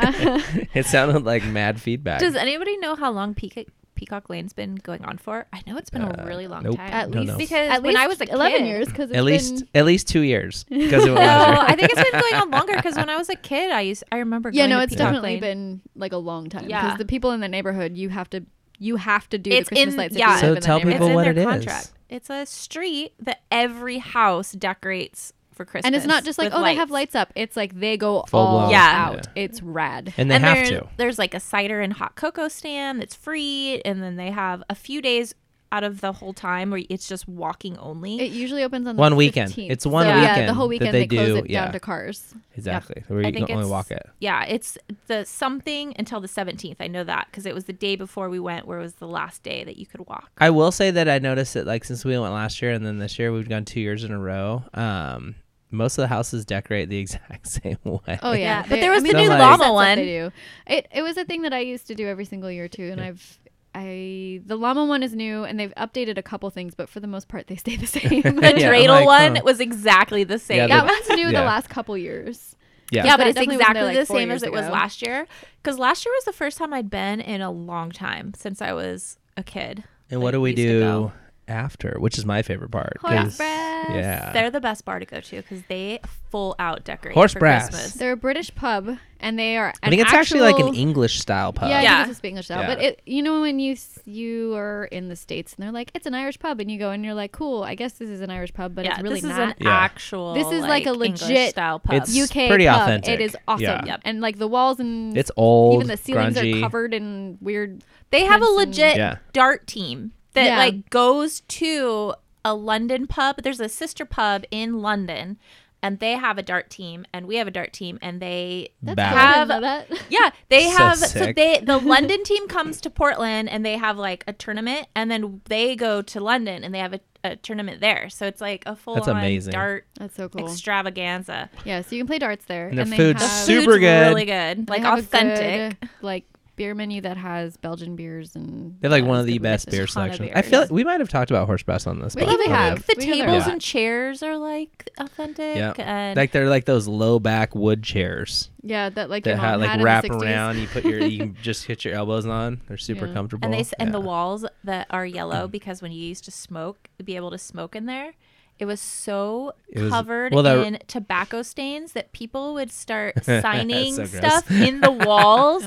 [SPEAKER 3] it sounded like mad feedback.
[SPEAKER 2] Does anybody know how long Peacock, Peacock Lane's been going on for? I know it's been a really long
[SPEAKER 3] Uh, nope.
[SPEAKER 2] time.
[SPEAKER 1] At
[SPEAKER 3] Don't
[SPEAKER 1] least,
[SPEAKER 3] know.
[SPEAKER 2] because
[SPEAKER 1] at
[SPEAKER 2] when
[SPEAKER 1] least
[SPEAKER 2] I was a
[SPEAKER 1] 11
[SPEAKER 2] kid-
[SPEAKER 1] years, because
[SPEAKER 3] at least at least two years because it was
[SPEAKER 2] No,
[SPEAKER 3] last year.
[SPEAKER 2] I think it's been going on longer because when I was a kid, I used I remember.
[SPEAKER 1] yeah,
[SPEAKER 2] going
[SPEAKER 1] no,
[SPEAKER 2] to
[SPEAKER 1] it's
[SPEAKER 2] Peacock
[SPEAKER 1] definitely
[SPEAKER 2] Lane.
[SPEAKER 1] been like a long time.
[SPEAKER 2] Yeah.
[SPEAKER 1] Because the people in the neighborhood, you have to You have to do
[SPEAKER 2] It's
[SPEAKER 1] the Christmas
[SPEAKER 2] in-
[SPEAKER 1] lights. if
[SPEAKER 2] yeah.
[SPEAKER 1] you live
[SPEAKER 2] So
[SPEAKER 1] in that
[SPEAKER 3] tell
[SPEAKER 1] neighborhood.
[SPEAKER 3] people
[SPEAKER 2] it's
[SPEAKER 3] what
[SPEAKER 2] in
[SPEAKER 3] it
[SPEAKER 2] their
[SPEAKER 3] is.
[SPEAKER 2] contract. It's a street that every house decorates for Christmas.
[SPEAKER 1] and it's not just like
[SPEAKER 2] with
[SPEAKER 1] oh they have lights up. It's like they go
[SPEAKER 3] Full
[SPEAKER 1] all
[SPEAKER 3] blown.
[SPEAKER 2] Yeah.
[SPEAKER 1] out. It's rad.
[SPEAKER 3] and they
[SPEAKER 2] and
[SPEAKER 3] have
[SPEAKER 2] there-
[SPEAKER 3] to.
[SPEAKER 2] There's like a cider and hot cocoa stand that's free, and then they have a few days out of the whole time where it's just walking only.
[SPEAKER 1] It usually opens on the
[SPEAKER 3] One weekend.
[SPEAKER 1] 15th.
[SPEAKER 3] It's one
[SPEAKER 1] So, Yeah,
[SPEAKER 3] weekend
[SPEAKER 1] the whole
[SPEAKER 3] that
[SPEAKER 1] weekend
[SPEAKER 3] they
[SPEAKER 1] they, close
[SPEAKER 3] do,
[SPEAKER 1] it
[SPEAKER 3] yeah.
[SPEAKER 1] down to cars.
[SPEAKER 3] Exactly. Where
[SPEAKER 2] I
[SPEAKER 3] you can
[SPEAKER 2] think
[SPEAKER 3] only
[SPEAKER 2] it's-
[SPEAKER 3] walk it.
[SPEAKER 2] Yeah, it's the something until the 17th. I know that because it was the day before we went, where it was the last day that you could walk.
[SPEAKER 3] I will say that I noticed that like since we went last year and then this year we've gone two years in a row. Um, most of the houses decorate the exact same way.
[SPEAKER 1] Oh yeah,
[SPEAKER 2] Yeah, but there was
[SPEAKER 3] the new
[SPEAKER 1] that's-
[SPEAKER 3] llama
[SPEAKER 1] that's what
[SPEAKER 2] one.
[SPEAKER 1] They do. It it was a thing that I used to do every single year too, and I've I the llama one is new, and they've updated a couple things, but for the most part they stay the same.
[SPEAKER 2] The
[SPEAKER 3] Yeah, I'm
[SPEAKER 2] dreidel
[SPEAKER 3] like,
[SPEAKER 2] one
[SPEAKER 3] huh.
[SPEAKER 2] was exactly the same.
[SPEAKER 3] Yeah,
[SPEAKER 2] Yeah,
[SPEAKER 1] that one's new
[SPEAKER 3] Yeah.
[SPEAKER 1] the last couple years.
[SPEAKER 3] Yeah.
[SPEAKER 1] Yeah,
[SPEAKER 2] but
[SPEAKER 1] that
[SPEAKER 2] it's
[SPEAKER 1] definitely was in
[SPEAKER 2] exactly
[SPEAKER 1] there, like,
[SPEAKER 2] the
[SPEAKER 1] four
[SPEAKER 2] same as
[SPEAKER 1] years
[SPEAKER 2] it was
[SPEAKER 1] ago.
[SPEAKER 2] last year. Because last year was the first time I'd been in a long time since I was a kid.
[SPEAKER 3] And
[SPEAKER 2] Like,
[SPEAKER 3] what do
[SPEAKER 2] we
[SPEAKER 3] we
[SPEAKER 2] used to
[SPEAKER 3] do
[SPEAKER 2] go.
[SPEAKER 3] after? Which is my favorite part.
[SPEAKER 1] Horse
[SPEAKER 3] 'cause-
[SPEAKER 1] brass.
[SPEAKER 3] Yeah.
[SPEAKER 2] They're the best bar to go to because they full out decorate
[SPEAKER 3] Horse
[SPEAKER 2] for
[SPEAKER 3] brass.
[SPEAKER 2] Christmas.
[SPEAKER 1] They're a British pub, and they are.
[SPEAKER 3] I think
[SPEAKER 1] an
[SPEAKER 3] it's actually like an
[SPEAKER 1] actual-
[SPEAKER 3] English style pub.
[SPEAKER 1] Yeah, I
[SPEAKER 2] Yeah.
[SPEAKER 1] think it's a Spanglish style.
[SPEAKER 3] Yeah.
[SPEAKER 1] But it, you know, when you s- you are in the states and they're like, it's an Irish pub, and you go and you're like, cool, I guess this is an Irish pub, but
[SPEAKER 2] yeah,
[SPEAKER 1] it's really
[SPEAKER 2] this is
[SPEAKER 1] not.
[SPEAKER 2] an
[SPEAKER 3] Yeah.
[SPEAKER 2] actual.
[SPEAKER 1] This is like a legit-
[SPEAKER 2] style pub.
[SPEAKER 3] It's-
[SPEAKER 2] You-
[SPEAKER 1] UK
[SPEAKER 3] pretty
[SPEAKER 1] pub.
[SPEAKER 3] authentic.
[SPEAKER 1] It is awesome.
[SPEAKER 3] Yeah.
[SPEAKER 2] Yep.
[SPEAKER 1] And like the walls and
[SPEAKER 3] It's old.
[SPEAKER 1] even the ceilings
[SPEAKER 3] grungy.
[SPEAKER 1] are covered in weird.
[SPEAKER 2] they have a
[SPEAKER 1] Princeton.
[SPEAKER 2] legit
[SPEAKER 3] Yeah.
[SPEAKER 2] dart team that
[SPEAKER 1] Yeah.
[SPEAKER 2] like goes to a London pub. There's a sister pub in London, and they have a dart team, and we have a dart team, and they
[SPEAKER 1] That's
[SPEAKER 3] Bad.
[SPEAKER 1] cool. I didn't
[SPEAKER 2] Have-
[SPEAKER 1] know that.
[SPEAKER 2] Yeah, they
[SPEAKER 3] So
[SPEAKER 2] have so
[SPEAKER 3] sick.
[SPEAKER 2] they the London team comes to Portland and they have like a tournament and then they go to London and they have a, a tournament there. So it's like a full on
[SPEAKER 3] amazing.
[SPEAKER 2] dart
[SPEAKER 1] That's so cool.
[SPEAKER 2] extravaganza.
[SPEAKER 1] Yeah, so you can play darts there,
[SPEAKER 3] And their
[SPEAKER 1] they
[SPEAKER 3] food's
[SPEAKER 1] have-
[SPEAKER 3] super
[SPEAKER 2] Food's
[SPEAKER 3] good.
[SPEAKER 2] really good,
[SPEAKER 1] they
[SPEAKER 2] like
[SPEAKER 1] have a
[SPEAKER 2] authentic.
[SPEAKER 1] good, like beer menu that has Belgian beers and. uh,
[SPEAKER 3] They have like
[SPEAKER 1] yeah,
[SPEAKER 3] one
[SPEAKER 1] it's
[SPEAKER 3] of the
[SPEAKER 1] good
[SPEAKER 3] best
[SPEAKER 1] mixes.
[SPEAKER 2] ton
[SPEAKER 3] beer
[SPEAKER 2] of
[SPEAKER 3] selections. I
[SPEAKER 2] beers.
[SPEAKER 3] feel like we might have talked about horse brass on this.
[SPEAKER 1] We
[SPEAKER 3] but-
[SPEAKER 1] probably
[SPEAKER 3] I mean,
[SPEAKER 1] have. We
[SPEAKER 2] The
[SPEAKER 1] go there a
[SPEAKER 2] tables
[SPEAKER 1] lot.
[SPEAKER 2] and chairs are like authentic
[SPEAKER 3] Yeah.
[SPEAKER 2] and
[SPEAKER 3] Like they're like those low back wood chairs
[SPEAKER 1] Yeah, that like your
[SPEAKER 3] that
[SPEAKER 1] mom
[SPEAKER 3] ha-
[SPEAKER 1] had,
[SPEAKER 3] like
[SPEAKER 1] in
[SPEAKER 3] wrap
[SPEAKER 1] the 60s.
[SPEAKER 3] around. You put your you can just hit your elbows on. They're super
[SPEAKER 1] Yeah.
[SPEAKER 3] comfortable.
[SPEAKER 2] and they s- and the
[SPEAKER 3] Yeah. Mm.
[SPEAKER 2] walls that are yellow because when you used to smoke, be able to smoke in there, it was so
[SPEAKER 3] It was-
[SPEAKER 2] covered
[SPEAKER 3] well, the-
[SPEAKER 2] in tobacco stains that people would start signing
[SPEAKER 3] So gross.
[SPEAKER 2] stuff in the walls.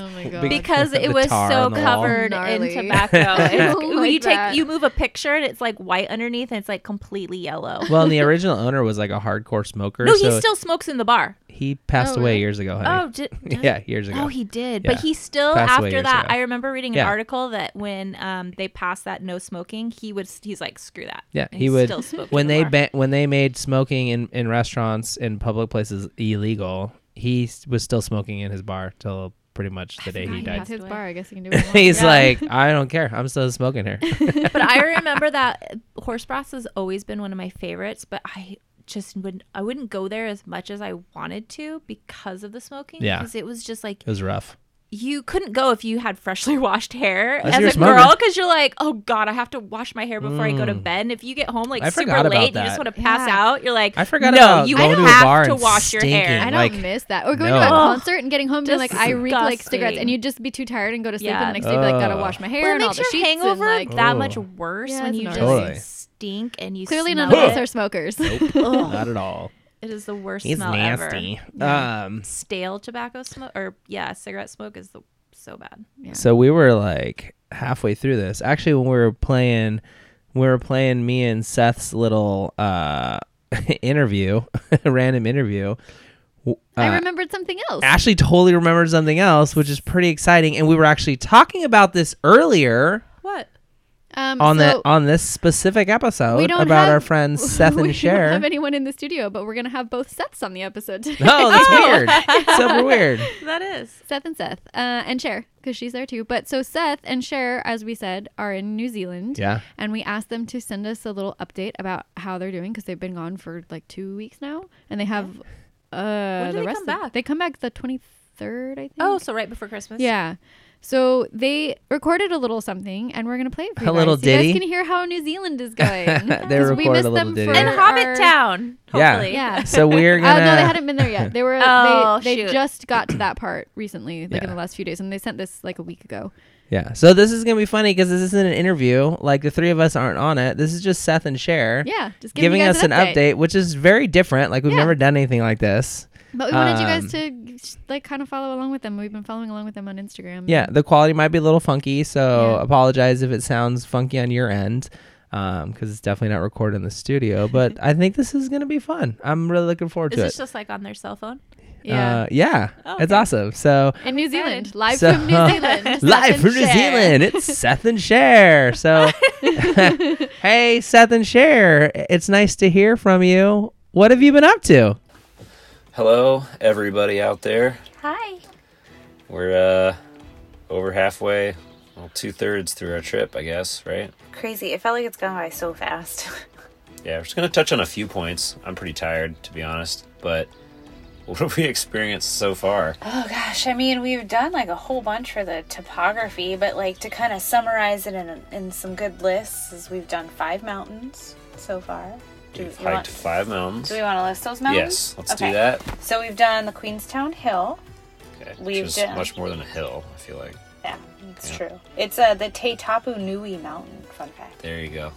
[SPEAKER 1] Oh my god.
[SPEAKER 3] Big-
[SPEAKER 2] Because
[SPEAKER 3] The
[SPEAKER 2] it was
[SPEAKER 3] tar
[SPEAKER 2] so
[SPEAKER 3] on the wall.
[SPEAKER 2] covered in
[SPEAKER 1] Gnarly. Oh
[SPEAKER 2] tobacco, It's-
[SPEAKER 1] don't
[SPEAKER 2] when you
[SPEAKER 1] like
[SPEAKER 2] take
[SPEAKER 1] that.
[SPEAKER 2] you move a picture and it's like white underneath and it's like completely yellow.
[SPEAKER 3] Well, and the original owner was like a hardcore smoker.
[SPEAKER 2] no, he
[SPEAKER 3] so
[SPEAKER 2] still smokes in the bar.
[SPEAKER 3] he passed
[SPEAKER 1] Oh,
[SPEAKER 3] away
[SPEAKER 1] really?
[SPEAKER 3] years ago, honey.
[SPEAKER 2] Oh, did,
[SPEAKER 3] yeah, years ago.
[SPEAKER 2] Oh, he did.
[SPEAKER 3] Yeah.
[SPEAKER 2] But he still
[SPEAKER 3] Passed away
[SPEAKER 2] after
[SPEAKER 3] years
[SPEAKER 2] that.
[SPEAKER 3] ago.
[SPEAKER 2] I remember reading an
[SPEAKER 3] Yeah.
[SPEAKER 2] article that when um, they passed that no smoking, he would he's like screw that.
[SPEAKER 3] Yeah,
[SPEAKER 2] And
[SPEAKER 3] he would.
[SPEAKER 2] still smoked
[SPEAKER 3] When
[SPEAKER 2] in the
[SPEAKER 3] they
[SPEAKER 2] bar.
[SPEAKER 3] ban when they made smoking in, in restaurants and public places illegal, he s- was still smoking in his bar till pretty much the day
[SPEAKER 2] forgot
[SPEAKER 3] he
[SPEAKER 2] he
[SPEAKER 3] died.
[SPEAKER 1] It's his
[SPEAKER 2] away.
[SPEAKER 1] bar. I guess you can do. What you want.
[SPEAKER 3] He's
[SPEAKER 2] Yeah.
[SPEAKER 3] like, I don't care. I'm still smoking here.
[SPEAKER 2] but I remember that horse brass has always been one of my favorites. But I just wouldn't. I wouldn't go there as much as I wanted to because of the smoking.
[SPEAKER 3] Yeah.
[SPEAKER 2] because it was just like
[SPEAKER 3] It was rough.
[SPEAKER 2] you couldn't go if you had freshly washed hair
[SPEAKER 3] Unless you were
[SPEAKER 2] as a
[SPEAKER 3] smoking.
[SPEAKER 2] girl because you're like, oh god, I have to wash my hair before I go to bed. And if you get home like
[SPEAKER 3] Mm. I
[SPEAKER 2] super
[SPEAKER 3] forgot about
[SPEAKER 2] late, and you just
[SPEAKER 3] that.
[SPEAKER 2] want to pass
[SPEAKER 1] Yeah.
[SPEAKER 2] out. You're like,
[SPEAKER 3] I forgot
[SPEAKER 2] no,
[SPEAKER 3] about
[SPEAKER 2] you
[SPEAKER 3] going to a
[SPEAKER 2] have
[SPEAKER 3] bar
[SPEAKER 2] to
[SPEAKER 3] and
[SPEAKER 2] wash your hair.
[SPEAKER 3] stinking.
[SPEAKER 1] I don't
[SPEAKER 3] like-
[SPEAKER 1] miss that. Or going to
[SPEAKER 3] No.
[SPEAKER 1] a
[SPEAKER 2] Ugh.
[SPEAKER 1] concert and getting home being like I reek like cigarettes,
[SPEAKER 2] Disgusting.
[SPEAKER 1] and you'd just be too tired and go to sleep
[SPEAKER 2] Yeah.
[SPEAKER 1] and the next day you'd be like gotta
[SPEAKER 3] Ugh.
[SPEAKER 1] wash my hair
[SPEAKER 2] Well, it
[SPEAKER 1] and all
[SPEAKER 2] makes
[SPEAKER 1] the
[SPEAKER 2] your
[SPEAKER 1] sheets and,
[SPEAKER 2] hangover
[SPEAKER 1] like
[SPEAKER 2] that
[SPEAKER 3] Oh.
[SPEAKER 2] much worse
[SPEAKER 1] Yeah,
[SPEAKER 2] when
[SPEAKER 1] it's
[SPEAKER 2] you just
[SPEAKER 3] gnarly.
[SPEAKER 2] stink and you
[SPEAKER 1] clearly
[SPEAKER 2] smell
[SPEAKER 1] none of us
[SPEAKER 2] it.
[SPEAKER 1] are smokers.
[SPEAKER 3] Not at all.
[SPEAKER 2] It is the worst
[SPEAKER 3] He's
[SPEAKER 2] smell
[SPEAKER 3] nasty.
[SPEAKER 2] ever.
[SPEAKER 3] Um,
[SPEAKER 2] Stale tobacco smoke or yeah, cigarette smoke is the so bad.
[SPEAKER 1] Yeah.
[SPEAKER 3] So we were like halfway through this. Actually, when we were playing, we were playing me and Seth's little uh, interview, random interview. w-
[SPEAKER 1] I
[SPEAKER 3] uh,
[SPEAKER 1] remembered something else.
[SPEAKER 3] Ashley totally remembered something else, which is pretty exciting. And we were actually talking about this earlier
[SPEAKER 2] What?
[SPEAKER 1] Um,
[SPEAKER 3] on
[SPEAKER 1] so
[SPEAKER 3] the on this specific episode
[SPEAKER 1] we don't
[SPEAKER 3] about
[SPEAKER 1] have-
[SPEAKER 3] our friends Seth
[SPEAKER 1] we don't
[SPEAKER 3] and
[SPEAKER 1] have
[SPEAKER 3] Cher.
[SPEAKER 1] anyone in the studio, but we're gonna have both Seths on the episode. today.
[SPEAKER 3] No, Oh, that's
[SPEAKER 1] Oh.
[SPEAKER 3] weird. Super weird.
[SPEAKER 2] That is.
[SPEAKER 1] Seth and Seth, uh, and Cher, because she's there too. But so Seth and Cher, as we said, are in New Zealand.
[SPEAKER 3] Yeah.
[SPEAKER 1] And we asked them to send us a little update about how they're doing because they've been gone for like two weeks now, and they have uh,
[SPEAKER 2] do
[SPEAKER 1] the
[SPEAKER 2] they
[SPEAKER 1] rest.
[SPEAKER 2] come
[SPEAKER 1] of-
[SPEAKER 2] back?
[SPEAKER 1] They come back the twenty third, I think.
[SPEAKER 2] Oh, so right before Christmas.
[SPEAKER 1] yeah. So they recorded a little something, and we're gonna play it for
[SPEAKER 3] A
[SPEAKER 1] you guys.
[SPEAKER 3] little
[SPEAKER 1] so you
[SPEAKER 3] ditty?
[SPEAKER 1] guys can hear how New Zealand is going.
[SPEAKER 3] They
[SPEAKER 1] 'Cause we
[SPEAKER 3] recorded
[SPEAKER 1] missed
[SPEAKER 3] a little
[SPEAKER 1] them
[SPEAKER 3] ditty.
[SPEAKER 1] for
[SPEAKER 2] And
[SPEAKER 3] Or-
[SPEAKER 2] Hobbit Town. Hopefully.
[SPEAKER 1] Yeah.
[SPEAKER 3] So we're
[SPEAKER 1] Oh
[SPEAKER 3] gonna.
[SPEAKER 1] no, they hadn't been there yet. They were
[SPEAKER 2] Oh,
[SPEAKER 1] they,
[SPEAKER 2] shoot.
[SPEAKER 1] they just got to that part recently, like
[SPEAKER 3] Yeah.
[SPEAKER 1] in the last few days, and they sent this like a week ago.
[SPEAKER 3] Yeah. So this is gonna be funny because this isn't an interview. Like the three of us aren't on it. This is just Seth and Cher.
[SPEAKER 1] Yeah, just
[SPEAKER 3] Giving,
[SPEAKER 1] giving, you guys
[SPEAKER 3] us an update. which is very different. Like we've
[SPEAKER 1] Yeah. Mm-hmm.
[SPEAKER 3] never done anything like this.
[SPEAKER 1] But we wanted you guys
[SPEAKER 3] Um,
[SPEAKER 1] to like kind of follow along with them. We've been following along with them on Instagram.
[SPEAKER 3] Yeah, the quality might be a little funky, so
[SPEAKER 1] Yeah.
[SPEAKER 3] apologize if it sounds funky on your end, because it's definitely not recorded in the studio. But I think this is gonna be fun. I'm really looking forward
[SPEAKER 2] Is
[SPEAKER 3] to
[SPEAKER 2] this
[SPEAKER 3] it.
[SPEAKER 2] just like on their cell phone?
[SPEAKER 1] yeah.
[SPEAKER 3] uh, yeah
[SPEAKER 2] Oh,
[SPEAKER 3] it's
[SPEAKER 2] okay.
[SPEAKER 3] awesome. So
[SPEAKER 1] in New Zealand, live
[SPEAKER 3] So-
[SPEAKER 1] from New Zealand,
[SPEAKER 3] live from New
[SPEAKER 1] Seth and Cher.
[SPEAKER 3] Zealand, it's Seth and Share. So hey, Seth and Share, it's nice to hear from you. What have you been up to?
[SPEAKER 5] Hello, everybody out there.
[SPEAKER 2] Hi.
[SPEAKER 5] We're uh, over halfway, well, two thirds through our trip, I guess, right?
[SPEAKER 6] Crazy. It felt like it's gone by so fast.
[SPEAKER 5] Yeah, we're just going to touch on a few points. I'm pretty tired, to be honest, but what have we experienced so far?
[SPEAKER 6] Oh gosh, I mean, we've done like a whole bunch for the topography, but like to kind of summarize it in, in some good lists is we've done five mountains so far. Do
[SPEAKER 5] We've
[SPEAKER 6] you want-
[SPEAKER 5] hiked five mountains.
[SPEAKER 6] Do we want to list those mountains?
[SPEAKER 5] Yes, let's
[SPEAKER 6] Okay.
[SPEAKER 5] do that.
[SPEAKER 6] So we've done the Queenstown Hill.
[SPEAKER 5] Okay,
[SPEAKER 6] We've
[SPEAKER 5] which is
[SPEAKER 6] done-
[SPEAKER 5] much more than a hill, I feel like.
[SPEAKER 6] Yeah, it's true. It's uh, the Te Tapu Nui Mountain. Fun fact.
[SPEAKER 5] There you go.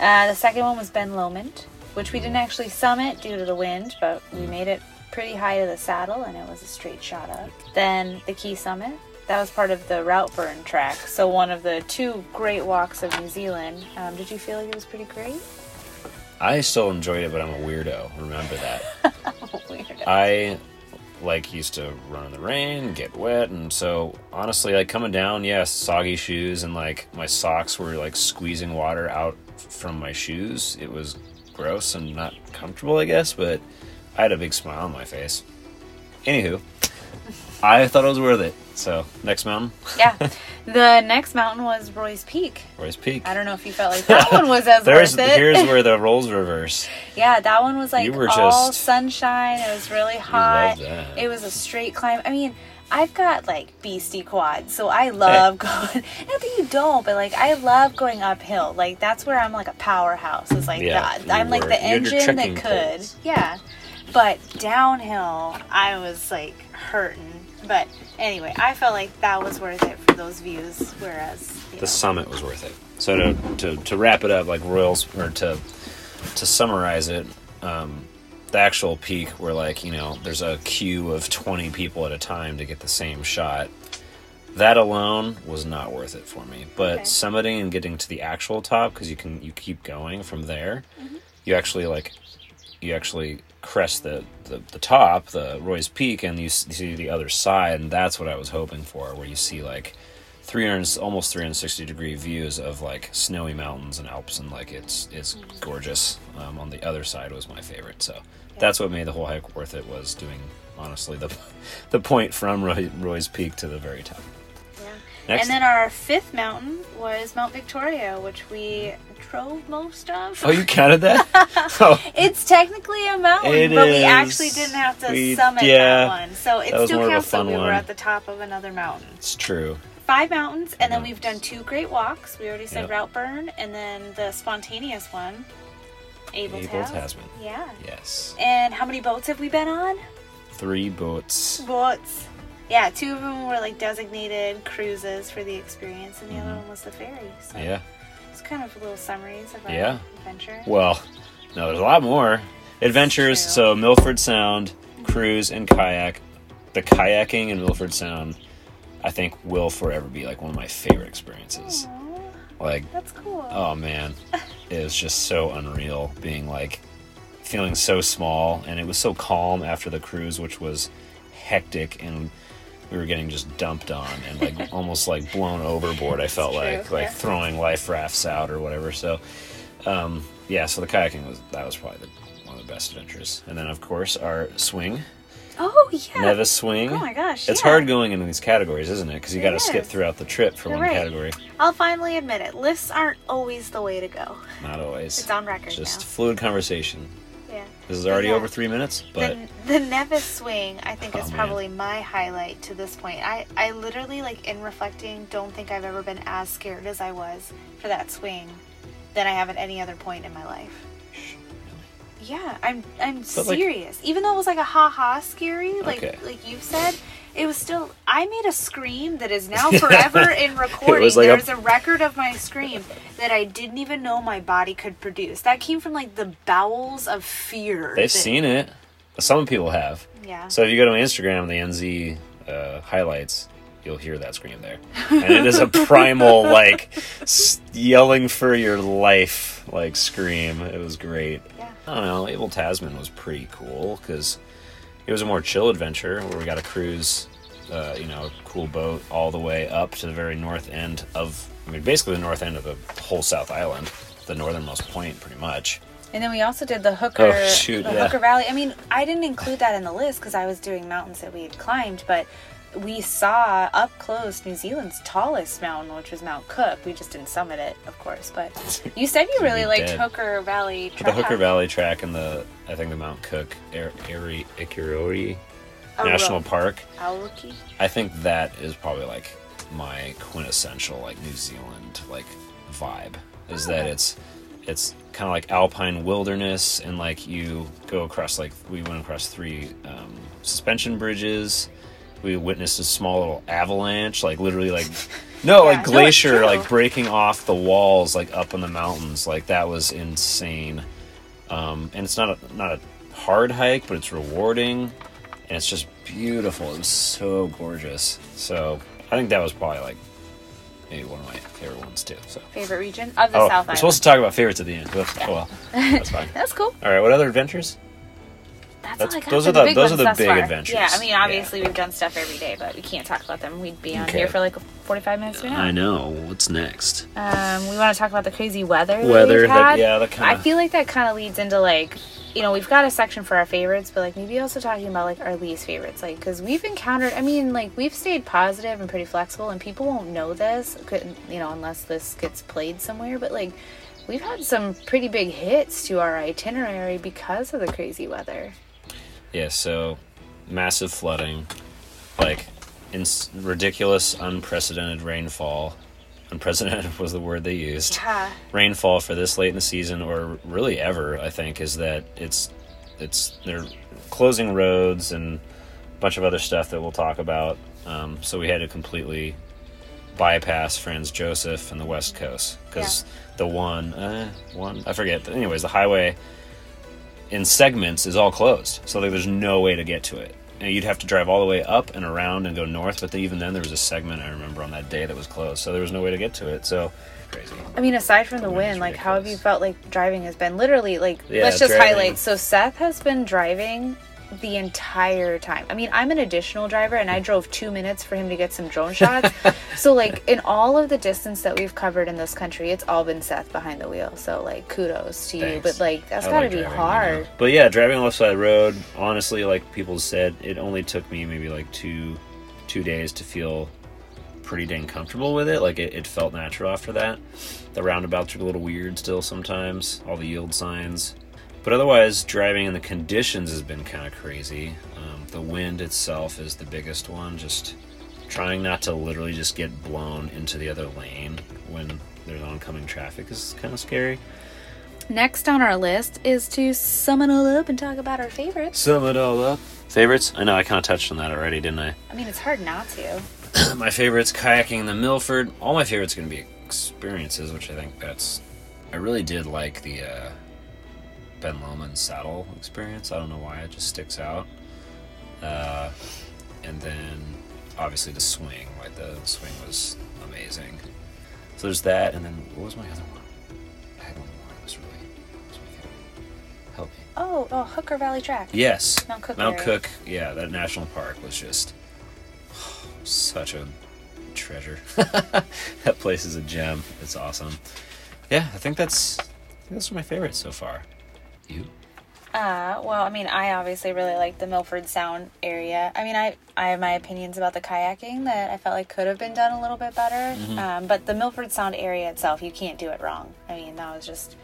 [SPEAKER 6] Uh, the second one was Ben Lomond, which we didn't actually summit due to the wind, but we made it pretty high to the saddle and it was a straight shot up. Then the Key Summit. That was part of the Routburn track, so one of the two great walks of New Zealand. Um, did you feel like it was pretty great?
[SPEAKER 5] I still enjoyed it, but I'm a weirdo. Remember that.
[SPEAKER 6] Weird.
[SPEAKER 5] I like used to run in the rain, get wet, and so honestly, like coming down, yes, soggy shoes and like my socks were like squeezing water out f- from my shoes. It was gross and not comfortable, I guess, but I had a big smile on my face. Anywho, I thought it was worth it. So next mountain,
[SPEAKER 6] yeah. The next mountain was Roy's Peak.
[SPEAKER 5] Roy's Peak.
[SPEAKER 6] I don't know if you felt like that one was as
[SPEAKER 5] There's
[SPEAKER 6] worth it.
[SPEAKER 5] here's where the roles reverse.
[SPEAKER 6] Yeah, that one was like
[SPEAKER 5] You were
[SPEAKER 6] all
[SPEAKER 5] just-
[SPEAKER 6] sunshine. It was really hot.
[SPEAKER 5] loved that.
[SPEAKER 6] It was a straight climb. I mean, I've got like beastie quads, so I love going. Not that you don't, but like I love going uphill. Like that's where I'm like a powerhouse. It's like
[SPEAKER 5] Yeah,
[SPEAKER 6] that.
[SPEAKER 5] you
[SPEAKER 6] I'm like
[SPEAKER 5] were-
[SPEAKER 6] the
[SPEAKER 5] you had your
[SPEAKER 6] engine that
[SPEAKER 5] trekking
[SPEAKER 6] could.
[SPEAKER 5] poles.
[SPEAKER 6] Yeah, but downhill, I was like hurting. But anyway, I felt like that was worth it for those views. Whereas you
[SPEAKER 5] the
[SPEAKER 6] know,
[SPEAKER 5] summit was worth it. So to, to, to wrap it up, like Royals, or to to summarize it, um, the actual peak where like you know there's a queue of 20 people at a time to get the same shot. That alone was not worth it for me. But
[SPEAKER 6] Okay.
[SPEAKER 5] summiting and getting to the actual top because you can you keep going from there. You actually like you actually crest the, the, the top, the Roy's Peak, and you s- you see the other side, and that's what I was hoping for, where you see like 300 almost 360 degree views of like snowy mountains and alps and like it's it's gorgeous um, on the other side was my favorite so that's what made the whole hike worth it was doing honestly the the point from Roy, roy's peak to the very top Next.
[SPEAKER 6] And then our fifth mountain was Mount Victoria, which we drove most of.
[SPEAKER 5] oh you counted that oh
[SPEAKER 6] It's technically a mountain,
[SPEAKER 5] It
[SPEAKER 6] but
[SPEAKER 5] is.
[SPEAKER 6] we actually didn't have to
[SPEAKER 5] We-
[SPEAKER 6] summit
[SPEAKER 5] yeah.
[SPEAKER 6] that one. So it
[SPEAKER 5] That was more
[SPEAKER 6] still
[SPEAKER 5] of a
[SPEAKER 6] counts that
[SPEAKER 5] fun
[SPEAKER 6] we were
[SPEAKER 5] one.
[SPEAKER 6] at the top of another mountain.
[SPEAKER 5] it's true
[SPEAKER 6] Five mountains, and then we've done two great walks. We already said
[SPEAKER 5] Yep.
[SPEAKER 6] Routburn, and then the spontaneous one, Abel,
[SPEAKER 5] Abel
[SPEAKER 6] Tasman.
[SPEAKER 5] Tasman.
[SPEAKER 6] Yeah.
[SPEAKER 5] yes
[SPEAKER 6] And how many boats have we been on?
[SPEAKER 5] three boats
[SPEAKER 6] Boats. Yeah, two of them were like designated cruises for the experience, and the other one was the ferry. So
[SPEAKER 5] Mm-hmm. yeah
[SPEAKER 6] it's kind of little summaries of our
[SPEAKER 5] Yeah.
[SPEAKER 6] adventure.
[SPEAKER 5] Well, no, there's a lot more adventures.
[SPEAKER 6] True.
[SPEAKER 5] So Milford Sound cruise and kayak. The kayaking in Milford Sound, I think, will forever be like one of my favorite experiences.
[SPEAKER 6] Aw,
[SPEAKER 5] Like,
[SPEAKER 6] Oh, that's cool.
[SPEAKER 5] oh man, it was just so unreal. Being like, feeling so small, and it was so calm after the cruise, which was hectic and. We were getting just dumped on and like almost like blown overboard. I felt
[SPEAKER 6] True,
[SPEAKER 5] like like
[SPEAKER 6] yeah.
[SPEAKER 5] throwing life rafts out or whatever. So um, yeah, so the kayaking was that was probably the, one of the best adventures. And then of course our swing,
[SPEAKER 6] Oh yeah.
[SPEAKER 5] Nevis swing.
[SPEAKER 6] Oh my gosh,
[SPEAKER 5] it's
[SPEAKER 6] yeah.
[SPEAKER 5] hard going into these categories, isn't it? Because you
[SPEAKER 6] It
[SPEAKER 5] got to skip
[SPEAKER 6] is.
[SPEAKER 5] throughout the trip for
[SPEAKER 6] You're
[SPEAKER 5] one
[SPEAKER 6] right.
[SPEAKER 5] category.
[SPEAKER 6] I'll finally admit it. Lists aren't always the way to go.
[SPEAKER 5] Not always.
[SPEAKER 6] It's on record
[SPEAKER 5] Just
[SPEAKER 6] now.
[SPEAKER 5] fluid conversation.
[SPEAKER 6] Yeah.
[SPEAKER 5] This is already
[SPEAKER 6] Yeah.
[SPEAKER 5] over three minutes, but
[SPEAKER 6] the, the Nevis swing, I think,
[SPEAKER 5] Oh,
[SPEAKER 6] is
[SPEAKER 5] man.
[SPEAKER 6] probably my highlight to this point. I, I literally, like, in reflecting, don't think I've ever been as scared as I was for that swing than I have at any other point in my life. Yeah, I'm I'm
[SPEAKER 5] like-
[SPEAKER 6] serious. Even though it was like a ha ha scary, like
[SPEAKER 5] Okay.
[SPEAKER 6] like you've said, it was still I made a scream that is now forever in recording.
[SPEAKER 5] like a-
[SPEAKER 6] There's a record of my scream that I didn't even know my body could produce. That came from like the bowels of fear.
[SPEAKER 5] they've
[SPEAKER 6] that-
[SPEAKER 5] seen it. Some people have.
[SPEAKER 6] Yeah.
[SPEAKER 5] So if you go to my Instagram, the NZ uh, highlights, you'll hear that scream there, and it is a primal like s- yelling for your life like scream. It was great.
[SPEAKER 6] Yeah.
[SPEAKER 5] I don't know. Label Tasman was pretty cool because it was a more chill adventure where we got to cruise, uh, you know, a cool boat all the way up to the very north end of, I mean, basically the north end of the whole South Island, the northernmost point, pretty much.
[SPEAKER 6] And then we also did the Hooker,
[SPEAKER 5] Oh, shoot,
[SPEAKER 6] the
[SPEAKER 5] yeah.
[SPEAKER 6] Hooker Valley. I mean, I didn't include that in the list because I was doing mountains that we had climbed, but we saw up close New Zealand's tallest mountain, which was Mount Cook. We just didn't summit it, of course. But you said you really
[SPEAKER 5] We
[SPEAKER 6] liked
[SPEAKER 5] did.
[SPEAKER 6] Hooker Valley.
[SPEAKER 5] The
[SPEAKER 6] Track.
[SPEAKER 5] Hooker Valley track and the, I think the Mount Cook, Air, Airy, Ikirori
[SPEAKER 6] Auro-
[SPEAKER 5] National Park.
[SPEAKER 6] Auroki.
[SPEAKER 5] I think that is probably like my quintessential like New Zealand like vibe is that it's it's kind of like alpine wilderness and like you go across like we went across three um, suspension bridges we witnessed a small little avalanche like literally like no
[SPEAKER 6] No,
[SPEAKER 5] like
[SPEAKER 6] it's
[SPEAKER 5] glacier
[SPEAKER 6] true.
[SPEAKER 5] like breaking off the walls like up in the mountains like that was insane um, and it's not a, not a hard hike, but it's rewarding, and it's just beautiful. It was so gorgeous. So I think that was probably like maybe one of my favorite ones too. So
[SPEAKER 6] Favorite region of the
[SPEAKER 5] oh,
[SPEAKER 6] South
[SPEAKER 5] we're
[SPEAKER 6] Island.
[SPEAKER 5] supposed to talk about favorites at the end. but- Oh well, that's fine.
[SPEAKER 6] That's cool.
[SPEAKER 5] All right, what other adventures?
[SPEAKER 6] That's,
[SPEAKER 5] That's-
[SPEAKER 6] all I got.
[SPEAKER 5] those
[SPEAKER 6] for
[SPEAKER 5] are the-
[SPEAKER 6] big
[SPEAKER 5] those are
[SPEAKER 6] ones
[SPEAKER 5] the
[SPEAKER 6] thus
[SPEAKER 5] big
[SPEAKER 6] far.
[SPEAKER 5] adventures.
[SPEAKER 6] Yeah, I mean,
[SPEAKER 5] Yeah.
[SPEAKER 6] obviously we've done stuff every day, but we can't talk about them. We'd be on
[SPEAKER 5] Okay.
[SPEAKER 6] here for like 45 minutes to an hour.
[SPEAKER 5] know. What's next?
[SPEAKER 6] Um, we want to talk about the crazy weather. that
[SPEAKER 5] Weather,
[SPEAKER 6] we've
[SPEAKER 5] that-
[SPEAKER 6] had.
[SPEAKER 5] yeah, that kinda-
[SPEAKER 6] I feel like that kind of leads into like, you know, we've got a section for our favorites, but like maybe also talking about like our least favorites, like because we've encountered. I mean, like we've stayed positive and pretty flexible, and people won't know this, couldn't- you know, unless this gets played somewhere. But like, we've had some pretty big hits to our itinerary because of the crazy weather.
[SPEAKER 5] Yeah, so massive flooding, like ins- ridiculous, unprecedented rainfall. Unprecedented was the word they used.
[SPEAKER 6] Yeah.
[SPEAKER 5] rainfall for this late in the season or really ever i think is that it's it's they're closing roads and a bunch of other stuff that we'll talk about um, so we had to completely bypass franz joseph and the west coast because the one uh, one i forget but anyways the highway in segments is all closed so like there's no way to get to it and you'd have to drive all the way up and around and go north but then, even then there was a segment i remember on that day that was closed so there was no way to get to it so crazy
[SPEAKER 6] I mean, aside from the
[SPEAKER 5] wind
[SPEAKER 6] wind,
[SPEAKER 5] is
[SPEAKER 6] like how have you
[SPEAKER 5] ridiculous.
[SPEAKER 6] felt like driving has been? Literally, like
[SPEAKER 5] Yeah,
[SPEAKER 6] let's just
[SPEAKER 5] driving.
[SPEAKER 6] highlight. So Seth has been driving the entire time. I mean, I'm an additional driver, and I
[SPEAKER 5] Hmm.
[SPEAKER 6] drove two minutes for him to get some drone shots. so, like in all of the distance that we've covered in this country, it's all been Seth behind the wheel. So, like kudos to you,
[SPEAKER 5] Thanks.
[SPEAKER 6] but like that's
[SPEAKER 5] I
[SPEAKER 6] got to
[SPEAKER 5] like
[SPEAKER 6] be
[SPEAKER 5] driving, you
[SPEAKER 6] hard.
[SPEAKER 5] know. But yeah, driving on the left side of the road, honestly, like people said, it only took me maybe like two two days to feel pretty dang comfortable with it. Like it, it felt natural after that. The roundabouts are a little weird still sometimes, all the yield signs. But otherwise, driving in the conditions has been kind of crazy. Um, the wind itself is the biggest one. Just trying not to literally just get blown into the other lane when there's oncoming traffic is kind of scary.
[SPEAKER 6] Next on our list is to sum it all up and talk about our favorites.
[SPEAKER 5] Sum it all up. Favorites? I know I kind of touched on that already, didn't I?
[SPEAKER 6] I mean, it's hard not to.
[SPEAKER 5] my favorites kayaking in the Milford. All my favorites are going to be experiences, which I think that's. I really did like the uh, Ben Lomond saddle experience. I don't know why it just sticks out. Uh, and then obviously the swing, like the swing was amazing. So there's that, and then what was my other one? I had one more. It was really. It was my favorite. Help me.
[SPEAKER 6] Oh, oh, Hooker Valley Track.
[SPEAKER 5] Yes.
[SPEAKER 6] Mount Cook area.
[SPEAKER 5] Cook, yeah, that national park was just such a treasure. that place is a gem. It's awesome. Yeah, I think that's I think those are my favorites so far. You?
[SPEAKER 6] Uh, well, I mean, I obviously really like the Milford Sound area. I mean, I, I have my opinions about the kayaking that I felt like could have been done a little bit better. Um, but the Milford Sound area itself, you can't do it wrong. I mean, that was just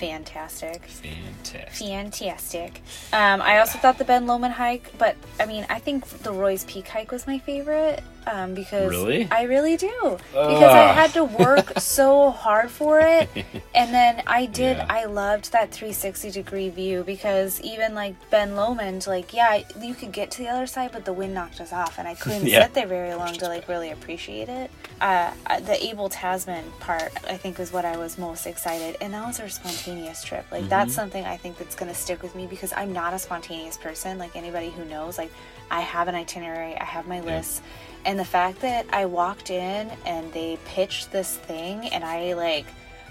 [SPEAKER 6] fantastic.
[SPEAKER 5] Fantastic.
[SPEAKER 6] Fantastic. Um, I also thought the Ben Lomond hike, but I mean, I think the Roy's Peak hike was my favorite. um, because
[SPEAKER 5] Really? Ah.
[SPEAKER 6] I really do because I
[SPEAKER 5] Ugh.
[SPEAKER 6] had to work so hard for it, and then I did.
[SPEAKER 5] Yeah.
[SPEAKER 6] I loved that 360 degree view because even like Ben Lomond, like yeah, you could get to the other side, but the wind knocked us off, and I couldn't
[SPEAKER 5] Yeah.
[SPEAKER 6] sit there very long to like really appreciate it. Uh, uh, the Abel Tasman part, I think, was what I was most excited, and that was our spontaneous trip. Like
[SPEAKER 5] Mm-hmm.
[SPEAKER 6] that's something I think that's gonna stick with me because I'm not a spontaneous person. Like anybody who knows, like I have an itinerary, I have my lists. And the fact that I walked in and they pitched this thing and I like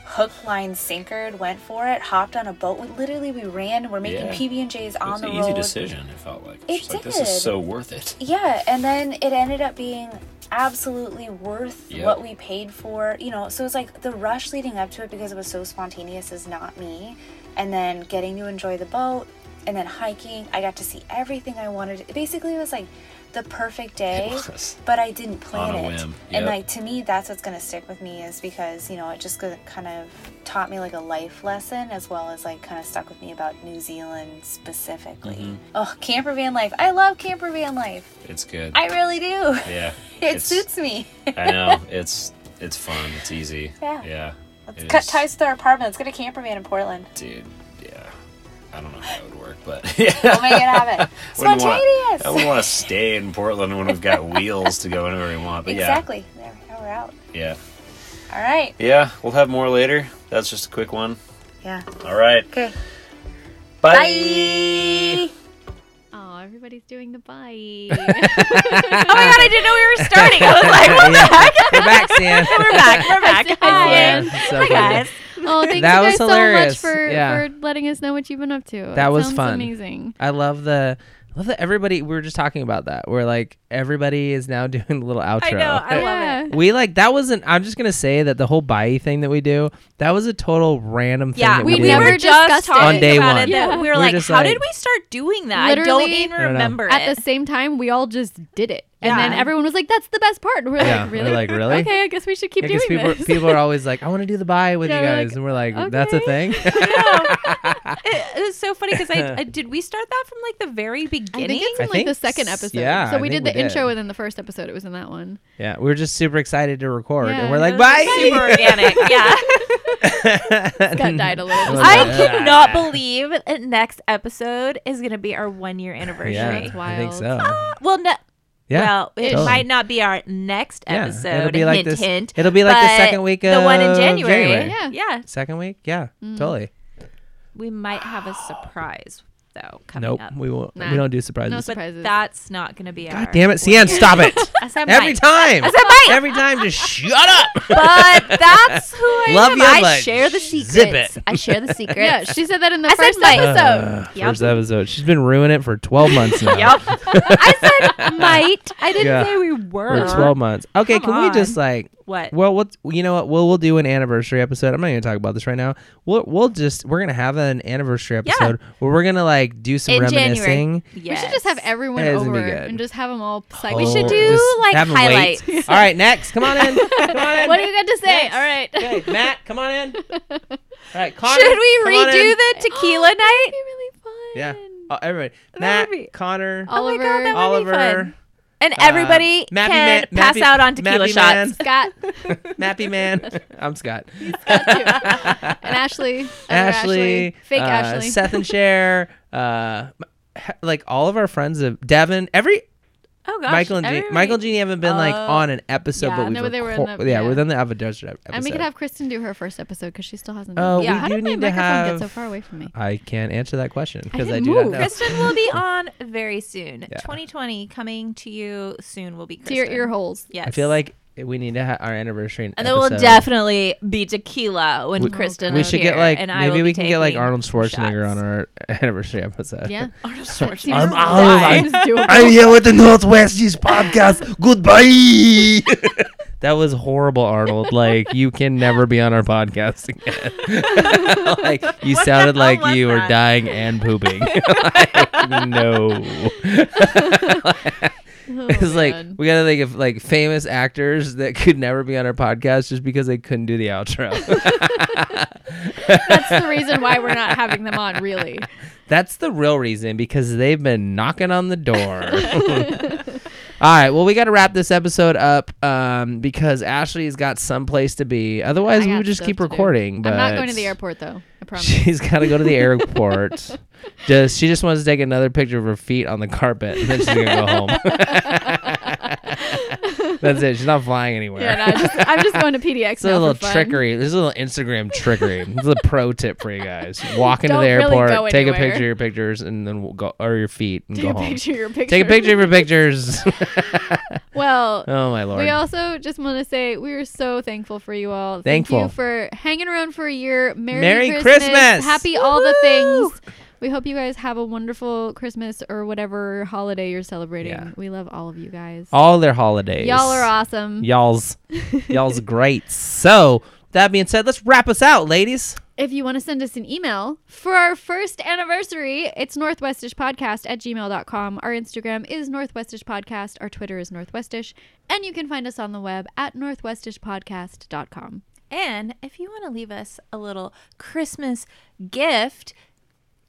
[SPEAKER 6] hook, line, sinkered, went for it, hopped on a boat. We, literally, we ran. We're making
[SPEAKER 5] Yeah.
[SPEAKER 6] PB and J's
[SPEAKER 5] It
[SPEAKER 6] on
[SPEAKER 5] was
[SPEAKER 6] the
[SPEAKER 5] an
[SPEAKER 6] road.
[SPEAKER 5] easy decision. It felt like
[SPEAKER 6] It
[SPEAKER 5] it's just like this is
[SPEAKER 6] did.
[SPEAKER 5] so worth it.
[SPEAKER 6] Yeah, and then it ended up being absolutely worth
[SPEAKER 5] Yep.
[SPEAKER 6] what we paid for. You know, so it's like the rush leading up to it because it was so spontaneous is not me. And then getting to enjoy the boat and then hiking, I got to see everything I wanted. Basically, it was like the perfect day,
[SPEAKER 5] was.
[SPEAKER 6] but I didn't
[SPEAKER 5] On
[SPEAKER 6] plan
[SPEAKER 5] a
[SPEAKER 6] it.
[SPEAKER 5] whim, yep.
[SPEAKER 6] And like to me, that's what's gonna stick with me is because you know it just got- kind of taught me like a life lesson as well as like kind of stuck with me about New Zealand specifically.
[SPEAKER 5] Mm-hmm.
[SPEAKER 6] Oh, camper van life! I love camper van life.
[SPEAKER 5] It's good.
[SPEAKER 6] I really do.
[SPEAKER 5] yeah.
[SPEAKER 6] It suits me.
[SPEAKER 5] I know. It's it's fun. It's easy.
[SPEAKER 6] Yeah.
[SPEAKER 5] Yeah.
[SPEAKER 6] Let's
[SPEAKER 5] it
[SPEAKER 6] cut
[SPEAKER 5] is.
[SPEAKER 6] ties to our apartment. Let's get a camper van in Portland.
[SPEAKER 5] Dude. Yeah. I don't know how that would work, but yeah.
[SPEAKER 6] We'll make it happen.
[SPEAKER 5] Wouldn't want- Uh,
[SPEAKER 6] Spontaneous.
[SPEAKER 5] I would want to stay in Portland when we've got wheels to go anywhere we want. But
[SPEAKER 6] exactly. There we go. We're out.
[SPEAKER 5] yeah,
[SPEAKER 6] All right.
[SPEAKER 5] yeah, yeah. We'll have more later. That's just a quick one.
[SPEAKER 6] Yeah.
[SPEAKER 5] All right.
[SPEAKER 6] Okay.
[SPEAKER 5] Bye.
[SPEAKER 1] Oh, everybody's doing the bye.
[SPEAKER 2] Oh my god, I didn't know we were starting. I was like, what the heck?
[SPEAKER 3] We're back, Sam.
[SPEAKER 2] We're back. We're back.
[SPEAKER 1] Hi,
[SPEAKER 3] Yeah,
[SPEAKER 1] Ian.
[SPEAKER 3] it's so
[SPEAKER 2] Hi
[SPEAKER 3] good.
[SPEAKER 2] guys.
[SPEAKER 1] oh, thank
[SPEAKER 3] That
[SPEAKER 1] you
[SPEAKER 3] was
[SPEAKER 1] guys
[SPEAKER 3] hilarious.
[SPEAKER 1] so much for,
[SPEAKER 3] Yeah.
[SPEAKER 1] for letting us know what you've been up to.
[SPEAKER 3] That
[SPEAKER 1] It
[SPEAKER 3] was
[SPEAKER 1] sounds
[SPEAKER 3] fun.
[SPEAKER 1] Amazing.
[SPEAKER 3] I love the I love that everybody we were just talking about that. Where like everybody is now doing the little outro.
[SPEAKER 2] I know. I love
[SPEAKER 1] yeah.
[SPEAKER 2] it.
[SPEAKER 3] we like that wasn't I'm just gonna say that the whole bye thing that we do, that was a total random thing.
[SPEAKER 2] Yeah,
[SPEAKER 3] that
[SPEAKER 2] we,
[SPEAKER 3] we,
[SPEAKER 2] we,
[SPEAKER 3] did.
[SPEAKER 1] never
[SPEAKER 2] were just
[SPEAKER 1] discussed it.
[SPEAKER 2] talking
[SPEAKER 3] On day
[SPEAKER 2] about
[SPEAKER 3] one.
[SPEAKER 2] it. That
[SPEAKER 1] Yeah.
[SPEAKER 2] We
[SPEAKER 3] We
[SPEAKER 2] were
[SPEAKER 3] were
[SPEAKER 2] like,
[SPEAKER 3] just
[SPEAKER 2] how
[SPEAKER 3] like-
[SPEAKER 2] did we start doing that? I don't
[SPEAKER 1] Literally-
[SPEAKER 2] even
[SPEAKER 3] I don't know.
[SPEAKER 2] remember it.
[SPEAKER 1] At the same time, we all just did it. And
[SPEAKER 2] Yeah.
[SPEAKER 1] then everyone was like, that's the best part. And we're
[SPEAKER 3] Yeah,
[SPEAKER 1] like,
[SPEAKER 3] we're
[SPEAKER 1] really?
[SPEAKER 3] like, really?
[SPEAKER 1] Okay, I guess we should keep
[SPEAKER 3] Yeah, 'cause
[SPEAKER 1] doing
[SPEAKER 3] people
[SPEAKER 1] this.
[SPEAKER 3] people are always like, I want to do the bye with
[SPEAKER 1] Yeah,
[SPEAKER 3] you
[SPEAKER 1] we're
[SPEAKER 3] guys,
[SPEAKER 1] like,
[SPEAKER 3] and we're like, that's a thing.
[SPEAKER 2] it, it was so funny because I, I did we start that from like the very
[SPEAKER 1] I
[SPEAKER 2] beginning?
[SPEAKER 1] think it's
[SPEAKER 3] I
[SPEAKER 1] in like the
[SPEAKER 3] think
[SPEAKER 1] second
[SPEAKER 3] s-
[SPEAKER 1] episode.
[SPEAKER 3] yeah,
[SPEAKER 1] so
[SPEAKER 3] I
[SPEAKER 1] we did
[SPEAKER 3] think
[SPEAKER 1] the
[SPEAKER 3] we
[SPEAKER 1] intro
[SPEAKER 3] did.
[SPEAKER 1] and then the first episode. It was in that one.
[SPEAKER 3] yeah, we were just super excited to record,
[SPEAKER 1] Yeah,
[SPEAKER 3] and we're
[SPEAKER 1] it
[SPEAKER 3] like,
[SPEAKER 2] It was
[SPEAKER 3] bye.
[SPEAKER 2] super organic. Yeah.
[SPEAKER 1] Scott died a little.
[SPEAKER 3] Oh,
[SPEAKER 1] bit.
[SPEAKER 2] I
[SPEAKER 3] yeah.
[SPEAKER 2] cannot believe that next episode is going to be our one year anniversary.
[SPEAKER 3] yeah,
[SPEAKER 1] That's
[SPEAKER 3] I think
[SPEAKER 1] wild.
[SPEAKER 3] so.
[SPEAKER 2] Well, no.
[SPEAKER 3] Yeah,
[SPEAKER 2] well, it
[SPEAKER 3] totally.
[SPEAKER 2] might not be our next
[SPEAKER 3] Yeah,
[SPEAKER 2] episode.
[SPEAKER 3] it'll be like
[SPEAKER 2] hint,
[SPEAKER 3] this-
[SPEAKER 2] hint.
[SPEAKER 3] it'll be like the
[SPEAKER 2] but
[SPEAKER 3] second week
[SPEAKER 2] the one in
[SPEAKER 3] of
[SPEAKER 2] January.
[SPEAKER 3] January.
[SPEAKER 1] Yeah.
[SPEAKER 2] yeah.
[SPEAKER 3] Second week, yeah,
[SPEAKER 2] Mm.
[SPEAKER 3] totally.
[SPEAKER 2] We might have a surprise though coming
[SPEAKER 3] Nope,
[SPEAKER 2] up.
[SPEAKER 3] we won't.
[SPEAKER 1] Nah.
[SPEAKER 3] We don't do surprises.
[SPEAKER 1] No
[SPEAKER 2] but
[SPEAKER 1] surprises.
[SPEAKER 2] that's not going to be our.
[SPEAKER 3] God damn it, Cian, stop it.
[SPEAKER 2] I said
[SPEAKER 3] Every
[SPEAKER 2] might.
[SPEAKER 3] time.
[SPEAKER 2] I said might.
[SPEAKER 3] Every time, just shut up.
[SPEAKER 2] But that's who I
[SPEAKER 3] Love
[SPEAKER 2] am.
[SPEAKER 3] you,
[SPEAKER 2] I
[SPEAKER 3] but
[SPEAKER 2] share the
[SPEAKER 3] zip
[SPEAKER 2] secrets.
[SPEAKER 3] it. Uh,
[SPEAKER 2] I share the secrets.
[SPEAKER 1] yeah, she said that in the
[SPEAKER 2] I said
[SPEAKER 1] first
[SPEAKER 2] Mike.
[SPEAKER 1] episode.
[SPEAKER 2] Yep.
[SPEAKER 3] First episode. She's been ruining it for 12 months now.
[SPEAKER 2] Yep. I said might. I didn't
[SPEAKER 3] Yeah.
[SPEAKER 2] say we were.
[SPEAKER 3] Or 12 months. Okay,
[SPEAKER 2] Come
[SPEAKER 3] can we just
[SPEAKER 2] on.
[SPEAKER 3] like
[SPEAKER 2] What?
[SPEAKER 3] well, what's you know what? We'll we'll do an anniversary episode. I'm not going to talk about this right now. We'll we'll just we're going to have an anniversary
[SPEAKER 2] Yeah.
[SPEAKER 3] episode where we're going to like do some
[SPEAKER 2] in
[SPEAKER 3] reminiscing.
[SPEAKER 2] January. Yes.
[SPEAKER 1] We should just have everyone
[SPEAKER 3] That is gonna
[SPEAKER 1] over
[SPEAKER 3] be good.
[SPEAKER 1] and just have them all psyched.
[SPEAKER 2] We should
[SPEAKER 3] Oh,
[SPEAKER 1] up.
[SPEAKER 2] do,
[SPEAKER 3] just
[SPEAKER 2] like,
[SPEAKER 3] have 'em wait.
[SPEAKER 2] highlights.
[SPEAKER 3] All right, next. Come on in. Come on in.
[SPEAKER 1] What do you got to say? All right.
[SPEAKER 3] Okay, Matt, come on in. All right, Connor.
[SPEAKER 2] Should we
[SPEAKER 3] come on in.
[SPEAKER 2] redo the tequila night?
[SPEAKER 1] That'd
[SPEAKER 2] Oh
[SPEAKER 1] be really fun.
[SPEAKER 3] Yeah. Oh, everybody.
[SPEAKER 2] That
[SPEAKER 3] Matt,
[SPEAKER 2] would be-
[SPEAKER 3] Connor,
[SPEAKER 2] Oh my
[SPEAKER 1] Oliver,
[SPEAKER 2] God, that would be
[SPEAKER 3] Oliver, Uh,
[SPEAKER 2] And everybody
[SPEAKER 3] Mappy
[SPEAKER 2] can
[SPEAKER 3] Ma-
[SPEAKER 2] pass
[SPEAKER 3] Mappy-
[SPEAKER 2] out on tequila
[SPEAKER 3] Mappy
[SPEAKER 2] shots.
[SPEAKER 3] Man.
[SPEAKER 1] Scott,
[SPEAKER 3] Mappy Man. I'm Scott.
[SPEAKER 1] Scott too. and Ashley, other Ashley,
[SPEAKER 3] Ashley,
[SPEAKER 1] fake
[SPEAKER 3] uh,
[SPEAKER 1] Ashley.
[SPEAKER 3] Seth and Cher, uh, h- like all of our friends of Devin, every
[SPEAKER 2] Oh gosh,
[SPEAKER 3] Michael and Jeannie,
[SPEAKER 2] everybody-
[SPEAKER 3] Michael and Jeannie haven't been like
[SPEAKER 2] Oh.
[SPEAKER 3] on an episode,
[SPEAKER 2] Yeah.
[SPEAKER 3] but we've
[SPEAKER 1] No, but they were in
[SPEAKER 3] record-
[SPEAKER 1] the-
[SPEAKER 3] yeah,
[SPEAKER 1] yeah.
[SPEAKER 3] we're in the Ava Desert ep- episode.
[SPEAKER 1] and we could have Kristen do her first episode because she still hasn't. done
[SPEAKER 3] Oh,
[SPEAKER 1] it.
[SPEAKER 2] Yeah.
[SPEAKER 1] How
[SPEAKER 3] we do
[SPEAKER 1] did my
[SPEAKER 3] need to
[SPEAKER 1] microphone get
[SPEAKER 3] have.
[SPEAKER 1] so far away from me?
[SPEAKER 3] I can't answer that question
[SPEAKER 1] I
[SPEAKER 3] because I,
[SPEAKER 1] didn't
[SPEAKER 3] do not
[SPEAKER 1] move.
[SPEAKER 3] know.
[SPEAKER 2] Kristen will be on very soon. 2020 coming to you soon will be
[SPEAKER 1] To
[SPEAKER 2] Kristen.
[SPEAKER 1] your ear holes.
[SPEAKER 2] Yes.
[SPEAKER 3] I feel like we need to have our anniversary.
[SPEAKER 2] and there will
[SPEAKER 3] episode.
[SPEAKER 2] definitely be tequila when Kristen.
[SPEAKER 3] We
[SPEAKER 2] is
[SPEAKER 3] should
[SPEAKER 2] here,
[SPEAKER 3] get like
[SPEAKER 2] and I
[SPEAKER 3] maybe
[SPEAKER 2] will
[SPEAKER 3] we
[SPEAKER 2] be
[SPEAKER 3] can get like
[SPEAKER 2] taking
[SPEAKER 3] Arnold Schwarzenegger
[SPEAKER 2] shots.
[SPEAKER 3] on our anniversary episode.
[SPEAKER 1] Yeah.
[SPEAKER 2] Arnold
[SPEAKER 1] Seems
[SPEAKER 2] Schwarzenegger.
[SPEAKER 1] fine.
[SPEAKER 3] alive.
[SPEAKER 1] Seems doable.
[SPEAKER 3] here with the Northwest East podcast. Goodbye. that was horrible, Arnold. Like you can never be on our podcast again. like you
[SPEAKER 2] What the
[SPEAKER 3] sounded
[SPEAKER 2] hell
[SPEAKER 3] like
[SPEAKER 2] was
[SPEAKER 3] you were
[SPEAKER 2] that?
[SPEAKER 3] dying and pooping. Like, no.
[SPEAKER 2] Oh,
[SPEAKER 3] It's like
[SPEAKER 1] man.
[SPEAKER 3] we gotta think of like famous actors that could never be on our podcast just because they couldn't do the outro.
[SPEAKER 1] That's the reason why we're not having them on, really.
[SPEAKER 3] That's the real reason because they've been knocking on the door. All right. Well, we got to wrap this episode up um, because Ashley's got someplace to be. Otherwise,
[SPEAKER 1] I
[SPEAKER 3] we
[SPEAKER 1] got
[SPEAKER 3] would just
[SPEAKER 1] stuff
[SPEAKER 3] keep
[SPEAKER 1] to do.
[SPEAKER 3] recording. But
[SPEAKER 1] I'm not going to the airport though. I promise.
[SPEAKER 3] She's got to go to the airport. just she just wants to take another picture of her feet on the carpet, and then she's gonna go home. That's it. She's not flying anywhere.
[SPEAKER 1] yeah, no, I'm, just, I'm just going to PDX
[SPEAKER 3] It's
[SPEAKER 1] now
[SPEAKER 3] a little
[SPEAKER 1] for fun.
[SPEAKER 3] trickery. This is a little Instagram trickery. this is a pro tip for you guys. Walk into
[SPEAKER 1] Don't
[SPEAKER 3] the
[SPEAKER 1] really
[SPEAKER 3] airport,
[SPEAKER 1] go
[SPEAKER 3] take a
[SPEAKER 1] anywhere.
[SPEAKER 3] picture of your pictures, and then we'll go or your feet and
[SPEAKER 1] Take
[SPEAKER 3] go
[SPEAKER 1] a
[SPEAKER 3] home.
[SPEAKER 1] picture. of Your picture.
[SPEAKER 3] Take a picture of your pictures.
[SPEAKER 1] Well,
[SPEAKER 3] oh my lord.
[SPEAKER 1] We also just want to say we are so thankful for you all.
[SPEAKER 3] Thankful.
[SPEAKER 1] Thank you for hanging around for a year. Merry,
[SPEAKER 3] Merry Christmas.
[SPEAKER 1] Happy all the things. We hope you guys have a wonderful Christmas or whatever holiday you're celebrating.
[SPEAKER 3] Yeah.
[SPEAKER 1] We love all of you guys.
[SPEAKER 3] All their holidays.
[SPEAKER 1] Y'all are awesome.
[SPEAKER 3] Y'all's y'all's great. So that being said, let's wrap us out, ladies.
[SPEAKER 1] If you want to send us an email for our first anniversary, it's northwestishpodcast at gmail.com. Our Instagram is northwestishpodcast. Our Twitter is northwestish. And you can find us on the web at northwestishpodcast.com.
[SPEAKER 2] And if you want to leave us a little Christmas gift,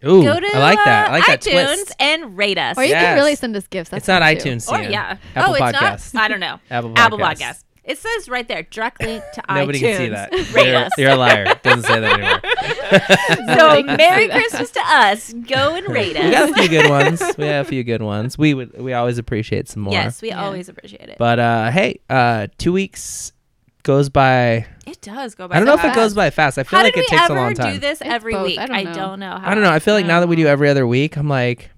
[SPEAKER 3] Ooh,
[SPEAKER 2] go to
[SPEAKER 3] I like that. I like
[SPEAKER 2] uh,
[SPEAKER 3] that
[SPEAKER 2] iTunes
[SPEAKER 3] twist.
[SPEAKER 2] and rate us.
[SPEAKER 1] Or you
[SPEAKER 3] Yes.
[SPEAKER 1] can really send us gifts. That's
[SPEAKER 3] It's not
[SPEAKER 1] fun, too.
[SPEAKER 3] iTunes.
[SPEAKER 2] Or
[SPEAKER 3] Sam.
[SPEAKER 2] yeah.
[SPEAKER 3] Apple
[SPEAKER 2] oh, it's
[SPEAKER 3] Podcast.
[SPEAKER 2] not. I don't know.
[SPEAKER 3] Apple
[SPEAKER 2] Apple
[SPEAKER 3] Podcast.
[SPEAKER 2] Podcast. It says right there, direct link to iTunes.
[SPEAKER 3] Nobody can see that.
[SPEAKER 2] Rate
[SPEAKER 3] You're,
[SPEAKER 2] us.
[SPEAKER 3] you're a liar. Doesn't say that anymore.
[SPEAKER 2] So Merry Christmas to us. Go and rate
[SPEAKER 3] We
[SPEAKER 2] us.
[SPEAKER 3] got a few good ones. We have a few good ones. We would. We always appreciate some more.
[SPEAKER 2] Yes, we
[SPEAKER 1] Yeah.
[SPEAKER 2] always appreciate it.
[SPEAKER 3] But uh, hey, uh, two weeks goes by.
[SPEAKER 2] it does go by.
[SPEAKER 3] I don't
[SPEAKER 2] so
[SPEAKER 3] know if it
[SPEAKER 2] fast.
[SPEAKER 3] goes by fast. I feel
[SPEAKER 2] How
[SPEAKER 3] like
[SPEAKER 2] did
[SPEAKER 3] it
[SPEAKER 2] we
[SPEAKER 3] takes a
[SPEAKER 2] ever
[SPEAKER 3] long time.
[SPEAKER 2] do this every
[SPEAKER 1] both.
[SPEAKER 2] week?
[SPEAKER 1] I don't know.
[SPEAKER 2] how.
[SPEAKER 3] I don't know. I feel like now that we do every other week, I'm like,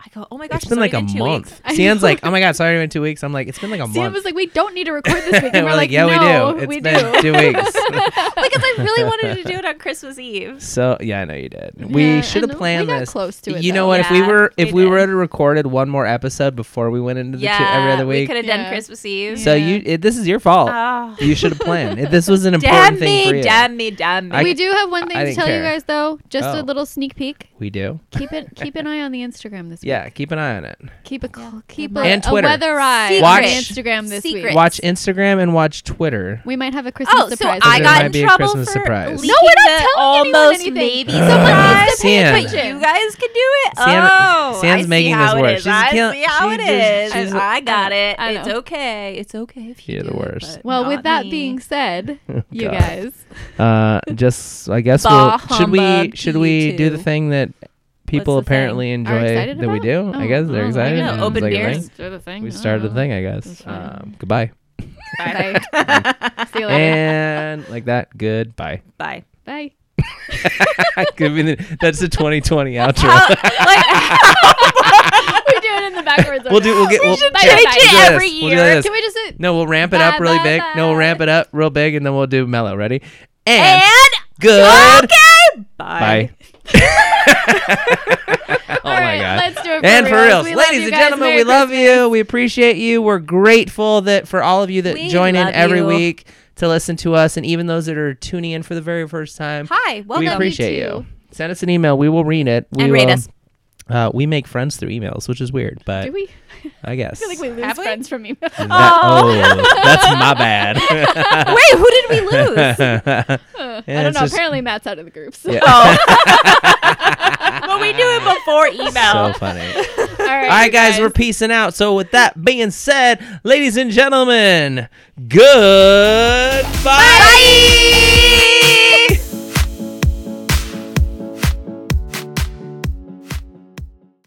[SPEAKER 2] I go. Oh my gosh,
[SPEAKER 3] it's been like a
[SPEAKER 2] two
[SPEAKER 3] month.
[SPEAKER 2] Weeks.
[SPEAKER 1] I
[SPEAKER 3] Sian's
[SPEAKER 1] know.
[SPEAKER 3] like, oh my god, sorry, been two weeks. I'm like, it's been like a
[SPEAKER 1] Sam
[SPEAKER 3] month.
[SPEAKER 1] was like, we don't need to record this week. And we're, like,
[SPEAKER 3] yeah,
[SPEAKER 1] no,
[SPEAKER 3] we do. It's
[SPEAKER 1] we
[SPEAKER 3] been
[SPEAKER 1] do.
[SPEAKER 3] two weeks.
[SPEAKER 2] because I really wanted to do it on Christmas Eve.
[SPEAKER 3] So yeah, I know you did. we
[SPEAKER 1] Yeah,
[SPEAKER 3] should
[SPEAKER 1] I
[SPEAKER 3] have
[SPEAKER 1] know. We
[SPEAKER 3] planned
[SPEAKER 1] got
[SPEAKER 3] this.
[SPEAKER 1] close to it,
[SPEAKER 3] you know
[SPEAKER 1] though.
[SPEAKER 3] what? if we
[SPEAKER 2] Yeah,
[SPEAKER 3] were if
[SPEAKER 2] we
[SPEAKER 3] we were
[SPEAKER 2] did.
[SPEAKER 3] to recorded one more episode before we went into the two, every other
[SPEAKER 2] we
[SPEAKER 3] week,
[SPEAKER 2] could have
[SPEAKER 1] Yeah. Uh,
[SPEAKER 2] done Christmas Eve.
[SPEAKER 3] so you it, this is your fault.
[SPEAKER 2] Oh.
[SPEAKER 3] You should have planned. It, this was an
[SPEAKER 2] Damn
[SPEAKER 3] important thing for
[SPEAKER 2] me,
[SPEAKER 3] you.
[SPEAKER 2] damn me, damn me.
[SPEAKER 3] I-
[SPEAKER 1] we do have one
[SPEAKER 3] I
[SPEAKER 1] thing to
[SPEAKER 3] didn't
[SPEAKER 1] tell
[SPEAKER 3] care.
[SPEAKER 1] you guys, though. Just
[SPEAKER 3] Oh.
[SPEAKER 1] a little sneak peek.
[SPEAKER 3] We do.
[SPEAKER 1] Keep it. Keep an eye on the Instagram this week.
[SPEAKER 3] Yeah, keep an eye on it.
[SPEAKER 1] Keep a cl- keep a,
[SPEAKER 3] And
[SPEAKER 1] a
[SPEAKER 3] Twitter.
[SPEAKER 1] weather eye
[SPEAKER 2] Watch-
[SPEAKER 1] on Instagram this
[SPEAKER 2] Secret.
[SPEAKER 1] week.
[SPEAKER 3] Watch Instagram and watch Twitter.
[SPEAKER 1] We might have a Christmas
[SPEAKER 2] oh, so
[SPEAKER 1] surprise.
[SPEAKER 2] I
[SPEAKER 3] There
[SPEAKER 2] got
[SPEAKER 3] might
[SPEAKER 2] in
[SPEAKER 3] be a
[SPEAKER 2] trouble for
[SPEAKER 3] Christmas surprise.
[SPEAKER 2] leaking
[SPEAKER 1] No, we're not
[SPEAKER 2] the
[SPEAKER 1] telling anyone
[SPEAKER 2] almost
[SPEAKER 1] anything.
[SPEAKER 2] maybe
[SPEAKER 1] Someone
[SPEAKER 2] surprise.
[SPEAKER 1] needs to pay
[SPEAKER 3] Sam.
[SPEAKER 1] attention.
[SPEAKER 2] You guys can do it.
[SPEAKER 3] Sam-
[SPEAKER 2] oh,
[SPEAKER 3] Sam's
[SPEAKER 2] I see
[SPEAKER 3] making
[SPEAKER 2] how
[SPEAKER 3] this
[SPEAKER 2] it
[SPEAKER 3] worse.
[SPEAKER 2] is.
[SPEAKER 3] She's
[SPEAKER 2] I
[SPEAKER 3] kill-
[SPEAKER 2] see how
[SPEAKER 3] she
[SPEAKER 2] it
[SPEAKER 3] just-
[SPEAKER 2] is.
[SPEAKER 3] she's-
[SPEAKER 2] I got it.
[SPEAKER 1] I
[SPEAKER 2] it's
[SPEAKER 1] know.
[SPEAKER 2] okay. It's okay if you
[SPEAKER 3] You're the
[SPEAKER 2] do it,
[SPEAKER 3] worst.
[SPEAKER 2] but
[SPEAKER 1] well,
[SPEAKER 2] not
[SPEAKER 1] with that
[SPEAKER 2] me.
[SPEAKER 1] being said, you
[SPEAKER 3] God.
[SPEAKER 1] guys,
[SPEAKER 3] Uh, just I guess
[SPEAKER 2] Bah
[SPEAKER 3] we'll should we
[SPEAKER 2] humbug
[SPEAKER 3] should
[SPEAKER 2] to
[SPEAKER 3] we
[SPEAKER 2] you
[SPEAKER 3] do the
[SPEAKER 2] two.
[SPEAKER 3] thing that people
[SPEAKER 2] What's the
[SPEAKER 3] apparently enjoy that
[SPEAKER 1] excited
[SPEAKER 3] we
[SPEAKER 1] about?
[SPEAKER 3] do. I
[SPEAKER 1] Oh,
[SPEAKER 3] guess they're
[SPEAKER 1] oh, I
[SPEAKER 3] excited.
[SPEAKER 2] know.
[SPEAKER 3] and
[SPEAKER 2] Open
[SPEAKER 3] it's like a
[SPEAKER 2] beers.
[SPEAKER 3] thing.
[SPEAKER 1] the thing. Oh.
[SPEAKER 3] We started the thing, I guess.
[SPEAKER 1] That's fine.
[SPEAKER 3] Um, goodbye.
[SPEAKER 2] Bye.
[SPEAKER 1] See you later.
[SPEAKER 3] and like that, goodbye.
[SPEAKER 2] Bye.
[SPEAKER 1] Bye.
[SPEAKER 3] Could be the- That's the 2020
[SPEAKER 2] How,
[SPEAKER 3] outro.
[SPEAKER 2] Uh, like,
[SPEAKER 1] we do it in the backwards.
[SPEAKER 3] We'll do. We'll get. We'll,
[SPEAKER 1] should
[SPEAKER 3] yeah,
[SPEAKER 1] change
[SPEAKER 3] we'll
[SPEAKER 1] it
[SPEAKER 3] do this.
[SPEAKER 2] every
[SPEAKER 3] We'll do
[SPEAKER 2] year.
[SPEAKER 3] this.
[SPEAKER 1] Can we just do
[SPEAKER 3] No, we'll ramp it up
[SPEAKER 1] Bye,
[SPEAKER 3] really
[SPEAKER 1] bye,
[SPEAKER 3] big. No, we'll
[SPEAKER 1] bye.
[SPEAKER 3] ramp it up real big, and then we'll do mellow. Ready? And,
[SPEAKER 2] and
[SPEAKER 3] good.
[SPEAKER 2] okay.
[SPEAKER 3] Bye. oh
[SPEAKER 1] All
[SPEAKER 3] my
[SPEAKER 1] right,
[SPEAKER 3] god.
[SPEAKER 1] Let's do it. For
[SPEAKER 3] and for
[SPEAKER 1] reals.
[SPEAKER 3] reals,
[SPEAKER 1] We love
[SPEAKER 3] ladies
[SPEAKER 1] you
[SPEAKER 3] and
[SPEAKER 1] guys.
[SPEAKER 3] gentlemen,
[SPEAKER 1] Merry
[SPEAKER 3] we love you. We appreciate you. We're grateful that for all of you that
[SPEAKER 2] We
[SPEAKER 3] join in
[SPEAKER 2] love
[SPEAKER 3] every
[SPEAKER 2] you.
[SPEAKER 3] week to listen to us, and even those that are tuning in for the very first time.
[SPEAKER 2] Hi. Welcome.
[SPEAKER 3] we appreciate you,
[SPEAKER 1] you
[SPEAKER 3] Send us an email. We will read it. We
[SPEAKER 2] And rate
[SPEAKER 3] will-
[SPEAKER 2] us.
[SPEAKER 3] Uh, we make friends through emails, which is weird, but
[SPEAKER 1] Do we? I
[SPEAKER 3] I guess.
[SPEAKER 1] feel like we lose
[SPEAKER 2] Have we?
[SPEAKER 1] friends from email.
[SPEAKER 3] That- oh, that's my bad.
[SPEAKER 2] Wait, who did we lose?
[SPEAKER 1] I
[SPEAKER 3] Yeah,
[SPEAKER 1] don't
[SPEAKER 3] it's
[SPEAKER 1] know.
[SPEAKER 3] just-
[SPEAKER 1] Apparently, Matt's out of the group. So.
[SPEAKER 3] Yeah.
[SPEAKER 2] but Oh. we knew it before email.
[SPEAKER 3] so funny.
[SPEAKER 1] All right,
[SPEAKER 3] All right,
[SPEAKER 1] you
[SPEAKER 3] guys, we're peacing out. So, with that being said, ladies and gentlemen, goodbye.
[SPEAKER 2] Bye.